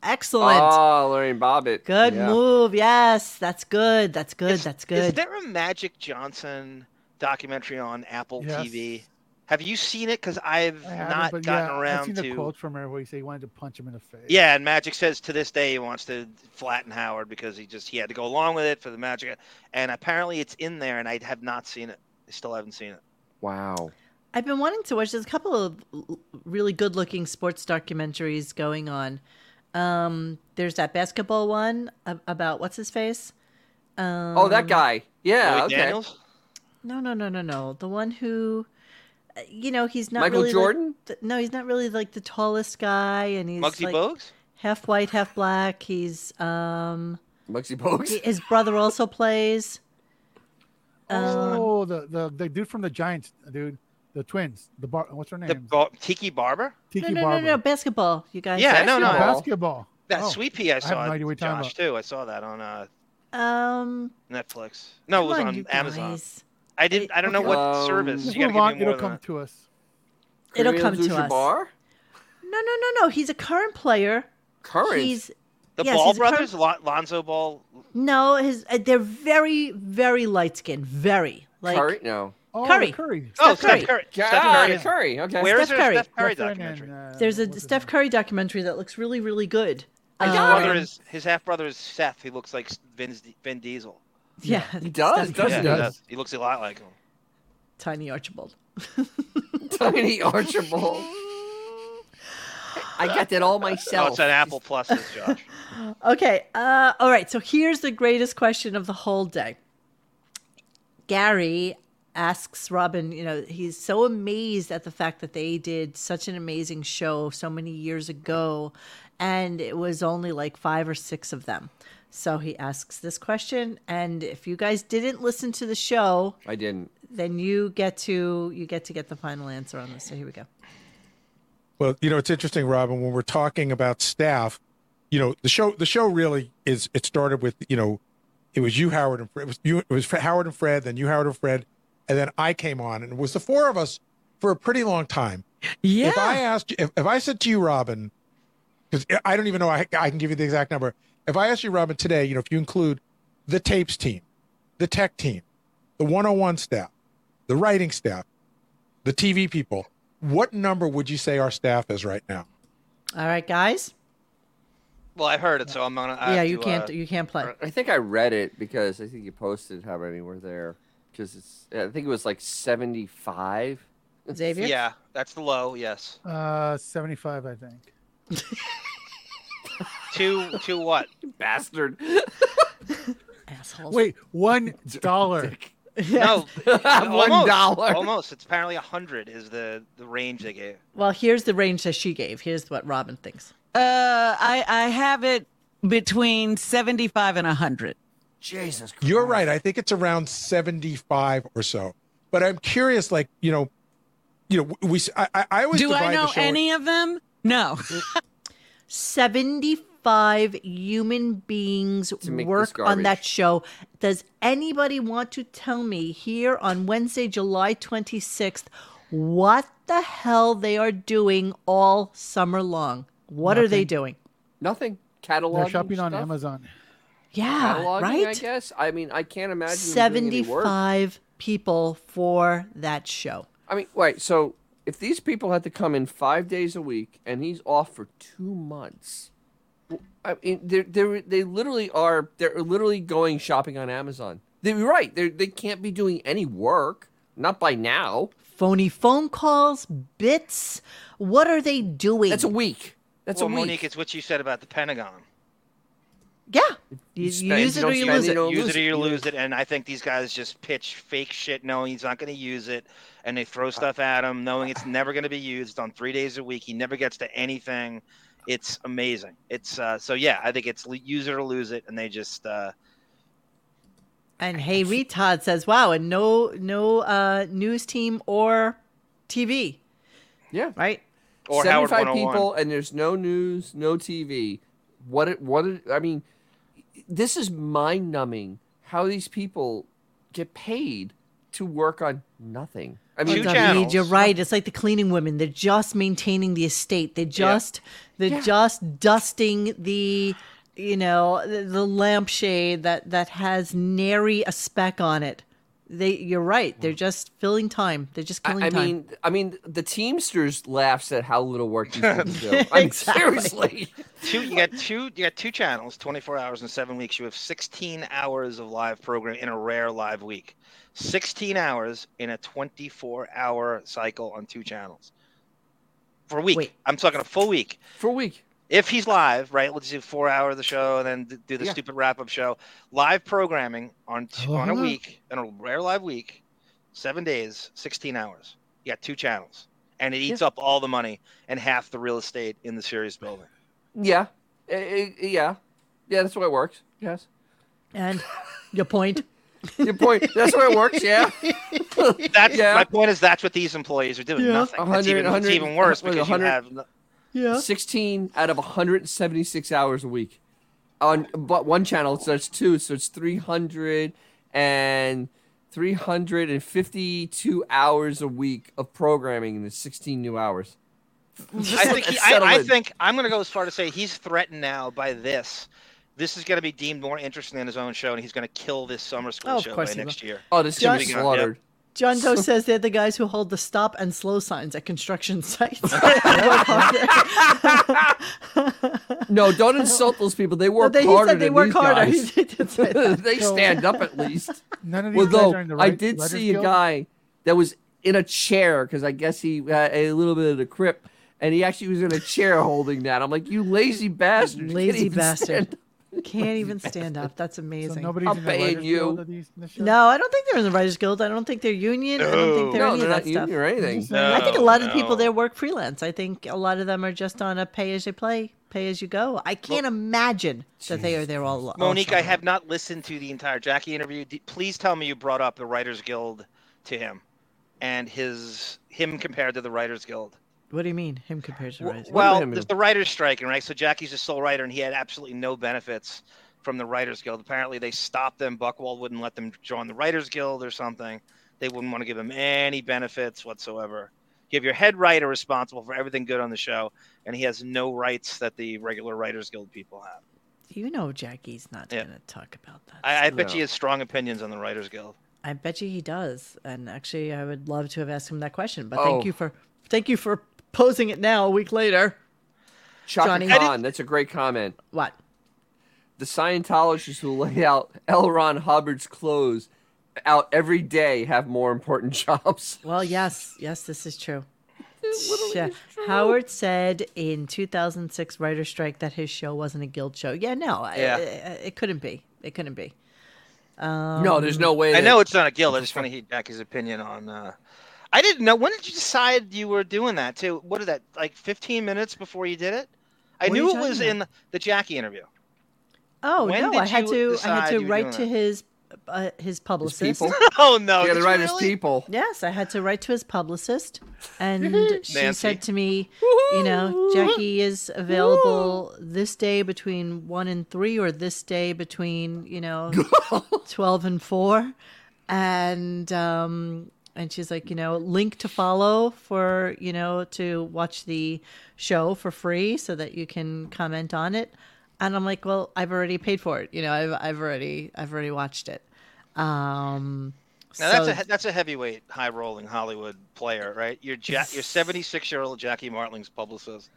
Speaker 1: excellent,
Speaker 2: Oh, Lorraine Bobbitt.
Speaker 1: good
Speaker 2: Yeah.
Speaker 1: move. Yes, that's good. That's good.
Speaker 4: Is-
Speaker 1: that's
Speaker 4: Is
Speaker 1: good.
Speaker 4: there a Magic Johnson documentary on Apple
Speaker 5: Yes.
Speaker 4: TV? Have you seen it? Because I've
Speaker 5: I haven't,
Speaker 4: not
Speaker 5: but
Speaker 4: gotten
Speaker 5: yeah, I've
Speaker 4: around
Speaker 5: seen
Speaker 4: to.
Speaker 5: the quote from her where he said he wanted to punch him in the face.
Speaker 4: Yeah, and Magic says to this day he wants to flatten Howard because he just he had to go along with it for the Magic, and apparently it's in there, and I have not seen it. I still haven't seen it.
Speaker 2: Wow.
Speaker 1: I've been wanting to watch. There's a couple of l- really good-looking sports documentaries going on. Um, there's that basketball one a- about what's his face. Um,
Speaker 2: Oh, that guy. Yeah.
Speaker 4: Lloyd
Speaker 2: okay.
Speaker 4: Daniels.
Speaker 1: No, no, no, no, no. The one who, uh, you know, he's not
Speaker 2: Michael
Speaker 1: really like-
Speaker 2: Jordan?
Speaker 1: th- no, he's not really like the tallest guy, and he's
Speaker 4: Muggsy
Speaker 1: like
Speaker 4: Bogues.
Speaker 1: half white, half black. He's um,
Speaker 2: Mugsy Bogues.
Speaker 1: he- his brother also plays.
Speaker 2: Um,
Speaker 1: Um,
Speaker 5: Oh, the, the the dude from the Giants, dude, the twins, the bar. What's her name?
Speaker 4: The bar- Tiki Barber.
Speaker 5: Tiki
Speaker 1: No, no, no,
Speaker 5: Barber.
Speaker 1: no, basketball. You guys.
Speaker 4: Yeah, no, no.
Speaker 2: Basketball.
Speaker 5: Basketball.
Speaker 4: That
Speaker 5: Oh,
Speaker 4: Sweet Pea I
Speaker 5: have
Speaker 4: saw.
Speaker 5: no idea what you're talking
Speaker 4: Josh too. I saw that on uh,
Speaker 1: Um,
Speaker 4: Netflix. No, it was
Speaker 1: come on,
Speaker 4: on
Speaker 1: you
Speaker 4: Amazon.
Speaker 1: guys.
Speaker 4: I didn't. I don't know
Speaker 2: Okay.
Speaker 4: what
Speaker 2: Um,
Speaker 4: service.
Speaker 5: Just
Speaker 4: You
Speaker 5: move
Speaker 4: gotta give
Speaker 5: on.
Speaker 4: me more
Speaker 5: It'll
Speaker 4: than
Speaker 5: come
Speaker 4: that.
Speaker 5: to us.
Speaker 1: It'll
Speaker 2: Kareem
Speaker 1: come to us.
Speaker 2: Abdul-Jabbar?
Speaker 1: No, no, no, no. He's a current player.
Speaker 2: Current.
Speaker 1: He's
Speaker 4: The
Speaker 1: Yes,
Speaker 4: Ball
Speaker 1: he's a current-
Speaker 4: Brothers, Lon- Lonzo Ball.
Speaker 1: no, his. Uh, they're very, very light skinned. Very like.
Speaker 2: current. No.
Speaker 5: Oh,
Speaker 1: Curry.
Speaker 5: Curry.
Speaker 4: Oh,
Speaker 1: Curry.
Speaker 4: Steph Curry. Steph
Speaker 2: Ah,
Speaker 4: Curry.
Speaker 2: Curry. Okay.
Speaker 4: Where is
Speaker 1: Steph
Speaker 4: there
Speaker 1: Curry.
Speaker 4: a Steph Curry
Speaker 5: Steph and,
Speaker 4: documentary?
Speaker 5: uh,
Speaker 1: There's a
Speaker 5: what's his
Speaker 1: Steph
Speaker 5: name?
Speaker 1: Curry documentary that looks really, really good.
Speaker 4: His
Speaker 1: Um,
Speaker 4: Uh, brother is his half brother is Seth. He looks like Vin's, Vin Diesel.
Speaker 1: Yeah,
Speaker 2: He does,
Speaker 1: Steph
Speaker 2: doesn't
Speaker 4: yeah,
Speaker 2: he?
Speaker 4: he? does. He looks a lot like him.
Speaker 1: Tiny Archibald.
Speaker 2: Tiny Archibald. I got that all myself.
Speaker 4: Oh, it's an Apple Plus, this, Josh.
Speaker 1: Okay. Uh, all right. So here's the greatest question of the whole day. Gary asks Robin, you know, he's so amazed at the fact that they did such an amazing show so many years ago, and it was only like five or six of them. So he asks this question, and if you guys didn't listen to the show,
Speaker 2: I didn't.
Speaker 1: then you get to you get to get the final answer on this. So here we go.
Speaker 9: Well, you know, it's interesting, Robin, when we're talking about staff, you know, the show the show really is it started with, you know, it was you, Howard, and Fred. It was you it was Howard and Fred, then you, Howard and Fred, and then I came on and it was the four of us for a pretty long time.
Speaker 8: Yeah.
Speaker 9: If I asked you if, if I said to you, Robin, because I don't even know I I can give you the exact number. If I asked you, Robin, today, you know, if you include the tapes team, the tech team, the 101 staff, the writing staff, the TV people, what number would you say our staff is right now?
Speaker 1: All right, guys.
Speaker 4: Well, I heard it, so I'm gonna. I
Speaker 1: yeah,
Speaker 4: have
Speaker 1: you
Speaker 4: to,
Speaker 1: can't
Speaker 4: uh,
Speaker 1: you can't play.
Speaker 2: I think I read it because I think you posted how many were there because it's. I think it was like seventy-five.
Speaker 1: Xavier.
Speaker 4: Yeah, that's the low. Yes.
Speaker 5: Uh, 75, I think.
Speaker 4: Two, two. What?
Speaker 2: Bastard.
Speaker 1: Assholes.
Speaker 5: Wait, one dollar.
Speaker 4: No,
Speaker 2: One
Speaker 4: almost,
Speaker 2: dollar.
Speaker 4: Almost. It's apparently hundred is the the range they gave.
Speaker 1: Well, here's the range that she gave. Here's what Robin thinks.
Speaker 8: Uh, I I have it between seventy five and hundred.
Speaker 2: Jesus. Christ.
Speaker 9: You're right. I think it's around 75 or so. But I'm curious, like, you know, you know, we, I, I- I always
Speaker 8: Do
Speaker 9: divide
Speaker 8: I
Speaker 9: the
Speaker 8: know
Speaker 9: show.
Speaker 8: any of them? No.
Speaker 1: 75 human beings
Speaker 2: make
Speaker 1: work
Speaker 2: this
Speaker 1: on that
Speaker 2: garbage.
Speaker 1: show. Does anybody want to tell me here on Wednesday, July 26th, what the hell they are doing all summer long? What are they doing?
Speaker 2: Nothing.
Speaker 5: They're
Speaker 2: Catalog.
Speaker 5: shopping on Amazon.
Speaker 1: Yeah,
Speaker 2: Cataloging, I
Speaker 1: right?
Speaker 2: guess. I mean, I can't imagine. them doing any work.
Speaker 1: 75 people for that show.
Speaker 2: I mean, wait. So if these people had to come in five days a week, and he's off for two months, w- I mean, they they they literally are they're literally going shopping on Amazon. They're right. They they can't be doing any work. Not by now.
Speaker 1: Phony phone calls, bits. What are they doing?
Speaker 2: That's a week. That's
Speaker 4: well,
Speaker 2: a week.
Speaker 4: Monique, it's what you said about the Pentagon.
Speaker 1: yeah. You,
Speaker 2: You
Speaker 1: you
Speaker 2: spend-
Speaker 1: use
Speaker 2: you
Speaker 1: it
Speaker 2: don't
Speaker 1: or you
Speaker 2: spend
Speaker 1: lose it.
Speaker 2: it on- Don't
Speaker 4: use
Speaker 2: lose
Speaker 4: it or you
Speaker 2: it.
Speaker 4: lose it. And I think these guys just pitch fake shit knowing he's not going to use it. And they throw stuff at him knowing it's never going to be used on three days a week. He never gets to anything. It's amazing. It's uh, so yeah, I think it's l- use it or lose it. And they just, uh,
Speaker 1: And hey, Reed Todd says, "Wow, and no, no uh, news team or TV,
Speaker 2: Yeah.
Speaker 1: right?
Speaker 4: or Howard
Speaker 2: 75
Speaker 4: 101.
Speaker 2: people and there's no news, no TV. What it what it, I mean, this is mind numbing how these people get paid to work on nothing. I mean,
Speaker 4: Two
Speaker 1: David,
Speaker 4: channels.
Speaker 1: You're right. It's like the cleaning women. They're just maintaining the estate. They're just, they're just dusting the, you know, the, the lampshade that that has nary a speck on it. They, you're right. They're just filling time. They're just
Speaker 2: Mm. I,
Speaker 1: killing
Speaker 2: I
Speaker 1: time.
Speaker 2: mean, I mean, the Teamsters laughs at how little work these people do. I mean, seriously,
Speaker 4: Two, you got two, you got two channels, 24 hours and seven weeks. You have 16 hours of live program in a rare live week. 16 hours in a 24 hour cycle on two channels for a week.
Speaker 1: Wait.
Speaker 4: I'm talking a full week.
Speaker 2: for a week.
Speaker 4: if he's live, right? Let's do four hour of the show and then d- do the
Speaker 2: Yeah. Oh,
Speaker 4: stupid wrap up show. Live programming on t- on a
Speaker 5: Uh-huh.
Speaker 4: week, on a rare live week, seven days, sixteen hours. You got two channels, and it eats up all the money and half the real estate in the series building.
Speaker 2: Yeah, Eh, eh, yeah, yeah. That's why it works. Yes,
Speaker 1: and your point.
Speaker 2: your point. That's why it works. Yeah,
Speaker 4: That's
Speaker 2: Yeah.
Speaker 4: my point. Is that's what these employees are doing?
Speaker 1: Yeah.
Speaker 4: Nothing. That's
Speaker 2: 100
Speaker 4: even, that's
Speaker 2: 100
Speaker 4: even worse
Speaker 2: what is it,
Speaker 4: because you
Speaker 2: 100
Speaker 4: have n-
Speaker 1: Yeah.
Speaker 2: sixteen out of 176 hours a week on but one channel. So that's two. So it's 300 and 352 hours a week of programming in the 16 new hours.
Speaker 4: I
Speaker 2: Just
Speaker 4: think
Speaker 2: let
Speaker 4: he,
Speaker 2: that settle
Speaker 4: I, I
Speaker 2: in.
Speaker 4: think I'm going to go as far to say he's threatened now by this. This is going to be deemed more interesting than his own show, and he's going to kill this summer school
Speaker 1: Oh, of
Speaker 4: show by
Speaker 1: course he
Speaker 4: next year.
Speaker 2: Oh, this is gonna be
Speaker 4: Just- Yep.
Speaker 2: slaughtered.
Speaker 1: John Doe says they're the guys who hold the stop and slow signs at construction sites. Work harder.
Speaker 2: No, don't insult those people. They work
Speaker 1: they, he
Speaker 2: harder.
Speaker 1: said they
Speaker 2: than
Speaker 1: work
Speaker 2: these
Speaker 1: harder. He
Speaker 2: guys.
Speaker 1: did say that.
Speaker 2: they stand up at least.
Speaker 5: None of these
Speaker 2: well,
Speaker 5: guys
Speaker 2: though
Speaker 5: are in the
Speaker 2: I
Speaker 5: right
Speaker 2: did
Speaker 5: Writers
Speaker 2: see a
Speaker 5: Guild.
Speaker 2: guy that was in a chair because I guess he had a little bit of the crip, and he actually was in a chair holding that. I'm like, you lazy bastard, you can't
Speaker 1: Lazy
Speaker 2: even stand
Speaker 1: bastard.
Speaker 2: up."
Speaker 1: Can't even stand up. That's amazing.
Speaker 5: So nobody's
Speaker 2: I'm
Speaker 5: in the
Speaker 2: paying
Speaker 5: writers
Speaker 2: you.
Speaker 5: guild of these in the show?
Speaker 1: no, I don't think they're in the Writers Guild. I don't think they're union. I don't think
Speaker 6: No.
Speaker 1: they're
Speaker 2: No,
Speaker 1: any
Speaker 2: they're
Speaker 1: of
Speaker 2: not
Speaker 1: that stuff.
Speaker 2: union or anything.
Speaker 1: I think a lot of the people
Speaker 4: No.
Speaker 1: there work freelance. I think a lot of them are just on a pay as you play, pay as you go. I can't imagine that they are there all.
Speaker 2: Oh,
Speaker 1: all
Speaker 4: Monique, I
Speaker 1: summer.
Speaker 4: have not listened to the entire Jackie interview. D- Please tell me you brought up the Writers Guild to him, and his him compared to the Writers Guild.
Speaker 1: What do you mean? Him compared to Writers? Guild?
Speaker 4: Well,
Speaker 2: him
Speaker 4: there's
Speaker 2: is-
Speaker 4: the writers' strike, and right, so Jackie's a sole writer, and he had absolutely no benefits from the Writers Guild. Apparently, they stopped them. Buckwald wouldn't let them join the Writers Guild or something. They wouldn't want to give him any benefits whatsoever. You have your head writer responsible for everything good on the show, and he has no rights that the regular Writers Guild people have.
Speaker 1: you know Jackie's not
Speaker 4: Yeah.
Speaker 1: going to talk about that.
Speaker 4: I, I bet
Speaker 2: No.
Speaker 4: you he has strong opinions on the Writers Guild.
Speaker 1: I bet you he does. And actually, I would love to have asked him that question. But
Speaker 2: Oh.
Speaker 1: thank you for thank you for posing it now. A week later,
Speaker 2: Chaka
Speaker 1: Johnny. I
Speaker 2: Khan, that's a great comment.
Speaker 1: what?
Speaker 2: The Scientologists who lay out L. Ron Hubbard's clothes out every day have more important jobs.
Speaker 1: Well, yes, yes, this is true.
Speaker 2: Literally
Speaker 1: Yeah.
Speaker 2: is true.
Speaker 1: Howard said in 2006 writer strike that his show wasn't a guild show. Yeah, no, I-
Speaker 4: Yeah.
Speaker 1: I- I- it couldn't be. It couldn't be.
Speaker 2: no, there's
Speaker 1: Um,
Speaker 2: no way.
Speaker 4: I
Speaker 2: that-
Speaker 4: know it's not a guild. I just want to hear Jackie's opinion on. Uh, I didn't know. When did you decide you were doing that? Too? What did that? Like 15 minutes before you did it? I
Speaker 1: What are you
Speaker 4: knew it
Speaker 1: talking
Speaker 4: was
Speaker 1: about?
Speaker 4: in the Jackie interview.
Speaker 1: Oh
Speaker 4: When
Speaker 1: no,
Speaker 4: did
Speaker 1: I had
Speaker 4: you
Speaker 1: to. I had
Speaker 4: decide you
Speaker 1: to
Speaker 4: were
Speaker 1: write
Speaker 4: doing
Speaker 1: to
Speaker 4: that?
Speaker 1: his uh, his
Speaker 2: His
Speaker 1: publicist.
Speaker 2: people.
Speaker 4: Oh no!
Speaker 2: You
Speaker 4: did
Speaker 2: gotta
Speaker 4: you
Speaker 2: write his
Speaker 4: really?
Speaker 2: people.
Speaker 1: Yes, I had to write to his publicist, and she
Speaker 4: Nancy.
Speaker 1: said to me, you know, Jackie is available this day between one and three, or this day between you know twelve and four, and um, and she's like, you know, link to follow for you know to watch the show for free so that you can comment on it, and I'm like, well, I've already paid for it, you know, I've I've already I've already watched it. Um,
Speaker 4: Now
Speaker 1: so-
Speaker 4: that's a that's a heavyweight, high rolling Hollywood player, right? You're ja- you're 76 year old Jackie Martling's publicist.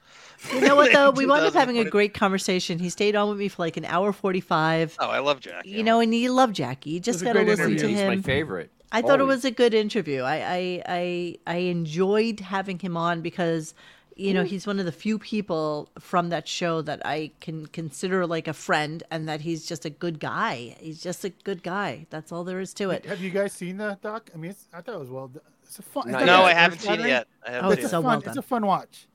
Speaker 1: You know what though? We wound up having a
Speaker 4: 2020.
Speaker 1: great conversation. He stayed on with me for like an hour forty five.
Speaker 4: Oh, I love Jackie.
Speaker 1: You know, and you love Jackie. You just
Speaker 5: a
Speaker 1: gotta
Speaker 5: great
Speaker 1: listen to
Speaker 5: interview.
Speaker 2: He's my
Speaker 1: him.
Speaker 2: favorite.
Speaker 1: I thought it
Speaker 2: Always.
Speaker 1: was a good interview. I, I I I enjoyed having him on because you know he's one of the few people from that show that I can consider like a friend, and that he's just a good guy. He's just a good guy. That's all there is to it.
Speaker 5: Have you guys seen the doc? I mean, it's, I thought it was well. done. It's a fun.
Speaker 2: No,
Speaker 5: it's
Speaker 4: no,
Speaker 5: a-
Speaker 4: I haven't seen it yet. I
Speaker 1: Oh,
Speaker 4: haven't
Speaker 5: It's
Speaker 4: seen
Speaker 5: a
Speaker 1: so
Speaker 5: fun.
Speaker 1: well
Speaker 5: It's
Speaker 1: done.
Speaker 5: a fun watch.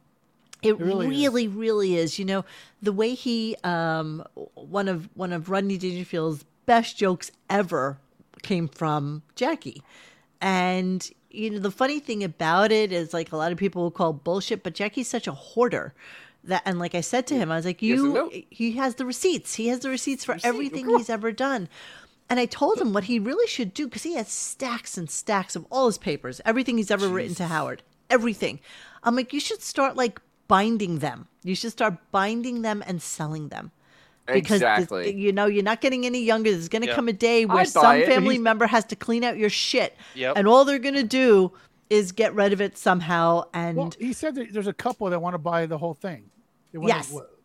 Speaker 1: It
Speaker 5: really
Speaker 1: really,
Speaker 5: is.
Speaker 1: really is. You know, the way he, um, one of one of Rodney Dangerfield's best jokes ever came from Jackie, and you know the funny thing about it is like a lot of people will call bullshit, but Jackie's such a hoarder that, and like I said to him, I was like,
Speaker 2: Yes and
Speaker 1: you,
Speaker 2: no.
Speaker 1: he has the receipts. He has the receipts for
Speaker 2: Receipt, of
Speaker 1: everything
Speaker 2: course.
Speaker 1: he's ever done. And I told him what he really should do because he has stacks and stacks of all his papers, everything he's ever written to Howard, everything. I'm like, you should start like binding them. You should start binding them and selling them. Because th-
Speaker 2: exactly.
Speaker 1: th- you know you're not getting any younger. There's going to
Speaker 4: Yeah.
Speaker 1: come a day where
Speaker 2: buy
Speaker 1: some
Speaker 2: it, but
Speaker 1: family
Speaker 2: he's-
Speaker 1: member has to clean out your shit,
Speaker 4: Yep.
Speaker 1: and all they're going to do is get rid of it somehow. And
Speaker 5: Well, he said that there's a couple that want to buy the whole thing. They wanna-
Speaker 1: Yes.
Speaker 5: what-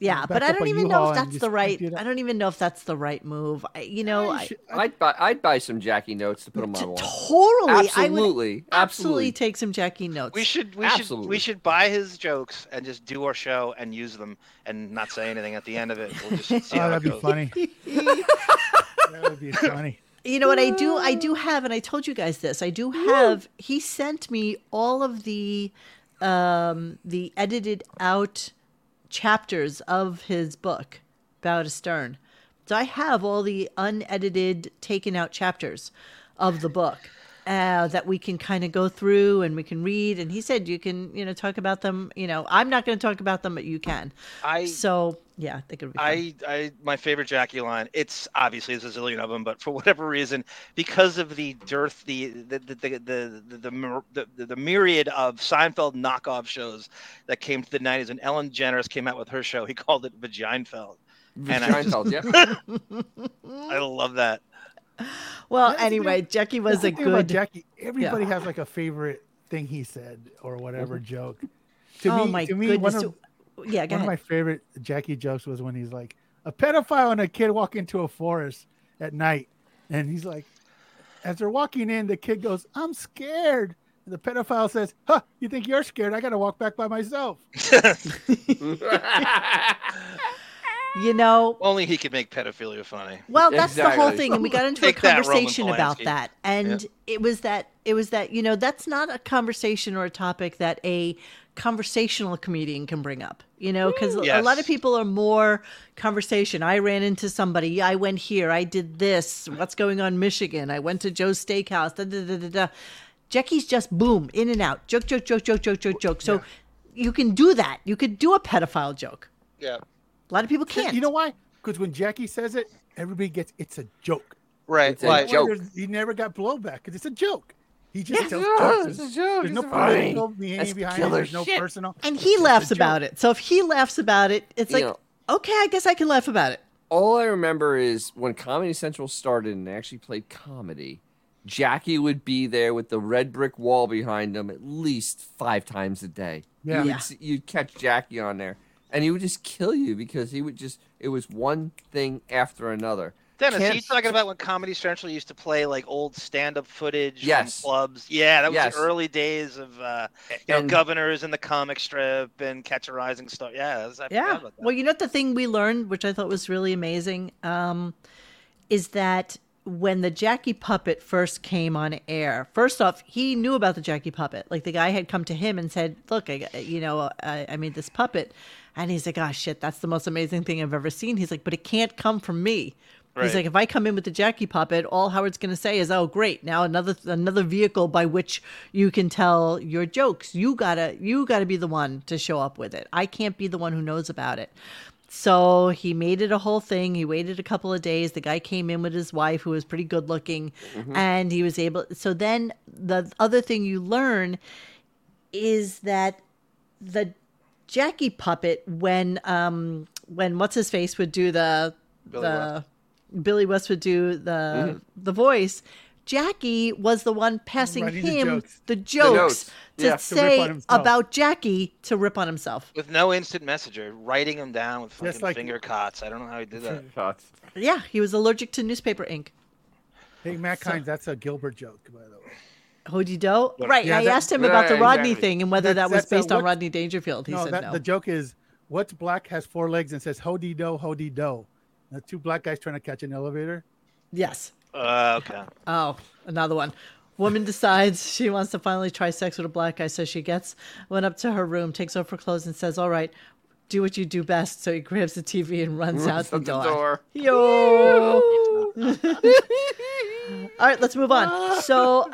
Speaker 1: yeah,
Speaker 5: back
Speaker 1: but I
Speaker 5: up
Speaker 1: don't
Speaker 5: a
Speaker 1: even know
Speaker 5: U-Haul
Speaker 1: if
Speaker 5: and
Speaker 1: that's
Speaker 5: just
Speaker 1: the right.
Speaker 5: empty it out.
Speaker 1: I don't even know if that's the right move. I, you know,
Speaker 5: you
Speaker 1: I,
Speaker 5: should- I-
Speaker 2: I'd buy. I'd buy some Jackie notes to put on my wall.
Speaker 1: totally, I would
Speaker 2: Absolutely, absolutely.
Speaker 1: absolutely take some Jackie notes.
Speaker 4: We should we should
Speaker 2: Absolutely.
Speaker 4: we should buy his jokes and just do our show and use them and not say anything at the end of it. We'll just see
Speaker 5: Oh,
Speaker 4: how
Speaker 5: that'd
Speaker 4: it
Speaker 5: be
Speaker 4: goes.
Speaker 5: funny. that would be funny.
Speaker 1: You know what I do? I do have, and I told you guys this. I do have. He sent me all of the um, the edited out chapters of his book, Bow to Stern. So I have all the unedited, taken out chapters of the book uh, that we can kind of go through and we can read. And he said you can, you know, talk about them. You know, I'm not going to talk about them, but you can.
Speaker 4: I
Speaker 1: So yeah, I think it would be. fun.
Speaker 4: I, I, my favorite Jackie line. It's obviously there's a zillion of them, but for whatever reason, because of the dearth, the the the the the, the, the, myr- the, the, the myriad of Seinfeld knockoff shows that came to the '90s, when Ellen DeGeneres came out with her show, he called it Vaginefeld. And I, just,
Speaker 2: Seinfeld, yeah.
Speaker 4: I love that.
Speaker 1: well,
Speaker 5: That's the
Speaker 1: anyway, Jackie was
Speaker 5: That's
Speaker 1: a
Speaker 5: the thing about
Speaker 1: good.
Speaker 5: Jackie. Everybody has like a favorite thing he said or whatever joke. To
Speaker 1: Mm-hmm. oh
Speaker 5: me,
Speaker 1: my
Speaker 5: to me, one
Speaker 1: goodness!
Speaker 5: of,
Speaker 1: So- yeah, go
Speaker 5: one of
Speaker 1: ahead.
Speaker 5: my favorite Jackie jokes was when he's like, a pedophile and a kid walk into a forest at night, and he's like, As they're walking in, the kid goes, "I'm scared." And the pedophile says, "Huh? You think you're scared? I got to walk back by myself."
Speaker 1: You know,
Speaker 4: Only he could make pedophilia funny.
Speaker 1: Well, that's the whole
Speaker 2: Exactly.
Speaker 1: thing, and we got into a
Speaker 4: Take that, Roman
Speaker 1: conversation about
Speaker 4: Polanski.
Speaker 1: that, and it was that it was that you know that's not a conversation or a topic that a conversational comedian can bring up, you know, because a lot
Speaker 4: Mm, Yes.
Speaker 1: of people are more conversation. I ran into somebody, I went here, I did this. What's going on, in Michigan? I went to Joe's Steakhouse. Da da da da. da. Jackie's just boom in and out, joke, joke, joke, joke, joke, joke, joke. So you can do that. You could do a pedophile joke.
Speaker 4: Yeah.
Speaker 1: A lot of people can't.
Speaker 5: You know why? Because when Jackie says it, everybody gets it's a joke.
Speaker 4: Right.
Speaker 2: It's a
Speaker 4: like,
Speaker 2: joke.
Speaker 5: Well, there's- He never got blowback because it's a joke. He just tells
Speaker 2: Yeah,
Speaker 5: jokes.
Speaker 2: it's a joke.
Speaker 5: There's no
Speaker 2: It's funny.
Speaker 5: personal
Speaker 2: That's
Speaker 5: meaning behind it.
Speaker 2: killer
Speaker 5: There's no
Speaker 2: shit.
Speaker 5: personal.
Speaker 1: And he laughs about it. So if he laughs about it, it's like,
Speaker 2: You know.
Speaker 1: okay, I guess I can laugh about it.
Speaker 2: all I remember is when Comedy Central started and they actually played comedy, Jackie would be there with the red brick wall behind him at least five times a day.
Speaker 5: Yeah.
Speaker 2: You would,
Speaker 1: Yeah.
Speaker 2: s- you'd catch Jackie on there, and he would just kill you because he would just, it was one thing after another.
Speaker 4: Dennis, are
Speaker 2: Can't-
Speaker 4: you talking about when Comedy Central used to play like old stand-up footage
Speaker 2: Yes.
Speaker 4: from clubs? Yeah, that was
Speaker 2: Yes.
Speaker 4: the early days of uh, you know,
Speaker 2: And-
Speaker 4: governors and the comic strip and Catch a Rising Star. Yeah, that was, I forgot about that.
Speaker 1: Well, you know what the thing we learned, which I thought was really amazing, um, is that when the Jackie puppet first came on air, first off, he knew about the Jackie puppet. Like the guy had come to him and said, "Look, I, got- you know, I, I made this puppet," and he's like, "Oh shit, that's the most amazing thing I've ever seen." He's like, "But it can't come from me." He's
Speaker 4: Right.
Speaker 1: like, if I come in with the Jackie puppet, all Howard's going to say is, "Oh, great! Now another another vehicle by which you can tell your jokes. You gotta you gotta be the one to show up with it. I can't be the one who knows about it." So he made it a whole thing. He waited a couple of days. The guy came in with his wife, who was pretty good looking, and he was able. So then the other thing you learn is that the Jackie puppet when um when what's his face would do the the Billy West Mm-hmm. would do the the voice. Jackie was the one passing
Speaker 5: Writing the
Speaker 1: him the jokes,
Speaker 5: jokes.
Speaker 2: notes.
Speaker 1: to
Speaker 2: Yeah. To rip
Speaker 1: say
Speaker 5: on himself.
Speaker 1: about Jackie to rip on himself.
Speaker 4: With no instant messenger, writing them down with fucking
Speaker 5: like-
Speaker 4: finger cots. I don't know how he did that.
Speaker 1: Yeah, he was allergic to newspaper ink.
Speaker 5: Hey, Matt Kynes, that's a Gilbert joke, by the way.
Speaker 1: Hoody do? Right.
Speaker 5: yeah,
Speaker 1: I
Speaker 5: that-
Speaker 1: asked him about the
Speaker 2: right,
Speaker 1: Rodney
Speaker 2: exactly.
Speaker 1: thing and whether
Speaker 5: That's-
Speaker 1: that was
Speaker 5: that's, uh,
Speaker 1: based on
Speaker 5: what-
Speaker 1: Rodney Dangerfield. He
Speaker 5: no,
Speaker 1: said
Speaker 5: that,
Speaker 1: no.
Speaker 5: the joke is what's black has four legs and says ho dee do ho dee do. The two black guys trying to catch an elevator.
Speaker 1: yes.
Speaker 4: Uh, okay.
Speaker 1: Oh, another one. Woman decides she wants to finally try sex with a black guy, so she gets went up to her room, takes off her clothes, and says, "All right, do what you do best." So he grabs the TV and runs out the door. Yo. All right, let's move on. So,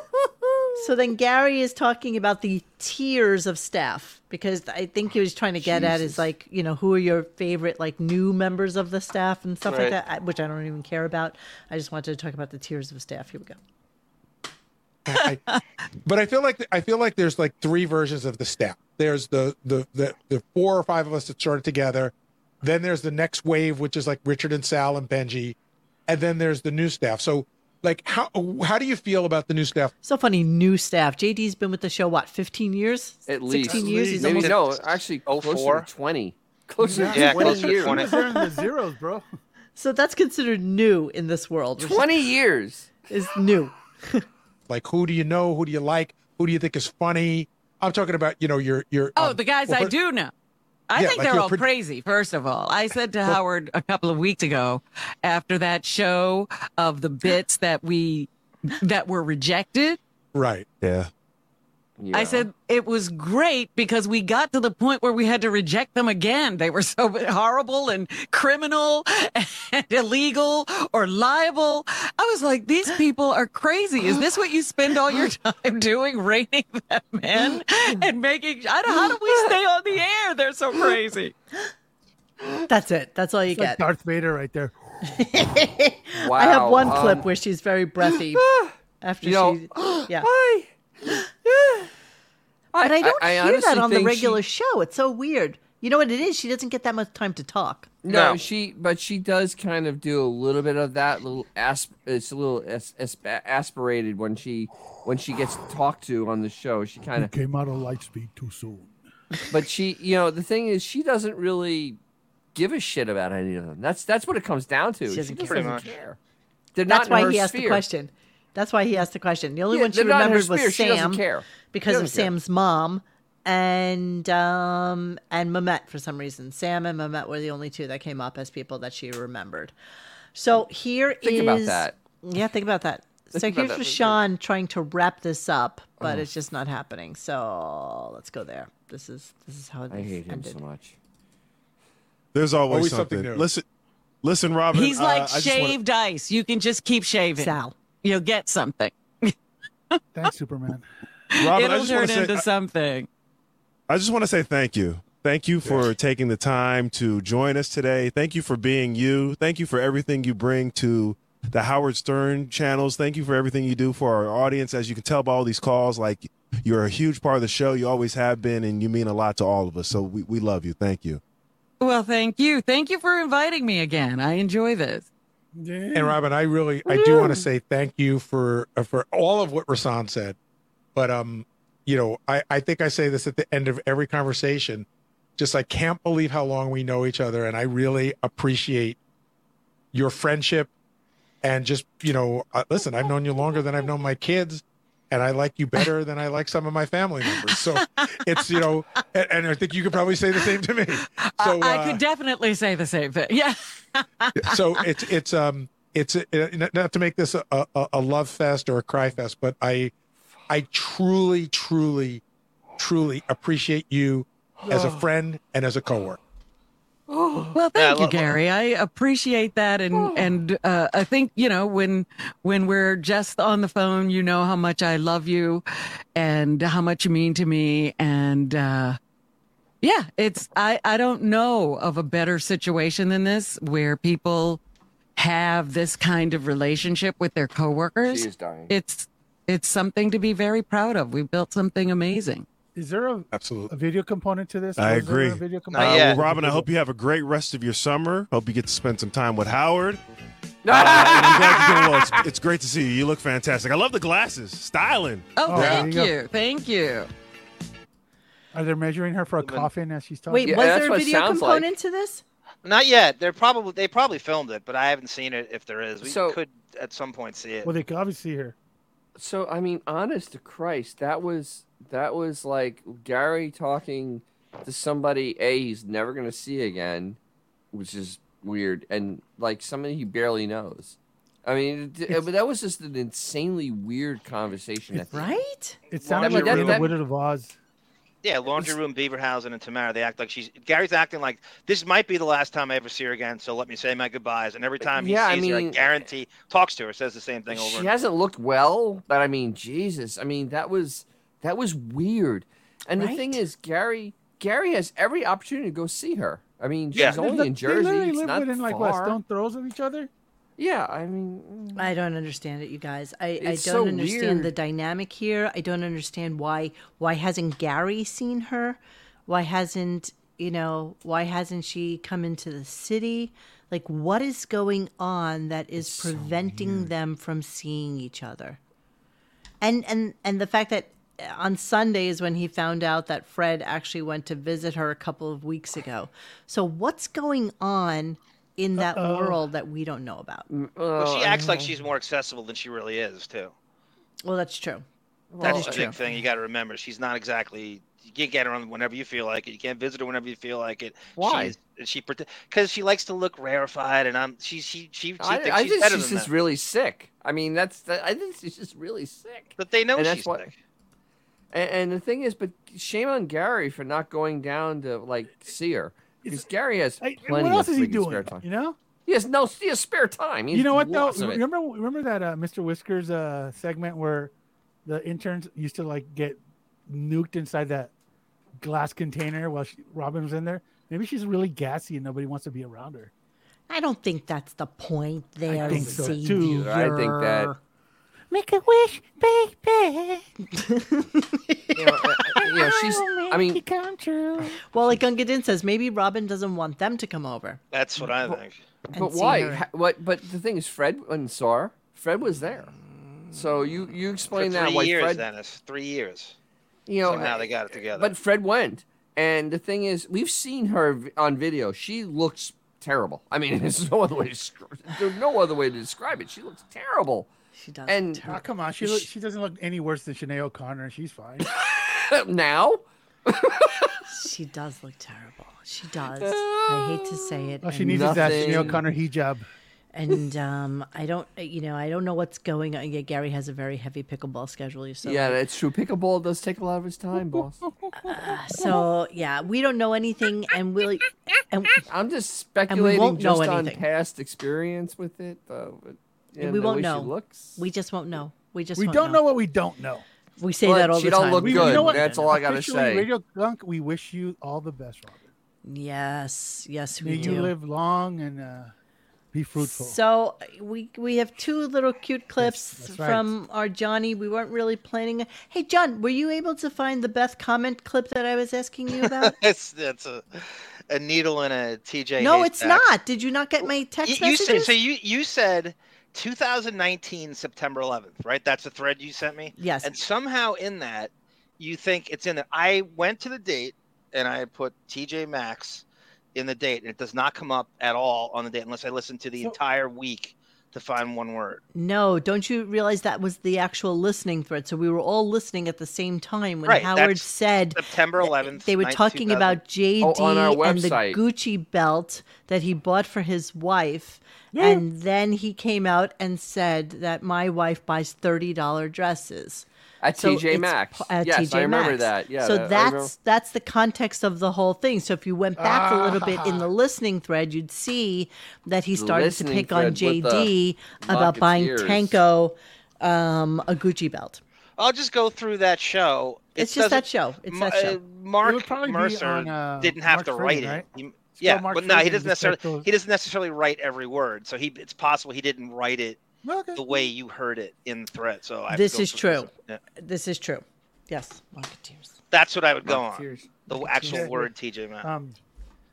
Speaker 1: so then Gary is talking about the tiers of staff because I think he was trying to get at is like you know who are your favorite like new members of the staff and stuff like
Speaker 2: Right.
Speaker 1: that, I- which I don't even care about. I just wanted to talk about the tiers of staff. Here we go.
Speaker 9: I, but I feel like I feel like there's like three versions of the staff. There's the the the, the four or five of us that started together. Then there's the next wave, which is like Richard and Sal and Benji, and then there's the new staff. So, like, how how do you feel about the new staff?
Speaker 1: So funny, new staff. JD's been with the show what, fifteen years?
Speaker 2: At least.
Speaker 1: 16 years. He's
Speaker 2: Maybe
Speaker 1: almost
Speaker 2: no, actually, closer
Speaker 4: 04.
Speaker 2: to 20. Closer to
Speaker 4: Yeah,
Speaker 2: 20
Speaker 4: closer to
Speaker 2: years.
Speaker 5: He
Speaker 4: 20.
Speaker 5: was there in the zeros, bro.
Speaker 1: so that's considered new in this world. which
Speaker 2: 20 years.
Speaker 1: is new.
Speaker 9: Like, who do you know? Who do you like? Who do you think is funny? I'm talking about you know your your
Speaker 8: Oh,
Speaker 9: um,
Speaker 8: the guys
Speaker 9: well,
Speaker 8: I
Speaker 9: for-
Speaker 8: do know. I
Speaker 9: Yeah,
Speaker 8: think
Speaker 9: like
Speaker 8: they're
Speaker 9: your
Speaker 8: all
Speaker 9: pro-
Speaker 8: crazy, first of all. I said to Howard a couple of weeks ago after that show of the bits that we that were rejected.
Speaker 9: right.
Speaker 7: Yeah.
Speaker 2: Yeah.
Speaker 8: I said it was great because we got to the point where we had to reject them again. They were so horrible and criminal and illegal or liable. I was like, these people are crazy. Is this what you spend all your time doing, rating them in and making? I don't, how do we stay on the air? They're so crazy.
Speaker 1: That's it. That's all you
Speaker 5: It's like
Speaker 1: get.
Speaker 5: Darth Vader right there.
Speaker 2: wow.
Speaker 1: I have one
Speaker 2: um,
Speaker 1: clip where she's very breathy after
Speaker 2: you know,
Speaker 1: she. Yeah.
Speaker 2: I,
Speaker 1: But I don't hear that
Speaker 2: honestly
Speaker 1: on the
Speaker 2: think she-
Speaker 1: regular show. It's so weird. You know what it is? She doesn't get that much time to talk.
Speaker 2: No,
Speaker 4: No.
Speaker 2: she, but she does kind of do a little bit of that little asp. It's a little as, as, aspirated when she when she gets talked to on the show. She kind of,
Speaker 5: Came out of light speed too soon.
Speaker 2: but she, you know, the thing is, she doesn't really give a shit about any of them. That's that's what it comes down to. She
Speaker 1: doesn't
Speaker 2: just
Speaker 1: care.
Speaker 2: doesn't care. They're
Speaker 1: That's
Speaker 2: not in
Speaker 1: why
Speaker 2: her
Speaker 1: he asked the
Speaker 2: sphere.
Speaker 1: question. That's why he asked the question. The only
Speaker 2: Yeah,
Speaker 1: one she
Speaker 2: they're not in her
Speaker 1: remembered
Speaker 2: sphere.
Speaker 1: was
Speaker 2: She doesn't
Speaker 1: Sam
Speaker 2: care.
Speaker 1: because
Speaker 2: She
Speaker 1: of
Speaker 2: doesn't care.
Speaker 1: Sam's mom and um and Mamet for some reason. Sam and Mamet were the only two that came up as people that she remembered. So here is
Speaker 2: Think about that.
Speaker 1: Yeah, think about that. so
Speaker 2: about
Speaker 1: here's
Speaker 2: that for a Mm.
Speaker 1: Rashawn trying to wrap this up, but it's just not happening. So let's go there. This is this is how it
Speaker 2: I hate him
Speaker 1: ended.
Speaker 2: so much.
Speaker 7: There's always,
Speaker 9: Always something
Speaker 7: something.
Speaker 9: new.
Speaker 7: Listen, listen, Robin.
Speaker 8: He's
Speaker 7: uh,
Speaker 8: like
Speaker 7: I just wanna-
Speaker 8: shaved ice. You can just keep shaving.
Speaker 1: Sal.
Speaker 8: You'll get something.
Speaker 5: Thanks, Superman.
Speaker 7: Robin, I
Speaker 8: It'll
Speaker 7: just wanna
Speaker 8: turn
Speaker 7: say-
Speaker 8: into something.
Speaker 7: I just want to say thank you. Thank you for taking the time to join us today. Thank you for being you. Thank you for everything you bring to the Howard Stern channels. Thank you for everything you do for our audience. As you can tell by all these calls, like you're a huge part of the show. You always have been, and you mean a lot to all of us. So we, we love you. Thank you.
Speaker 8: Well, thank you. Thank you for inviting me again. I enjoy this. Mm.
Speaker 9: And Robin, I really, I do want to say thank you for uh, for all of what Rasan said, but um, you know, I I think I say this at the end of every conversation, just I can't believe how long we know each other, and I really appreciate your friendship, and just you know, uh, listen, I've known you longer than I've known my kids, and I like you better than I like some of my family members. So it's you know, and, and I think you could probably say the same to me.
Speaker 8: I-
Speaker 9: So
Speaker 8: I,
Speaker 9: uh,
Speaker 8: could definitely say the same thing. Yeah.
Speaker 9: so it's it's um it's uh, not to make this a, a, a love fest or a cry fest, but I I truly truly truly appreciate you as a friend and as a coworker.
Speaker 8: Well,
Speaker 4: Yeah,
Speaker 8: thank you,
Speaker 4: well-
Speaker 8: Gary. I appreciate that, and and uh, I think you know when when we're just on the phone, you know how much I love you, and how much you mean to me, and uh, yeah, it's I I don't know of a better situation than this where people have this kind of relationship with their coworkers.
Speaker 2: She is dying.
Speaker 8: It's it's something to be very proud of. We built something amazing.
Speaker 5: Is there a, a
Speaker 9: Absolutely.
Speaker 5: video component to this?
Speaker 7: I
Speaker 5: Was there
Speaker 7: agree.
Speaker 5: a video
Speaker 4: Uh,
Speaker 5: component?
Speaker 4: yeah.
Speaker 7: Well, Robin, I hope you have a great rest of your summer. Hope you get to spend some time with Howard. Uh, and I'm glad you're doing well. It's, it's great to see you. You look fantastic. I love the glasses. Styling.
Speaker 8: Oh,
Speaker 5: Oh, there
Speaker 8: thank
Speaker 5: you go.
Speaker 8: you, thank you.
Speaker 5: Are they measuring her for a coffin as she's talking?
Speaker 1: Wait,
Speaker 2: Yeah,
Speaker 1: was
Speaker 2: that's
Speaker 1: there a
Speaker 2: what it
Speaker 1: video
Speaker 2: sounds like.
Speaker 1: component to this?
Speaker 4: Not yet. They're probably they probably filmed it, but I haven't seen it. If there is, we
Speaker 2: So-
Speaker 4: could at some point see it.
Speaker 5: Well, they could obviously see her.
Speaker 2: so I mean, honest to Christ, that was that was like Gary talking to somebody a he's never gonna see again, which is weird, and like somebody he barely knows. I mean, it-
Speaker 5: It's-
Speaker 2: but that was just an insanely weird conversation. at the end.
Speaker 1: Right?
Speaker 5: It sounded
Speaker 2: mean,
Speaker 5: like
Speaker 2: that-
Speaker 5: we're in
Speaker 2: that-
Speaker 5: the Wizard of Oz.
Speaker 4: yeah, laundry room, Beaverhausen, and Tamara. They act like she's Gary's acting like this might be the last time I ever see her again. So let me say my goodbyes. And every time he
Speaker 2: Yeah, I
Speaker 4: sees her, I
Speaker 2: mean-
Speaker 4: guarantee talks to her, says the same thing over.
Speaker 2: She
Speaker 4: and-
Speaker 2: hasn't looked well, but I mean, Jesus, I mean that was that was weird. And the thing
Speaker 1: Right?
Speaker 2: is, Gary Gary has every opportunity to go see her. I mean, she's
Speaker 4: Yeah.
Speaker 5: They
Speaker 2: only
Speaker 5: li-
Speaker 2: in
Speaker 5: They
Speaker 2: Jersey.
Speaker 5: literally
Speaker 2: it's
Speaker 5: live
Speaker 2: not
Speaker 5: within like
Speaker 2: far.
Speaker 5: what stone throws of each other.
Speaker 2: Yeah, I mean, mm.
Speaker 1: I don't understand it, you guys. I, I don't
Speaker 2: It's so
Speaker 1: understand the
Speaker 2: weird.
Speaker 1: dynamic here. I don't understand why why hasn't Gary seen her? Why hasn't you know why hasn't she come into the city? Like what is going on that is preventing them from seeing each other? And and and the fact that on Sunday is when he found out that Fred actually went to visit her a couple of weeks ago. So what's going on in that world that we don't know about?
Speaker 4: Well,
Speaker 2: uh,
Speaker 4: she acts like she's more accessible than she really is too.
Speaker 1: Well, that's true.
Speaker 4: That's
Speaker 1: is
Speaker 4: the
Speaker 1: true.
Speaker 4: big thing you got to remember. She's not exactly. You can't get her on whenever you feel like it. You can't visit her whenever you feel like it.
Speaker 2: Why?
Speaker 4: She's, she because she likes to look rarefied, and I'm she she she, she
Speaker 2: I,
Speaker 4: thinks
Speaker 2: I
Speaker 4: she's
Speaker 2: think
Speaker 4: better
Speaker 2: she's
Speaker 4: than
Speaker 2: just
Speaker 4: that.
Speaker 2: really sick. I mean, that's that, I think she's just really sick.
Speaker 4: but they know
Speaker 2: and that's
Speaker 4: she's
Speaker 2: what-
Speaker 4: sick.
Speaker 2: And, and the thing is, but shame on Gary for not going down to like see her because Gary has
Speaker 5: Hey,
Speaker 2: plenty
Speaker 5: what else
Speaker 2: of
Speaker 5: is he
Speaker 2: freaking
Speaker 5: doing?
Speaker 2: spare time.
Speaker 5: You know.
Speaker 2: He has no he has spare time. He
Speaker 5: You
Speaker 2: has
Speaker 5: know what though?
Speaker 2: lots of it.
Speaker 5: Remember remember that uh, Mr. Whiskers uh, segment where the interns used to like get nuked inside that glass container while she, Robin was in there. Maybe she's really gassy and nobody wants to be around her.
Speaker 1: I don't think that's the point there,
Speaker 5: think so, too.
Speaker 1: Xavier.
Speaker 2: I think that-
Speaker 3: Make a wish, baby.
Speaker 2: you know, uh, you know, she's. I mean,
Speaker 3: Make it come true.
Speaker 1: Well, like Gunga Din says, maybe Robin doesn't want them to come over.
Speaker 4: That's what I think.
Speaker 1: and
Speaker 2: but
Speaker 1: see
Speaker 2: why?
Speaker 1: her.
Speaker 2: Ha- What? But the thing is, Fred and Sar, Fred was there. So you you
Speaker 4: For three
Speaker 2: explain that why
Speaker 4: years,
Speaker 2: Fred,
Speaker 4: Dennis. Three years.
Speaker 2: you know,
Speaker 4: Somehow they got it together.
Speaker 2: but Fred went, and the thing is, we've seen her v- on video. She looks terrible. I mean, there's no other way. To, scr- there's no other way to describe it. She looks terrible.
Speaker 1: She does.
Speaker 2: And-
Speaker 5: Ah, come on, she look, she doesn't look any worse than Sinead O'Connor. She's fine.
Speaker 2: now,
Speaker 1: She does look terrible. She does. I hate to say it.
Speaker 5: All she needs is that Sinead
Speaker 2: Nothing.
Speaker 5: O'Connor hijab.
Speaker 1: And um, I don't, you know, I don't know what's going on. Yeah, Gary has a very heavy pickleball schedule. So
Speaker 2: yeah, that's true. Pickleball does take a lot of his time, boss.
Speaker 1: Uh, so yeah, we don't know anything, and we'll, and
Speaker 2: I'm just
Speaker 1: won't
Speaker 2: speculating
Speaker 1: know
Speaker 2: just on
Speaker 1: anything.
Speaker 2: past experience with it, though. But, yeah,
Speaker 1: we
Speaker 2: the
Speaker 1: won't
Speaker 2: way
Speaker 1: know.
Speaker 2: She looks.
Speaker 1: we just won't know. We just
Speaker 5: We
Speaker 1: won't
Speaker 5: don't know what we don't know.
Speaker 1: We say
Speaker 2: But
Speaker 1: that all
Speaker 2: she
Speaker 1: the
Speaker 2: don't
Speaker 1: time.
Speaker 2: look
Speaker 5: We,
Speaker 2: good.
Speaker 5: You know what?
Speaker 2: That's all I gotta
Speaker 5: Officially,
Speaker 2: say.
Speaker 5: Radio Gunk, we wish you all the best, Robert.
Speaker 1: Yes, yes,
Speaker 5: May
Speaker 1: we
Speaker 5: you
Speaker 1: do.
Speaker 5: live long and uh, be fruitful.
Speaker 1: So we we have two little cute clips
Speaker 5: that's right.
Speaker 1: from our Johnny. We weren't really planning. Hey, John, were you able to find the Beth comment clip that I was asking you about?
Speaker 4: That's that's a, a needle in a TJ.
Speaker 1: no, it's
Speaker 4: haystack.
Speaker 1: not. Did you not get my text
Speaker 4: You, you
Speaker 1: messages?
Speaker 4: said so. You you said 2019 September 11th, right? That's the thread you sent me.
Speaker 1: yes.
Speaker 4: And somehow in that, you think it's in there. I went to the date and I put TJ Maxx in the date, and it does not come up at all on the date unless I listen to the
Speaker 5: So-
Speaker 4: entire week to find one word.
Speaker 1: No, don't you realize that was the actual listening thread? So we were all listening at the same time when
Speaker 4: Right,
Speaker 1: Howard
Speaker 4: that's-
Speaker 1: said
Speaker 4: September 11th.
Speaker 1: they were
Speaker 4: 9th,
Speaker 1: talking
Speaker 4: 2000.
Speaker 1: about JD
Speaker 2: Oh, on our
Speaker 1: and the
Speaker 2: website.
Speaker 1: Gucci belt that he bought for his wife. And then he came out and said that my wife buys $30 dresses.
Speaker 2: At
Speaker 1: So
Speaker 2: TJ
Speaker 1: it's
Speaker 2: Maxx.
Speaker 1: p- at
Speaker 2: yes,
Speaker 1: TJ
Speaker 2: I remember
Speaker 1: Maxx.
Speaker 2: that. Yeah.
Speaker 1: So
Speaker 2: that- I remember-
Speaker 1: that's that's the context of the whole thing. So if you went back a little bit in the listening thread, you'd see that he
Speaker 2: Ah. The
Speaker 1: started to
Speaker 2: listening
Speaker 1: pick on
Speaker 2: thread with the
Speaker 1: JD about buying
Speaker 2: Rocketeers.
Speaker 1: Tanko um, a Gucci belt.
Speaker 4: I'll just go through that show. It
Speaker 1: It's just
Speaker 4: doesn't-
Speaker 1: that show. It's
Speaker 4: Ma-
Speaker 1: that show.
Speaker 4: uh, Mark
Speaker 5: would probably be
Speaker 4: Mercer
Speaker 5: on, uh,
Speaker 4: didn't have
Speaker 5: Mark
Speaker 4: to
Speaker 5: Friedman,
Speaker 4: write it.
Speaker 5: right?
Speaker 4: He-
Speaker 5: go
Speaker 4: yeah,
Speaker 5: Mark
Speaker 4: but no, he
Speaker 5: Friedman,
Speaker 4: doesn't
Speaker 5: just like
Speaker 4: necessarily
Speaker 5: those-
Speaker 4: he doesn't necessarily write every word. So he it's possible he didn't write it
Speaker 5: Okay.
Speaker 4: the way you heard it in the thread. So I have to
Speaker 1: This
Speaker 4: go
Speaker 1: is
Speaker 4: through
Speaker 1: true.
Speaker 4: Yeah.
Speaker 1: This is true. Yes, marketeers.
Speaker 4: That's what I would go on.
Speaker 2: Tears.
Speaker 4: The actual
Speaker 5: Yeah.
Speaker 4: word, TJ Maxx.
Speaker 5: Um,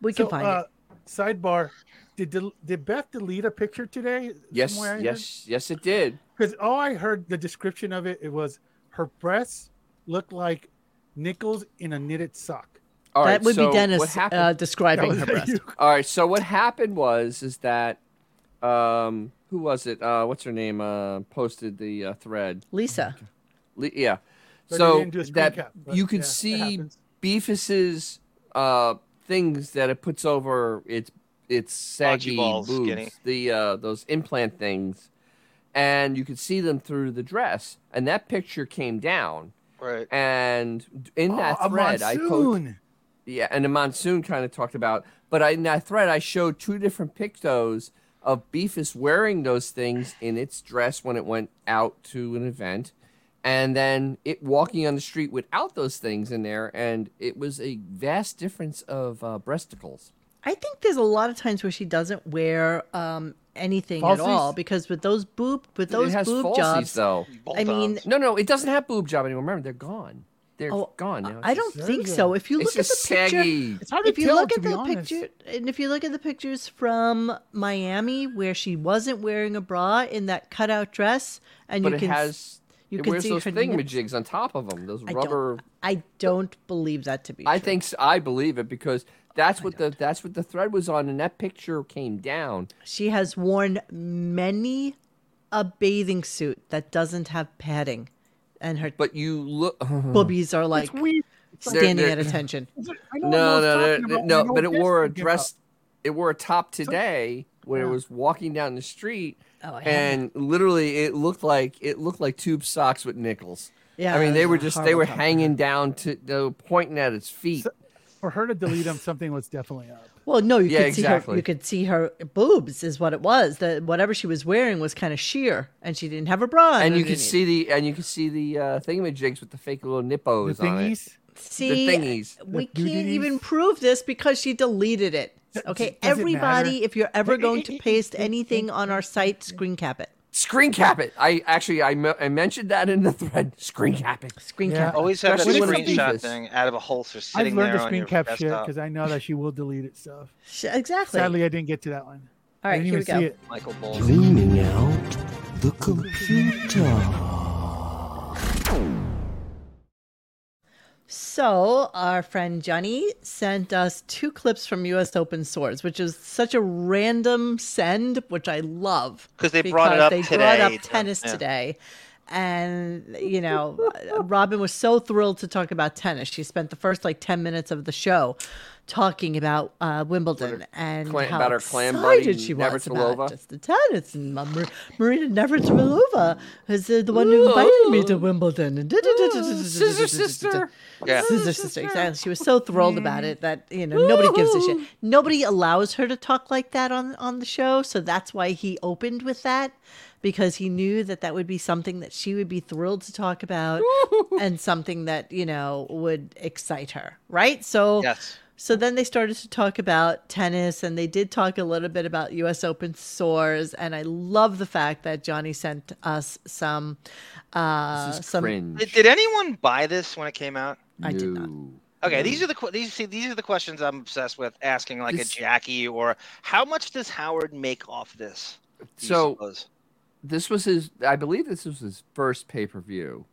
Speaker 1: We
Speaker 5: so,
Speaker 1: can find
Speaker 5: uh,
Speaker 1: it.
Speaker 5: Sidebar: Did del- did Beth delete a picture today?
Speaker 2: Yes, yes, yes, it did.
Speaker 5: Because all I heard the description of it, it was her breasts looked like nickels in a knitted sock.
Speaker 2: All right.
Speaker 1: that would
Speaker 2: so
Speaker 1: be Dennis
Speaker 2: What happened?
Speaker 1: uh,
Speaker 5: That
Speaker 1: describing
Speaker 5: was
Speaker 1: her breast.
Speaker 5: you.
Speaker 2: All right. So what happened was is that um who was it? Uh, what's her name? Uh, posted the uh, thread.
Speaker 1: Lisa.
Speaker 2: Le- yeah.
Speaker 5: But they
Speaker 2: so
Speaker 5: didn't do a screen
Speaker 2: that
Speaker 5: cap, but
Speaker 2: you could
Speaker 5: yeah, that
Speaker 2: see
Speaker 5: happens.
Speaker 2: Beefus's uh things that it puts over its its saggy
Speaker 4: balls,
Speaker 2: boobs,
Speaker 4: skinny.
Speaker 2: the uh those implant things, and you could see them through the dress. And that picture came down.
Speaker 4: Right.
Speaker 2: And in that
Speaker 5: Oh, a
Speaker 2: thread, I quote
Speaker 5: monsoon.
Speaker 2: yeah, and the monsoon kind of talked about. But I, in that thread, I showed two different pictos of Beefus wearing those things in its dress when it went out to an event, and then it walking on the street without those things in there, and it was a vast difference of uh, breasticles.
Speaker 1: I think there's a lot of times where she doesn't wear um, anything at
Speaker 5: Falsies?
Speaker 1: all because with those boob with those
Speaker 2: it has
Speaker 1: boob
Speaker 2: falsies
Speaker 1: jobs.
Speaker 2: though.
Speaker 1: I mean,
Speaker 4: Bolt-ons.
Speaker 2: No, no, it doesn't have boob job anymore. Remember, they're gone. They're
Speaker 1: Oh,
Speaker 2: gone now.
Speaker 1: I
Speaker 2: It's
Speaker 1: don't
Speaker 2: just-
Speaker 1: think so. If you
Speaker 2: It's
Speaker 1: look at
Speaker 2: just
Speaker 1: the picture,
Speaker 2: saggy.
Speaker 5: It's hard to
Speaker 1: if you
Speaker 5: tell,
Speaker 1: look
Speaker 5: to
Speaker 1: at
Speaker 5: be
Speaker 1: the
Speaker 5: honest.
Speaker 1: picture and if you look at the pictures from Miami where she wasn't wearing a bra in that cutout dress and
Speaker 2: But
Speaker 1: you
Speaker 2: it
Speaker 1: can
Speaker 2: has.
Speaker 1: you
Speaker 2: it
Speaker 1: can
Speaker 2: wears
Speaker 1: see
Speaker 2: those
Speaker 1: her
Speaker 2: thingamajigs on top of them. Those
Speaker 1: I
Speaker 2: rubber.
Speaker 1: don't, I don't believe that to be
Speaker 2: I
Speaker 1: true.
Speaker 2: think so. I believe it because that's what the that's what the thread was on, and that picture came down.
Speaker 1: she has worn many a bathing suit that doesn't have padding and her
Speaker 2: But you look. uh-huh.
Speaker 1: boobies are like
Speaker 5: Weird.
Speaker 1: standing
Speaker 2: They're-
Speaker 1: at attention.
Speaker 5: I know
Speaker 2: no,
Speaker 5: what Mo's
Speaker 2: no,
Speaker 5: talking
Speaker 2: no,
Speaker 5: about.
Speaker 2: no,
Speaker 5: I
Speaker 2: no,
Speaker 5: know
Speaker 2: But it
Speaker 5: what
Speaker 2: wore a
Speaker 5: Jason's talking
Speaker 2: dress. It wore a top today when it was walking down the street,
Speaker 1: Oh, I haven't.
Speaker 2: and literally it looked like it looked like tube socks with nickels.
Speaker 1: Yeah,
Speaker 2: I mean,
Speaker 1: that
Speaker 2: they
Speaker 1: was
Speaker 2: were
Speaker 1: a
Speaker 2: just they
Speaker 1: horrible
Speaker 2: were
Speaker 1: top.
Speaker 2: hanging down to they were pointing at its feet.
Speaker 5: about. For her to delete them, something was definitely up.
Speaker 1: Well, no, you
Speaker 2: Yeah,
Speaker 1: could see her.
Speaker 2: exactly.
Speaker 1: You could see her boobs is what it was. That whatever she was wearing was kind of sheer, and she didn't have a bra.
Speaker 2: and you
Speaker 1: underneath.
Speaker 2: could see the and you could see the uh, thingamajigs with the fake little nippos
Speaker 5: the
Speaker 2: on it.
Speaker 5: thingies.
Speaker 1: See,
Speaker 2: thingies.
Speaker 1: we
Speaker 5: The
Speaker 1: can't
Speaker 5: doodays.
Speaker 1: even prove this because she deleted it. Okay,
Speaker 5: does it
Speaker 1: everybody,
Speaker 5: matter?
Speaker 1: if you're ever going to paste anything on our site, screen cap it.
Speaker 2: Screen cap it. I actually I, me- I mentioned that in the thread. Screen cap it.
Speaker 1: Screen
Speaker 5: Yeah.
Speaker 1: cap. it.
Speaker 4: Always have that
Speaker 2: Especially
Speaker 5: when it's
Speaker 4: screenshot
Speaker 2: Beefus.
Speaker 4: thing out of a holster
Speaker 5: I've
Speaker 4: sitting
Speaker 5: learned
Speaker 4: there
Speaker 5: to
Speaker 4: on
Speaker 5: screen
Speaker 4: your
Speaker 5: cap shit
Speaker 4: desktop.
Speaker 5: because I know that she will delete it stuff.
Speaker 1: Sh- Exactly.
Speaker 5: Sadly, I didn't get to that one.
Speaker 1: All
Speaker 5: I
Speaker 1: right,
Speaker 5: didn't even
Speaker 1: here we go.
Speaker 5: see it.
Speaker 4: Michael Bolton.
Speaker 11: Cleaning out the computer.
Speaker 1: So, our friend Johnny sent us two clips from US Open Swords, which is such a random send, which I love.
Speaker 4: 'Cause they brought it up
Speaker 1: they brought
Speaker 4: today,
Speaker 1: up tennis
Speaker 4: yeah.
Speaker 1: today. And, you know, Robin was so thrilled to talk about tennis. She spent the first like 10 minutes of the show talking about uh, Wimbledon and
Speaker 2: clan-
Speaker 1: how
Speaker 2: about her clan
Speaker 1: excited
Speaker 2: buddy,
Speaker 1: she was
Speaker 2: Navratilova.
Speaker 1: about just the tennis. And Ma- Mar- Marina Navratilova is uh, the one who invited me to Wimbledon. And
Speaker 2: Scissor sister.
Speaker 4: Yeah.
Speaker 1: Scissor sister. Exactly. She was so thrilled about it that you know nobody gives a shit. Nobody allows her to talk like that on on the show, so that's why he opened with that because he knew that that would be something that she would be thrilled to talk about and something that you know would excite her, right? So
Speaker 4: Yes.
Speaker 1: so then they started to talk about tennis, and they did talk a little bit about U.S. Open sores. And I love the fact that Johnny sent us some uh, some
Speaker 2: Cringe.
Speaker 4: Did, did anyone buy this when it came out?
Speaker 1: I did not.
Speaker 2: No.
Speaker 4: Okay, these are the que- these see these are the questions I'm obsessed with asking, like
Speaker 2: This-
Speaker 4: a Jackie or how much does Howard make off this? do you
Speaker 2: So-
Speaker 4: suppose?
Speaker 2: this was his i believe this was his first pay-per-view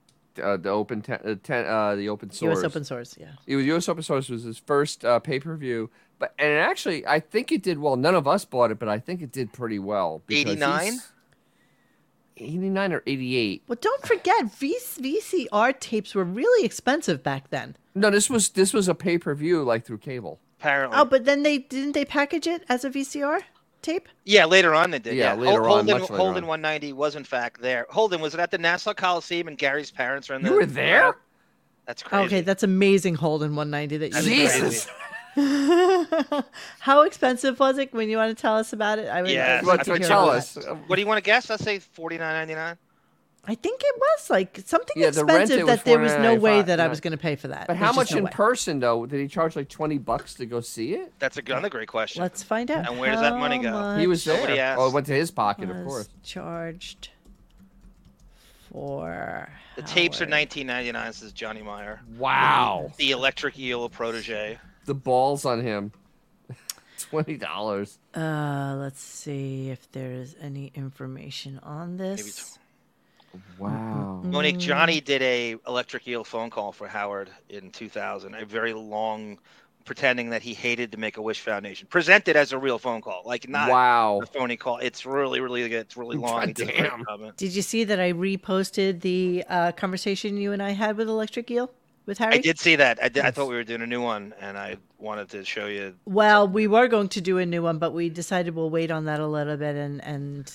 Speaker 2: uh, the open te- uh, ten, uh, the open source
Speaker 1: U.S. Open source, yeah.
Speaker 2: it was us open source was his first uh, pay-per-view but and actually i think it did well none of us bought it but i think it did pretty well because
Speaker 4: 89?
Speaker 2: he's- 89 or 88
Speaker 1: Well, don't forget, v- VCR tapes were really expensive back then.
Speaker 2: no this was this was a pay-per-view like through cable
Speaker 4: apparently.
Speaker 1: Oh, but then they didn't they package it as a VCR tape?
Speaker 4: yeah, later on they did.
Speaker 2: Yeah,
Speaker 4: Yeah,
Speaker 2: later on,
Speaker 4: Holden,
Speaker 2: much later
Speaker 4: Holden
Speaker 2: on.
Speaker 4: 190 was in fact there. Holden was it at the Nassau Coliseum and Gary's parents were in the
Speaker 2: you were there
Speaker 4: That's crazy.
Speaker 1: Oh, Okay, that's amazing. Holden 190 that
Speaker 4: That's
Speaker 1: you.
Speaker 2: Jesus.
Speaker 1: How expensive was it? When you want to tell us about it, I would.
Speaker 4: Yeah,
Speaker 1: I'd
Speaker 4: Well,
Speaker 1: love
Speaker 2: What,
Speaker 1: to hear
Speaker 4: I think
Speaker 2: tell
Speaker 1: about
Speaker 2: us Uh,
Speaker 1: that.
Speaker 4: What do you want to guess? I'll say 49.99.
Speaker 1: I think it was like something
Speaker 2: Yeah, the rent,
Speaker 1: expensive
Speaker 2: it was
Speaker 1: that there was no way
Speaker 2: $49.95,
Speaker 1: that I
Speaker 2: yeah.
Speaker 1: was going to pay for that. There's
Speaker 2: but how
Speaker 1: just
Speaker 2: much
Speaker 1: no
Speaker 2: in
Speaker 1: way.
Speaker 2: person though did he charge like 20 bucks to go see it
Speaker 4: That's a, another great question.
Speaker 1: Let's find out.
Speaker 4: And where does that money
Speaker 1: how
Speaker 4: go?
Speaker 2: he was
Speaker 4: Nobody
Speaker 2: there
Speaker 4: asked.
Speaker 2: oh it went to his
Speaker 1: much
Speaker 2: pocket of
Speaker 1: was
Speaker 2: course
Speaker 1: Charged for
Speaker 4: the tapes are
Speaker 1: Howard.
Speaker 4: 19.99 says Johnny Meyer.
Speaker 2: wow
Speaker 4: The electric eel protege.
Speaker 2: the balls on him. Twenty dollars.
Speaker 1: Uh, let's see if there's any information on this.
Speaker 2: Wow.
Speaker 1: Mm-hmm.
Speaker 4: Monique Johnny did a electric eel phone call for Howard in 2000, a very long pretending that he hated the Make a Wish Foundation. Presented as a real phone call, like not
Speaker 2: wow.
Speaker 4: a phony call. It's really really good. It's really long. He did a great
Speaker 2: Goddamn.
Speaker 4: job in it.
Speaker 1: Did you see that I reposted the uh, conversation you and I had with Electric Eel with Harry?
Speaker 4: I did see that. I did, I thought we were doing a new one and I wanted to show you
Speaker 1: Well, we were going to do a new one, but we decided we'll wait on that a little bit and and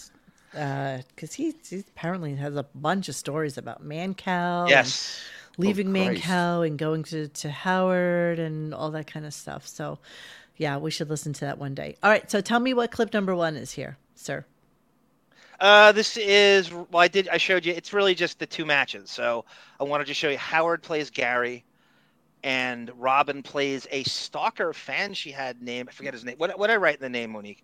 Speaker 1: because he, he apparently has a bunch of stories about man cow. and
Speaker 4: Yes. Oh,
Speaker 1: leaving man
Speaker 2: Christ.
Speaker 1: cow and going to, to Howard and all that kind of stuff. So, yeah, we should listen to that one day. All right, so tell me what clip number one is here, sir.
Speaker 4: Uh, this is well, I did I showed you. It's really just the two matches. So I wanted to show you Howard plays Gary, and Robin plays a stalker fan she had named. I forget his name. What what did I write the name Monique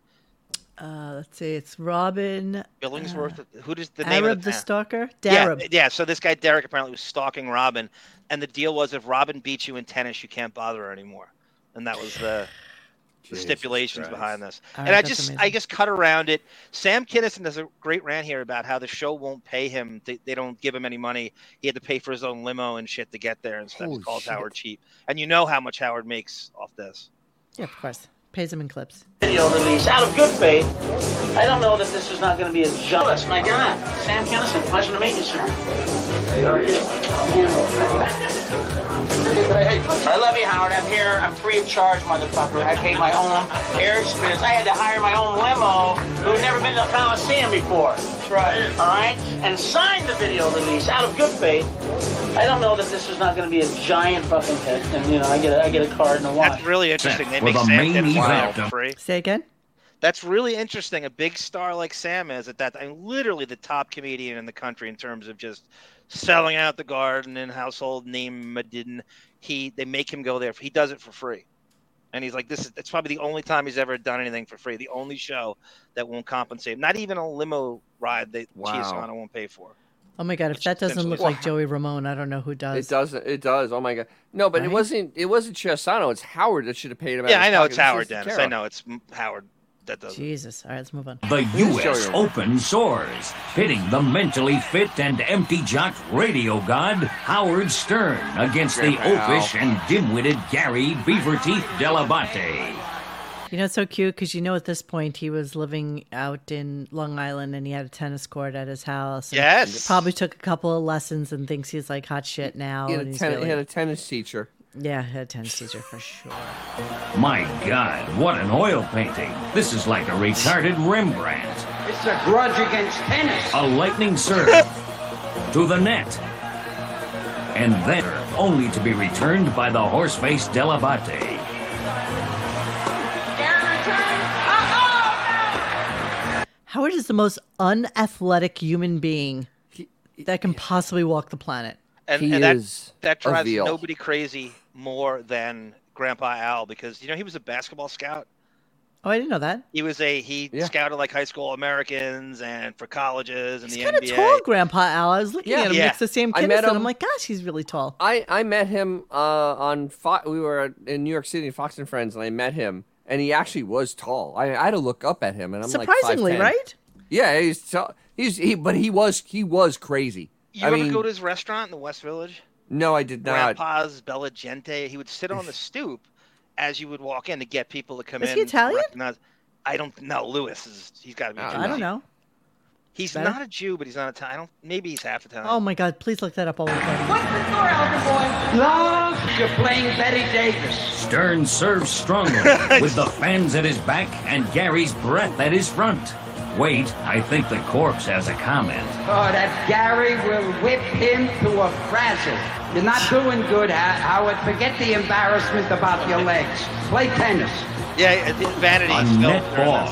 Speaker 1: Uh, let's see, it's Robin
Speaker 4: Billingsworth. who does the name
Speaker 1: Arab
Speaker 4: of
Speaker 1: Uh, the
Speaker 4: the, fan?
Speaker 1: Stalker.
Speaker 4: Yeah,
Speaker 1: Darab.
Speaker 4: yeah. So this guy Derek apparently was stalking Robin, and the deal was if Robin beats you in tennis, you can't bother her anymore. And that was the the stipulations behind this.
Speaker 1: All
Speaker 4: and
Speaker 1: right,
Speaker 4: I
Speaker 1: that's
Speaker 4: just I
Speaker 1: amazing.
Speaker 4: just cut around it. Sam Kinison does a great rant here about how the show won't pay him. They, they don't give him any money. He had to pay for his own limo and shit to get there and stuff.
Speaker 9: Holy
Speaker 4: he calls
Speaker 9: shit.
Speaker 4: Howard cheap. And you know how much Howard makes off this.
Speaker 1: yeah, of course. Pays him in clips.
Speaker 12: video release out of good faith. I don't know that this is not going to be a jealous. My God, Sam Kennison, pleasure to meet you, sir. I love you, Howard. I'm here. I'm free of charge, motherfucker. I paid my own air expense. I had to hire my own limo who had never been to the Coliseum before. That's right. All right? And signed the video release out of good faith. I don't know that this is not going to be a giant fucking hit. And, you know, I get a, I get a card and a watch.
Speaker 4: That's really interesting. They
Speaker 11: Well,
Speaker 4: make
Speaker 11: the
Speaker 4: Sam
Speaker 11: main
Speaker 4: Kinison
Speaker 11: event-
Speaker 4: for free.
Speaker 1: Say again.
Speaker 4: That's really interesting. A big star like Sam is at that time, literally the top comedian in the country in terms of just selling out the garden and household name. Madden. He they make him go there. He does it for free, and he's like, "This is it's probably the only time he's ever done anything for free. The only show that won't compensate. him. Not even a limo ride that
Speaker 2: Wow.
Speaker 4: Chiasana won't pay for."
Speaker 1: Oh my god, if
Speaker 4: Which
Speaker 1: that doesn't
Speaker 4: essentially-
Speaker 1: look like Joey Ramone, I don't know who does.
Speaker 2: It does. It does. Oh my god. No, but it
Speaker 1: Right?
Speaker 2: wasn't. It wasn't Chiasano. It's Howard that should have paid him. out
Speaker 4: yeah,
Speaker 2: of
Speaker 4: I
Speaker 2: his
Speaker 4: know
Speaker 2: pocket.
Speaker 4: it's
Speaker 2: This
Speaker 4: Howard
Speaker 2: is
Speaker 4: Dennis. I
Speaker 2: Tara.
Speaker 4: know it's M- Howard
Speaker 6: that does it.
Speaker 1: Jesus. All right, let's move on.
Speaker 11: The U.S. Open soars, pitting the mentally fit and empty jock radio god Howard Stern against the
Speaker 1: Wow.
Speaker 11: oafish and dim-witted Gary Beaverteeth Delabate.
Speaker 1: You know, it's so cute because you know at this point he was living out in Long Island and he had a tennis court at his house. and
Speaker 2: Yes.
Speaker 1: Probably took a couple of lessons and thinks he's like hot shit now.
Speaker 2: He had,
Speaker 1: and
Speaker 2: a
Speaker 1: he's
Speaker 2: ten- he
Speaker 1: really-
Speaker 2: had a tennis teacher.
Speaker 1: yeah, he had a tennis teacher for sure.
Speaker 11: My God, what an oil painting! This is like a retarded Rembrandt.
Speaker 12: It's a grudge against tennis.
Speaker 11: A lightning serve to the net. And then only to be returned by the horse-faced Delabate.
Speaker 1: Howard is the most unathletic human being that can possibly walk the planet.
Speaker 4: and, and that that drives nobody crazy more than Grandpa Al because you know he was a basketball scout.
Speaker 1: Oh, I didn't know that.
Speaker 4: He was a he scouted like high school Americans and for colleges and the
Speaker 1: Kind of
Speaker 4: NBA.
Speaker 1: tall, Grandpa Al. I was looking
Speaker 4: Yeah.
Speaker 1: at him
Speaker 4: Yeah.
Speaker 1: next to Sam
Speaker 4: I
Speaker 1: Kinison.
Speaker 4: met him-
Speaker 1: I'm like, gosh, he's really tall.
Speaker 2: I, I met him uh, on Fo- we were at- in New York City in Fox and Friends, and I met him, and he actually was tall. I, I had to look up at him, and I'm
Speaker 1: Surprisingly,
Speaker 2: like 5'10".
Speaker 1: right?
Speaker 2: Yeah, he's tall. He's he, but he was he was crazy.
Speaker 4: You
Speaker 2: I
Speaker 4: ever
Speaker 2: mean,
Speaker 4: go to his restaurant in the West Village?
Speaker 2: no, I did not.
Speaker 4: Grandpa's Bella Gente. He would sit on the stoop as you would walk in to get people to come
Speaker 1: Is
Speaker 4: in.
Speaker 1: he Italian?
Speaker 4: recognize- I don't know. Lewis is he's got to be.
Speaker 1: I don't
Speaker 4: Italian.
Speaker 1: know.
Speaker 4: He's
Speaker 1: Better?
Speaker 4: not a Jew, but he's not Italian. I don't- Maybe he's half Italian.
Speaker 1: Oh my God, please look that up all the time.
Speaker 12: Love, you're playing Betty Davis.
Speaker 11: Stern serves strongly with the fans at his back and Gary's breath at his front. Wait, I think the corpse has a comment.
Speaker 12: Oh, that Gary will whip him to a frazzle. You're not doing good, Ha- Howard. Forget the embarrassment about your legs. Play tennis.
Speaker 4: Yeah, vanity.
Speaker 11: A net ball.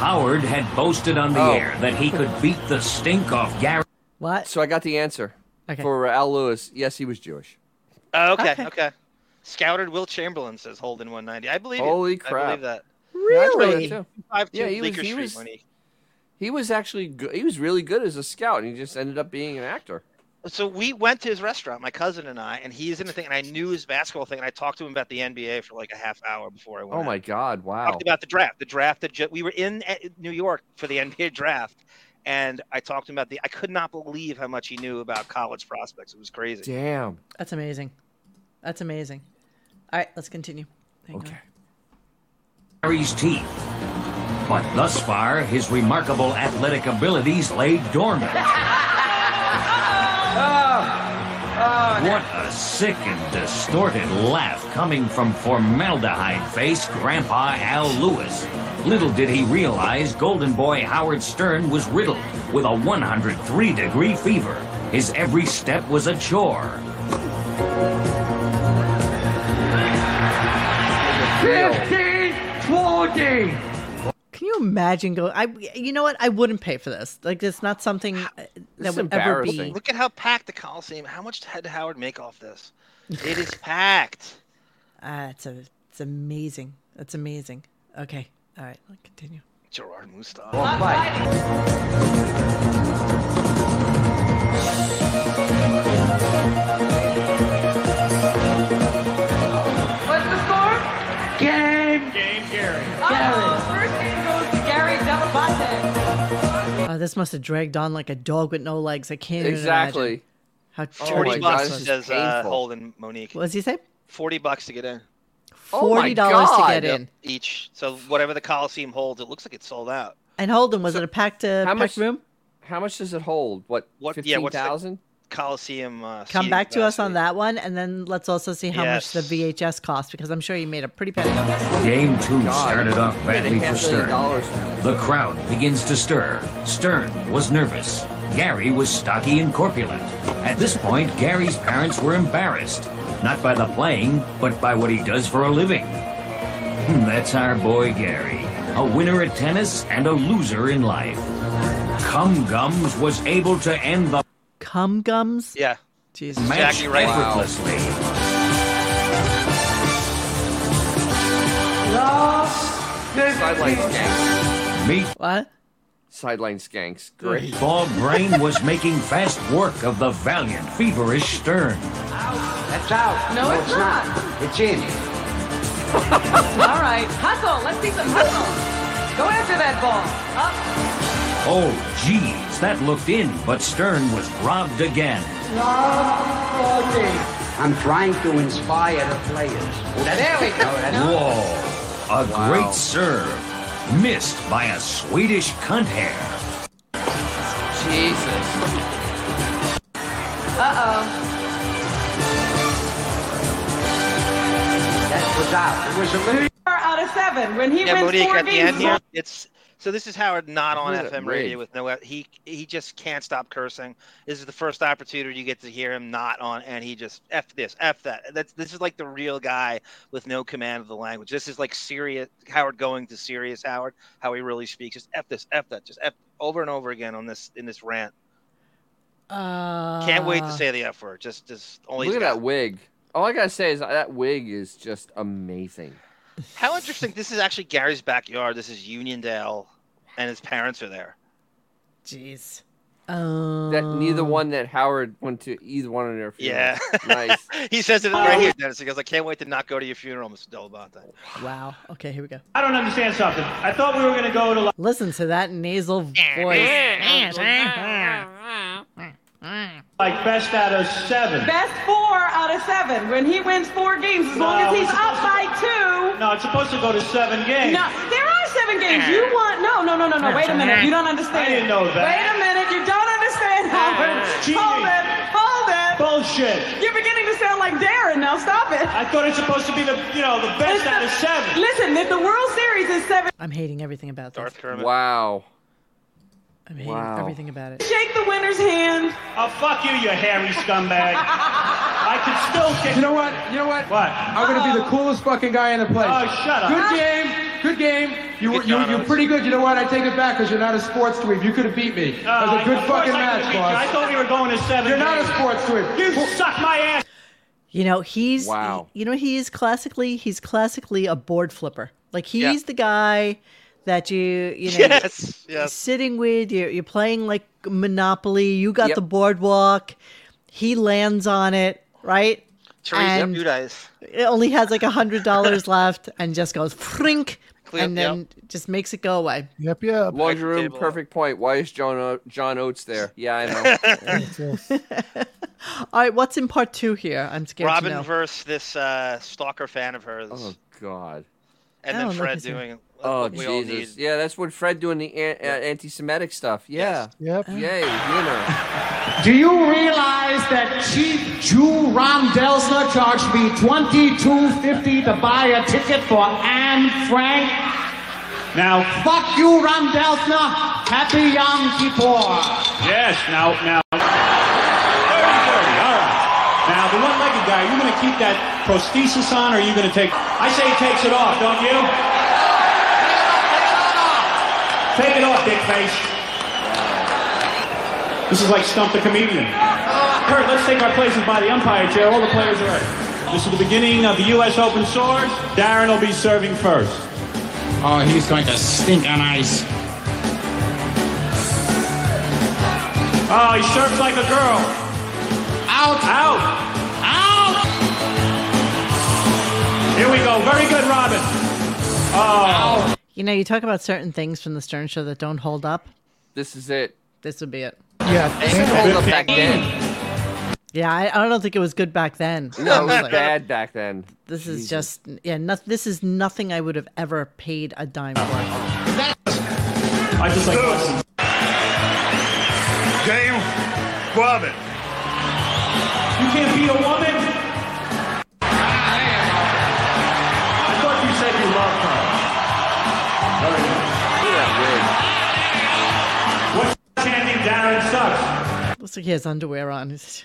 Speaker 11: Howard had boasted on
Speaker 2: Oh.
Speaker 11: the air that he could beat the stink off Gary.
Speaker 1: What?
Speaker 2: So I got the answer for Al Lewis. Yes, he was Jewish.
Speaker 4: Oh, okay, okay. Scouted Will Chamberlain says Holden 190. I believe.
Speaker 2: Holy
Speaker 4: it.
Speaker 2: crap.
Speaker 4: I believe that.
Speaker 2: Really?
Speaker 4: Five
Speaker 2: Yeah, he was-
Speaker 4: Bleecker
Speaker 2: he
Speaker 4: Street
Speaker 2: was-
Speaker 4: when he-
Speaker 2: He was actually good. He was really good as a scout, and he just ended up being an actor.
Speaker 4: So we went to his restaurant, my cousin and I, and he's in the thing, and I knew his basketball thing, and I talked to him about the NBA for like a half hour before I went.
Speaker 2: Oh my
Speaker 4: out.
Speaker 2: God! Wow.
Speaker 4: Talked about the draft, the draft that ju- we were in at New York for the NBA draft, and I talked to him about the. I could not believe how much he knew about college prospects. It was crazy.
Speaker 2: Damn.
Speaker 1: That's amazing. That's amazing. All right, let's continue. Hang okay.
Speaker 11: Gary's teeth. But thus far, his remarkable athletic abilities lay dormant.
Speaker 12: Oh,
Speaker 11: What a sick and distorted laugh coming from formaldehyde faced Grandpa Al Lewis. Little did he realize Golden Boy Howard Stern was riddled with a 103 degree fever. His every step was a chore.
Speaker 12: Fifteen, twenty.
Speaker 1: Can you imagine going? I, you know what? I wouldn't pay for this. Like, it's not something uh, that would ever be.
Speaker 4: Look at how packed the Coliseum. How much did Howard make off this? It is packed.
Speaker 1: Ah, it's a, it's amazing. That's amazing. Okay. All right, let's continue.
Speaker 4: Gerard Mustaf.
Speaker 12: What's the score? Game. Game, Gary. Oh, first game goes to Gary Delabate.
Speaker 1: Oh, this must have dragged on like a dog with no legs. I can't even
Speaker 2: Exactly.
Speaker 1: imagine How
Speaker 2: Oh
Speaker 1: dirty
Speaker 4: Forty
Speaker 1: this
Speaker 4: bucks
Speaker 1: was.
Speaker 4: says uh, Holden Monique.
Speaker 1: What does he say?
Speaker 4: Forty bucks to get in.
Speaker 1: Oh my $40 to get God. in.
Speaker 4: each. So whatever the Coliseum holds, it looks like it's sold out.
Speaker 1: And Holden was it a packed uh,
Speaker 4: how
Speaker 1: packed
Speaker 4: much-
Speaker 1: room?
Speaker 2: How much does it hold? What? What?
Speaker 4: yeah, what's the
Speaker 2: 15,000?
Speaker 4: Coliseum. Uh,
Speaker 1: Come
Speaker 4: seating
Speaker 1: back to us
Speaker 4: capacity?
Speaker 1: on that one, and then let's also see how much the VHS cost because I'm sure you made a pretty penny.
Speaker 11: Game two
Speaker 1: God.
Speaker 11: started off badly
Speaker 1: Made a
Speaker 11: for
Speaker 1: half million
Speaker 11: Stern. The crowd begins to stir. Stern was nervous. Gary was stocky and corpulent. At this point, Gary's parents were embarrassed, not by the playing, but by what he does for a living. Hmm, That's our boy Gary, a winner at tennis and a loser in life. Cum Gums was able to end the
Speaker 1: Cum gums.
Speaker 4: Yeah.
Speaker 1: Jesus.
Speaker 11: match
Speaker 1: Exactly right. Wow.
Speaker 11: effortlessly.
Speaker 2: Sideline skanks.
Speaker 11: Meet
Speaker 1: what?
Speaker 2: Sideline skanks. Great.
Speaker 11: Ball Brain was making fast work of the valiant, feverish Stern.
Speaker 12: That's out. No, it's not. It's in.
Speaker 8: All right, hustle. Let's see some hustle. Go after that ball. Up.
Speaker 13: Oh, geez, that looked in, but Stern was robbed again.
Speaker 14: I'm trying to inspire the players.
Speaker 8: There we go.
Speaker 13: Whoa, a great serve, missed by a Swedish cunt hair.
Speaker 2: Jesus.
Speaker 8: Uh
Speaker 14: That was out. It was a
Speaker 8: oh.
Speaker 14: little.
Speaker 8: Four out of seven. When he
Speaker 4: yeah,
Speaker 8: wins
Speaker 4: Monique
Speaker 8: four
Speaker 4: at the end
Speaker 8: games.
Speaker 4: here. It's so this is Howard not on
Speaker 8: Look at that
Speaker 4: FM radio
Speaker 8: rig.
Speaker 4: with no. He he just can't stop cursing. This is the first opportunity you get to hear him not on, and he just f this, f that. That's this is like the real guy with no command of the language. This is like serious Howard going to serious Howard, how he really speaks. Just f this, f that, just f over and over again on this in this rant.
Speaker 1: Uh,
Speaker 4: Can't wait to say the f word. Just just only.
Speaker 2: Look
Speaker 4: he's
Speaker 2: at
Speaker 4: got.
Speaker 2: that wig. All I gotta say is that wig is just amazing.
Speaker 4: How interesting. This is actually Gary's backyard. This is Uniondale, and his parents are there.
Speaker 1: Jeez. Oh.
Speaker 2: That neither
Speaker 8: Um.
Speaker 2: one that Howard went to either one of their
Speaker 4: Yeah.
Speaker 2: funerals. nice.
Speaker 4: he says it
Speaker 1: Oh.
Speaker 4: right here, Dennis. He goes, I can't wait to not go to your funeral, Mr. Delabonte.
Speaker 1: Wow. Okay, here we go.
Speaker 11: I don't understand something. I thought we were going to go to.
Speaker 1: Listen to that nasal voice.
Speaker 11: Like best out of seven.
Speaker 8: Best four out of seven. When he wins four games, as long
Speaker 11: No,
Speaker 8: as he's
Speaker 11: it's
Speaker 8: up by
Speaker 11: supposed
Speaker 8: two.
Speaker 11: No, it's supposed to go to seven games.
Speaker 8: No, there are seven games. You want no, no, no, no, no. Wait a minute. You don't understand.
Speaker 11: I didn't know that.
Speaker 8: Wait a minute. You don't understand, Howard.
Speaker 11: Cheating.
Speaker 8: Hold it. Hold it.
Speaker 11: Bullshit.
Speaker 8: You're beginning to sound like Darren now. Stop it.
Speaker 11: I thought it's supposed to be the you know the best out of seven.
Speaker 8: Listen, if the World Series is seven.
Speaker 1: I'm hating everything about this.
Speaker 2: Wow.
Speaker 1: I'm hating
Speaker 11: Wow.
Speaker 1: everything about it.
Speaker 8: Shake the winner's hand.
Speaker 11: Oh fuck you, you hairy scumbag. I can still kick. You know what? You know what? What?
Speaker 9: I'm gonna
Speaker 8: Oh.
Speaker 9: be the coolest fucking guy in the place.
Speaker 11: Oh, shut up.
Speaker 9: Good game, good game. You were,
Speaker 11: Good
Speaker 9: you,
Speaker 11: job,
Speaker 9: you're
Speaker 11: Alex.
Speaker 9: pretty good. You know what? I take it back because you're not a sports dweeb. You could have beat me.
Speaker 11: Uh,
Speaker 9: that was a good
Speaker 11: of course
Speaker 9: fucking
Speaker 11: I can
Speaker 9: match,
Speaker 11: beat you.
Speaker 9: boss.
Speaker 11: I thought we were going to seven.
Speaker 9: You're not a
Speaker 11: games.
Speaker 9: sports dweeb.
Speaker 11: You suck my ass.
Speaker 1: You know, he's
Speaker 2: Wow.
Speaker 1: You know, he is classically he's classically a board flipper. Like he's
Speaker 2: Yeah.
Speaker 1: the guy that you you know
Speaker 4: Yes,
Speaker 1: you're sitting with you you're playing like Monopoly. You got
Speaker 4: Yep.
Speaker 1: the boardwalk. He lands on it, right?
Speaker 4: Teresa
Speaker 1: And
Speaker 4: Giudice.
Speaker 1: it only has like a hundred dollars left, and just goes frink,
Speaker 2: Clear,
Speaker 1: and then just makes it go away.
Speaker 15: Yep, yep.
Speaker 2: Laundry room, perfect point. Why is John o- John Oates there? Yeah, I know.
Speaker 1: All right, what's in part two here? I'm scared
Speaker 4: Robin
Speaker 1: to know.
Speaker 4: versus this uh, stalker fan of hers.
Speaker 2: oh God.
Speaker 4: and
Speaker 1: I
Speaker 4: then
Speaker 1: don't like
Speaker 4: Fred
Speaker 1: this one.
Speaker 4: doing.
Speaker 2: Oh
Speaker 4: what we all
Speaker 2: Jesus! Yeah, that's what Fred doing the an- uh, anti-Semitic stuff. Yeah.
Speaker 15: Yep.
Speaker 2: Yay, winner.
Speaker 9: Do you realize that cheap Jew Ron Delsner charged me $22.50 to buy a ticket for Anne Frank? Now, fuck you, Ron Delsner. Happy Yom Kippur.
Speaker 11: Yes. Now, now. Very dirty. All right. Now, the one-legged guy. Are you going to keep that prosthesis on, or are you going to take? I say he takes it off. Don't you? Take it off, dick face. This is like stump the comedian. Kurt, let's take our places by the umpire chair. All the players are ready. This is the beginning of the U.S. Open Swords. Darren will be serving first.
Speaker 9: Oh, he's going to stink on ice.
Speaker 11: Oh, he serves like a girl. Out. Out. Out. Here we go. Very good, Robin. Oh.
Speaker 1: You know, you talk about certain things from the Stern Show that don't hold up.
Speaker 2: This is it.
Speaker 1: This would be it.
Speaker 15: Yeah.
Speaker 2: It didn't hold up back then.
Speaker 1: Yeah, I, I don't think it was good back then. I
Speaker 2: No, it
Speaker 1: was
Speaker 2: was
Speaker 1: like,
Speaker 2: bad back then.
Speaker 1: This is
Speaker 2: Jesus.
Speaker 1: just yeah. Not, this is nothing I would have ever paid a dime for.
Speaker 11: I just like Boston.
Speaker 16: Game Robin.
Speaker 11: You can't beat a woman. I thought you said you loved her. Very good. What's chanting Darren sucks?
Speaker 1: Looks like he has underwear on. It's-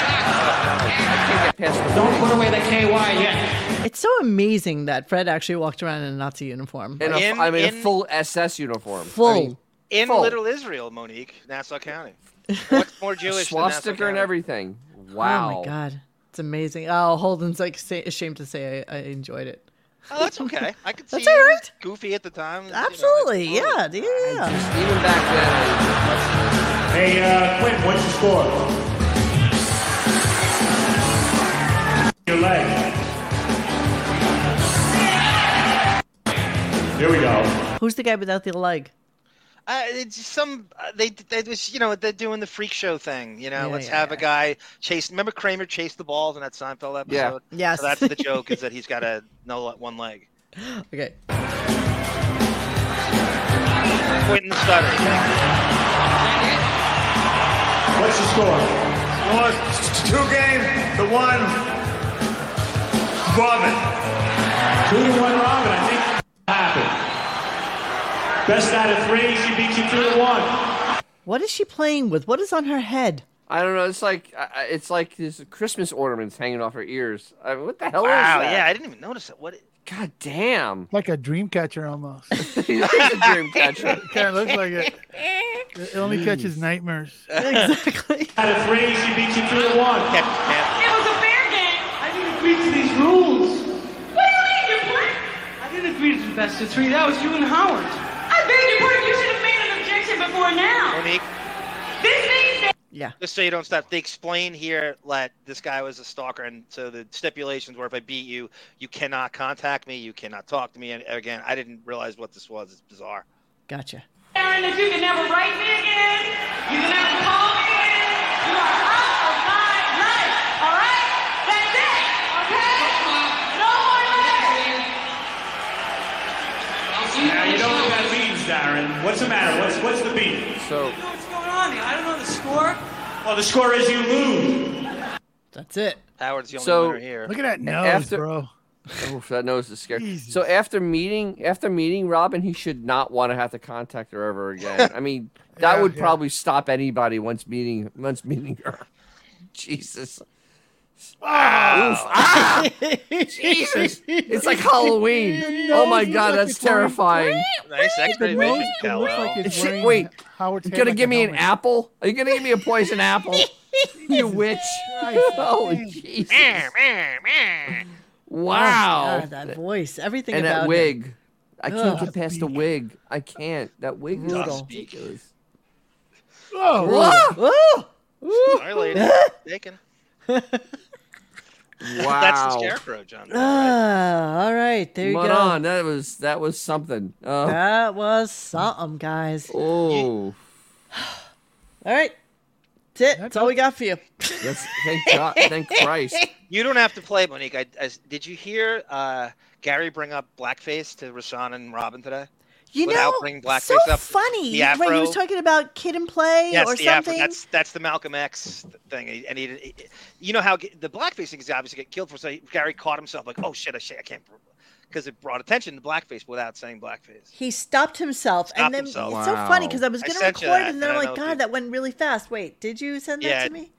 Speaker 9: Don't put away the KY yet.
Speaker 1: It's so amazing that Fred actually walked around in a Nazi uniform.
Speaker 2: In a,
Speaker 1: Like,
Speaker 2: I mean,
Speaker 4: in-
Speaker 2: a full SS uniform. I
Speaker 1: Full.
Speaker 2: mean,
Speaker 4: In
Speaker 2: full.
Speaker 4: Little Israel, Monique, Nassau County. What's more Jewish than Nassau
Speaker 2: swastika and
Speaker 4: County?
Speaker 2: everything. Wow.
Speaker 1: Oh my god, it's amazing. Oh, Holden's like sa- ashamed to say I, I enjoyed it.
Speaker 4: Oh, that's okay. I could see
Speaker 1: That's
Speaker 4: it
Speaker 1: all
Speaker 4: was goofy at the time. you know, it's
Speaker 1: Absolutely,
Speaker 4: fine.
Speaker 1: yeah, dude, yeah.
Speaker 2: Even back
Speaker 11: Hey, uh, Quinn, what's the score? Your leg.
Speaker 1: Who's the guy without the leg?
Speaker 4: Uh, it's just some uh, they they was you know they're doing the freak show thing. You
Speaker 1: Yeah,
Speaker 4: know, let's
Speaker 1: yeah,
Speaker 4: have a guy chase. Remember Kramer chased the balls in that Seinfeld episode.
Speaker 1: Yeah. Yes.
Speaker 4: So that's the joke is that he's got a no le- one leg.
Speaker 1: Okay.
Speaker 4: Quentin the stutter.
Speaker 17: What's the score? One, two game to one. Robin. Two to one, Robin. I think happened. Best out of three. She beat you two to one.
Speaker 1: What is she playing with? What is on her head?
Speaker 2: I don't know. It's like I- I- it's like this Christmas ornaments hanging off her ears. I mean, what the hell
Speaker 4: Wow,
Speaker 2: is that?
Speaker 4: yeah, I didn't even notice it. What?
Speaker 2: God damn!
Speaker 5: Like a dream catcher almost.
Speaker 2: It's a dream catcher.
Speaker 5: kind of looks like it. It only catches nightmares.
Speaker 1: Exactly.
Speaker 17: Out of three, she beat you two to one.
Speaker 18: It was a fair game.
Speaker 17: I didn't agree to these rules.
Speaker 18: What do you mean you played?
Speaker 17: I didn't agree to the best of three. That was you and Howard.
Speaker 18: I beg your pardon. You should have made an objection before now.
Speaker 4: Monique.
Speaker 18: This means that
Speaker 1: Yeah.
Speaker 4: Just so you don't stop, they explain here that this guy was a stalker, and so the stipulations were: if I beat you, you cannot contact me, you cannot talk to me. And again, I didn't realize what this was. It's bizarre.
Speaker 1: Gotcha.
Speaker 18: Aaron, that you can never write me again. You can never call me again. You are out of my life. All right? That's it. Okay? No more letters.
Speaker 17: Now you don't know what that means, Darren. What's the matter? What's what's the beat?
Speaker 2: So
Speaker 17: what's going on here? I don't know the score. Well, the score is you lose.
Speaker 1: That's it.
Speaker 4: Howard's the only
Speaker 2: So-
Speaker 4: winner here.
Speaker 5: Look at that nose,
Speaker 2: After-
Speaker 5: bro.
Speaker 2: Oof, that nose is scary. So after meeting after meeting Robin, he should not want to have to contact her ever again. I mean, that
Speaker 5: Yeah,
Speaker 2: would
Speaker 5: yeah.
Speaker 2: probably stop anybody once meeting once meeting her. Jesus.
Speaker 17: Wow.
Speaker 2: Oof. Ah! Jesus. It's like Halloween.
Speaker 5: The
Speaker 2: Oh my
Speaker 5: nose looks
Speaker 2: god,
Speaker 5: like
Speaker 2: that's
Speaker 5: it's wearing-
Speaker 2: terrifying.
Speaker 4: Nice X-ray
Speaker 5: nose
Speaker 4: vision,
Speaker 5: looks
Speaker 4: Cal.
Speaker 5: like it's
Speaker 2: Shit,
Speaker 5: wearing
Speaker 2: wait.
Speaker 5: Howard's
Speaker 2: You
Speaker 5: head
Speaker 2: gonna
Speaker 5: like
Speaker 2: give
Speaker 5: a
Speaker 2: me an
Speaker 5: helmet.
Speaker 2: apple? Are you gonna give me a poison apple? you witch! Holy Oh, Jesus! Wow!
Speaker 1: Oh, God, that voice, everything
Speaker 2: and
Speaker 1: about
Speaker 2: that
Speaker 1: it.
Speaker 2: wig. I can't
Speaker 1: Ugh.
Speaker 2: get past the wig. I can't. That wig is
Speaker 1: Brutal.
Speaker 2: ridiculous.
Speaker 5: Oh,
Speaker 2: Whoa!
Speaker 1: Whoa!
Speaker 4: Sorry, lady. Taken.
Speaker 2: Wow!
Speaker 4: That's the scarecrow, John.
Speaker 1: Ah, all right, there you
Speaker 2: Come
Speaker 1: go.
Speaker 2: on, that was that was something. Uh,
Speaker 1: That was something, guys.
Speaker 2: Oh,
Speaker 1: All right, that's it. That's all we got for you.
Speaker 2: that's, thank God, thank Christ.
Speaker 4: You don't have to play, Monique. I, I, did you hear uh, Gary bring up blackface to Rashawn and Robin today?
Speaker 1: You
Speaker 4: Without
Speaker 1: know,
Speaker 4: bringing blackface
Speaker 1: so
Speaker 4: up,
Speaker 1: funny
Speaker 4: The afro,
Speaker 1: when he was talking about kid and play
Speaker 4: yes,
Speaker 1: or
Speaker 4: the afro.
Speaker 1: something.
Speaker 4: That's that's the Malcolm X thing. And he, he- you know how g- the blackface thing is obviously get killed for. So Gary caught himself like, oh shit, I, shit, I can't, because it brought attention to blackface without saying blackface.
Speaker 1: He stopped himself,
Speaker 4: Stopped
Speaker 1: and then
Speaker 4: himself.
Speaker 1: it's so funny
Speaker 4: Wow.
Speaker 1: because I was
Speaker 4: I
Speaker 1: going to
Speaker 4: sent
Speaker 1: record,
Speaker 4: you that,
Speaker 1: and then
Speaker 4: and
Speaker 1: I'm
Speaker 4: I
Speaker 1: like,
Speaker 4: know
Speaker 1: God, that went really fast. Wait, did you send that
Speaker 4: Yeah,
Speaker 1: to me?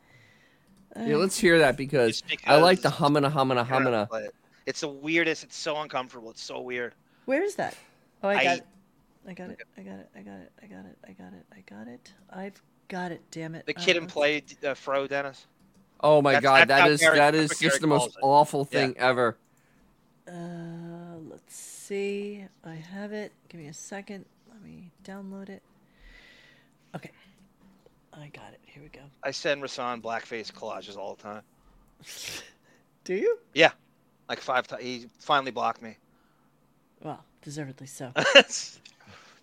Speaker 2: Yeah, let's hear that because, I like the hummina hummina hummina.
Speaker 4: But it's the weirdest. It's so uncomfortable. It's so weird.
Speaker 1: Where is that? Oh, I
Speaker 4: I-
Speaker 1: got it. I got it. I got it. I got it. I got it. I got it. I got it. I've got it. Damn it.
Speaker 4: The
Speaker 1: Uh,
Speaker 4: kid and play uh, fro Dennis.
Speaker 2: Oh my
Speaker 4: That's-
Speaker 2: God,
Speaker 4: that's how
Speaker 2: that is
Speaker 4: Gary-
Speaker 2: that
Speaker 4: that's
Speaker 2: is
Speaker 4: what
Speaker 2: just
Speaker 4: Gary
Speaker 2: the most
Speaker 4: calls it.
Speaker 2: awful
Speaker 4: Yeah.
Speaker 2: thing ever.
Speaker 1: Uh, let's see. I have it. Give me a second. Let me download it. Okay. I got it. Here we go.
Speaker 4: I send Rasan blackface collages all the time.
Speaker 1: Do you?
Speaker 4: Yeah, like five times. He finally blocked me.
Speaker 1: Well, deservedly so.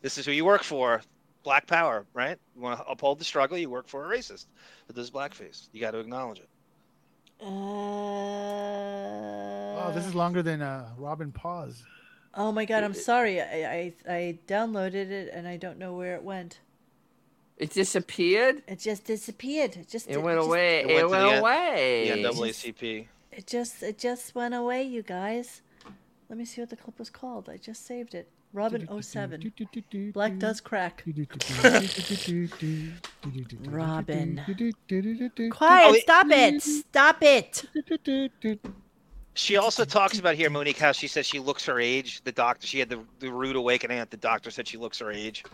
Speaker 4: this is who you work for. Black power, right? You want to uphold the struggle. You work for a racist that does blackface. You got to acknowledge it.
Speaker 5: Oh, this is longer than uh, Robin Paws.
Speaker 1: Oh my god, I'm sorry. I, I I downloaded it and I don't know where it went.
Speaker 2: It disappeared.
Speaker 1: It just disappeared. It just
Speaker 2: It went
Speaker 1: just-
Speaker 2: away. It,
Speaker 4: to
Speaker 2: went
Speaker 4: the N-
Speaker 2: away.
Speaker 4: The NAACP.
Speaker 1: It just it just went away, you guys. Let me see what the clip was called. I just saved it. Robin 07. Black does crack. Robin.
Speaker 4: Oh,
Speaker 1: Quiet,
Speaker 4: it-
Speaker 1: stop it. Stop it.
Speaker 4: She also talks about here, Monique, how she says she looks her age. The doctor, she had the, the rude awakening that the doctor said she looks her age.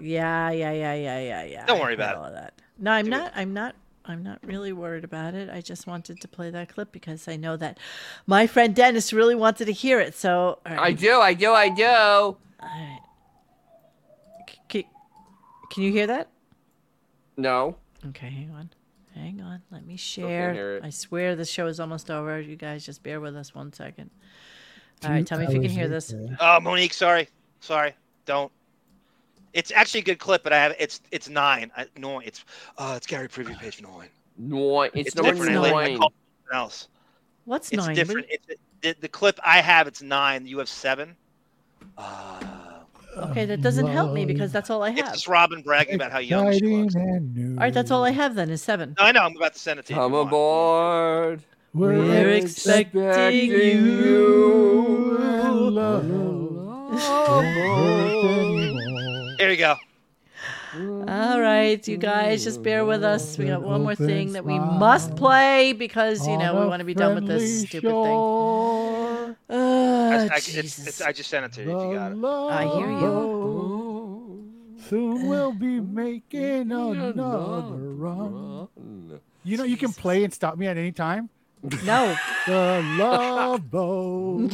Speaker 1: Yeah, yeah, yeah, yeah, yeah, yeah.
Speaker 4: Don't
Speaker 1: I
Speaker 4: worry
Speaker 1: heard
Speaker 4: about it.
Speaker 1: all of that. No, I'm not. I'm not. I'm not really worried about it. I just wanted to play that clip because I know that my friend Dennis really wanted to hear it. So all
Speaker 2: I
Speaker 1: right.
Speaker 2: do, I do, I do.
Speaker 1: can, can you hear that?
Speaker 2: No.
Speaker 1: Okay, hang on. Hang on. Let me
Speaker 2: can't hear
Speaker 1: share.
Speaker 2: it.
Speaker 1: I swear the show is almost over. You guys just bear with us one second. All
Speaker 4: Two
Speaker 1: right, tell me if you can
Speaker 4: hours
Speaker 1: hear this.
Speaker 4: Oh, Monique, Uh, sorry. Sorry. Don't. It's actually a good clip, but I have it's it's nine. I, no, it's uh, it's Gary preview page nine.
Speaker 2: No, it's,
Speaker 4: It's
Speaker 2: number
Speaker 4: different. I like- I
Speaker 2: nine.
Speaker 4: call it something else.
Speaker 1: What's
Speaker 4: it's
Speaker 1: nine,
Speaker 4: different. It's, the, the clip I have, it's nine. You have seven.
Speaker 1: Okay, that doesn't help me because that's all I
Speaker 4: It's
Speaker 1: have.
Speaker 4: just Robin bragging about how young. She,
Speaker 1: All right, that's all I have then is seven.
Speaker 4: no, I know. I'm about to send it to you.
Speaker 2: Come aboard.
Speaker 1: We're We're expecting expecting you.
Speaker 4: There you go.
Speaker 1: All right, you guys, just bear with us. We got one more thing that we must play because you know we want to be done with this stupid thing.
Speaker 4: I, I,
Speaker 1: Uh,
Speaker 4: it's, it's, I just sent it to you. If you got it.
Speaker 1: I hear you.
Speaker 5: Soon we'll be making another run. You know, you can play and stop me at any time.
Speaker 1: No.
Speaker 5: the love boat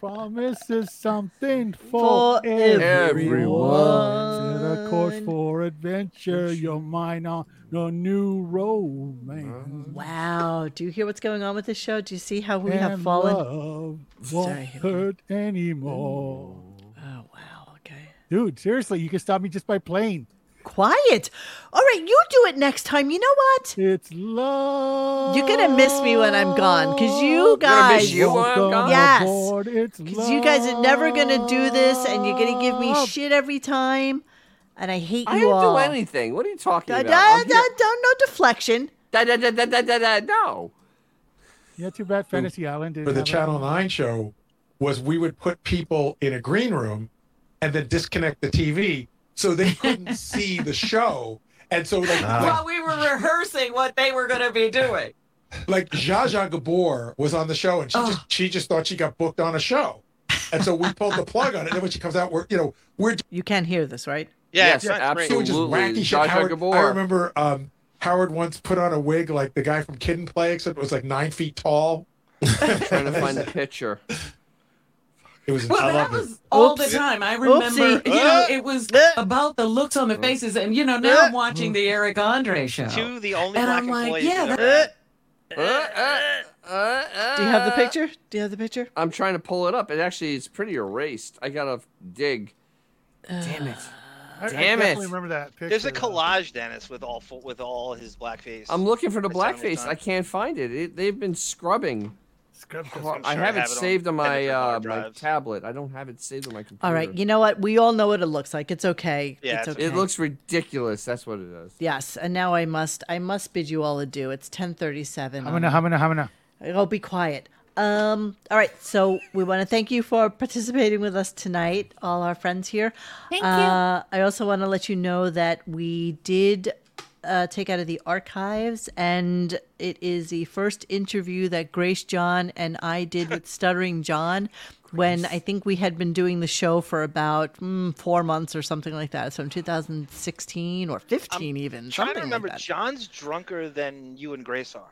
Speaker 5: promises something
Speaker 1: For
Speaker 5: for,
Speaker 1: everyone.
Speaker 5: everyone. Set a course for adventure. You're mine on a new romance.
Speaker 1: Uh-huh. Wow, do you hear what's going on with this show? Do you see how we have fallen?
Speaker 5: Love won't
Speaker 1: Sorry.
Speaker 5: hurt anymore.
Speaker 1: Oh wow, okay.
Speaker 5: Dude, seriously, you can stop me just by playing.
Speaker 1: Quiet. All right, you do it next time. You know what?
Speaker 5: It's love.
Speaker 1: You're gonna miss me when I'm gone, cause you
Speaker 5: gonna
Speaker 1: guys.
Speaker 5: miss you when I'm gone?
Speaker 1: Yes.
Speaker 5: Aboard, it's
Speaker 1: Cause you guys are never gonna do this, and you're gonna give me shit every time, and I hate
Speaker 2: I
Speaker 1: you
Speaker 2: didn't
Speaker 1: all.
Speaker 2: do anything. What are you talking
Speaker 1: Da,
Speaker 2: about?
Speaker 1: da,
Speaker 2: I'm
Speaker 1: da,
Speaker 2: here-
Speaker 1: da, no deflection.
Speaker 2: Da, da, da, da, da, da, da, no.
Speaker 5: Yeah, too bad Fantasy Island didn't
Speaker 9: for the
Speaker 5: have it.
Speaker 9: Channel 9 show was we would put people in a green room and then disconnect the TV so they couldn't see the show. And so, like,
Speaker 5: Ah.
Speaker 8: While we were rehearsing what they were going to be doing.
Speaker 9: like Zsa Zsa Gabor was on the show and she, just, she just thought she got booked on a show. And so we pulled the plug on it. And then when she comes out, we're, you know, we're.
Speaker 1: You can't hear this, right?
Speaker 4: Yeah,
Speaker 9: yes,
Speaker 4: it's not great.
Speaker 9: Doing just
Speaker 2: absolutely.
Speaker 9: wacky
Speaker 2: Zsa Zsa
Speaker 9: shit. Howard,
Speaker 2: Gabor.
Speaker 9: I remember um, Howard once put on a wig like the guy from Kid and Play, except it was like nine feet tall.
Speaker 2: trying to find the picture.
Speaker 9: It was.
Speaker 8: Well,
Speaker 9: I
Speaker 8: that
Speaker 9: love
Speaker 8: was
Speaker 9: it.
Speaker 8: all
Speaker 9: Oops.
Speaker 8: the time. I remember,
Speaker 9: Oopsie. Uh,
Speaker 8: you know, it was about the looks on the faces. And, you know, now I'm
Speaker 9: Mm.
Speaker 8: watching the Eric Andre show.
Speaker 4: Two of the only
Speaker 8: And
Speaker 4: black
Speaker 8: I'm like,
Speaker 4: employees.
Speaker 8: yeah,
Speaker 4: that
Speaker 8: that-
Speaker 4: ever had.
Speaker 9: Uh,
Speaker 1: Do you have the picture? Do you have the picture?
Speaker 2: uh. I'm trying to pull it up. It actually it's pretty erased. I gotta dig. Damn it.
Speaker 1: Uh.
Speaker 5: I- I
Speaker 2: Damn it.
Speaker 5: definitely remember that picture.
Speaker 4: There's a
Speaker 5: though.
Speaker 4: collage, Dennis, with all fo- with all his blackface.
Speaker 2: I'm looking for the
Speaker 4: It's on your
Speaker 2: blackface.
Speaker 4: time.
Speaker 2: I can't find it. it they've been scrubbing.
Speaker 5: Scrub
Speaker 4: I'm
Speaker 2: I
Speaker 4: sure I
Speaker 2: have it
Speaker 4: have it on
Speaker 2: saved on
Speaker 4: 10
Speaker 2: my
Speaker 4: different
Speaker 2: uh,
Speaker 4: hard
Speaker 2: my
Speaker 4: drives.
Speaker 2: tablet. I don't have it saved on my computer.
Speaker 1: All right, you know what? We all know what it looks like. It's okay.
Speaker 2: Yeah,
Speaker 1: it's okay.
Speaker 2: it looks ridiculous. That's what it is.
Speaker 1: Yes, and now I must. I must bid you all adieu. It's ten thirty-seven.
Speaker 5: I'm gonna, I'm gonna, I'm gonna.
Speaker 1: Oh, be quiet. Um, all right, so we want to thank you for participating with us tonight, all our friends here. Thank
Speaker 3: you.
Speaker 1: Uh, I also want to let you know that we did uh, take out of the archives, and it is the first interview that Grace John and I did with Stuttering John when I think we had been doing the show for about mm, four months or something like that. So in 2016 or 15, even.
Speaker 4: trying to
Speaker 1: something
Speaker 4: remember.
Speaker 1: like that.
Speaker 4: John's drunker than you and Grace are.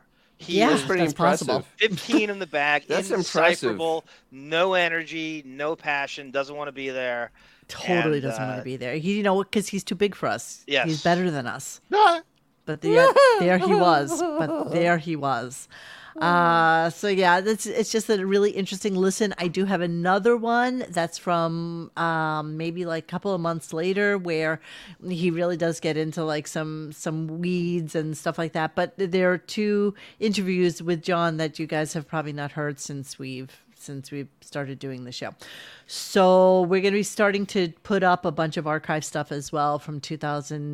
Speaker 1: Yeah,
Speaker 4: is
Speaker 1: That's pretty that's possible. impressive.
Speaker 4: 15 in the bag,
Speaker 2: That's
Speaker 4: indecipherable, no energy, no passion, doesn't want to be there.
Speaker 1: Totally
Speaker 4: and,
Speaker 1: doesn't want
Speaker 4: uh,
Speaker 1: to be there. He, you know what? Because he's too big for us. He's
Speaker 4: Yes.
Speaker 1: better than us. but the, uh, there he was. But there he was. Uh, so yeah, that's it's just a really interesting listen. I do have another one that's from um, maybe like a couple of months later, where he really does get into like some some weeds and stuff like that. But there are two interviews with John that you guys have probably not heard since we've since we started doing the show. So we're going to be starting to put up a bunch of archive stuff as well from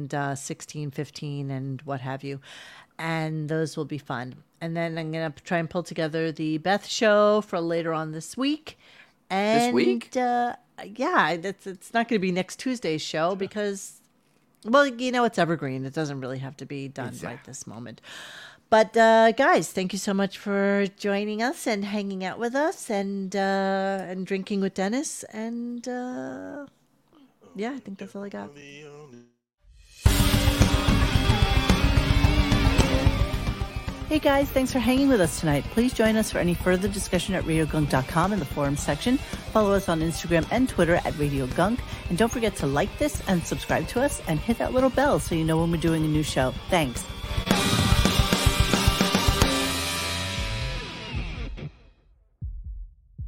Speaker 1: 2016, 15, and what have you. And those will be fun. And then I'm going to try and pull together the Beth show for later on this week. And
Speaker 2: week?
Speaker 1: Uh, yeah, that's it's not going to be next Tuesday's show because well, you know, it's evergreen. It doesn't really have to be done right this moment. But uh, guys, thank you so much for joining us and hanging out with us and uh, and drinking with Dennis. And uh, yeah, I think that's all I got. Hey guys, thanks for hanging with us tonight. Please join us for any further discussion at RadioGunk.com in the forum section. Follow us on Instagram and Twitter at Radio Gunk. And don't forget to like this and subscribe to us and hit that little bell so you know when we're doing a new show. Thanks.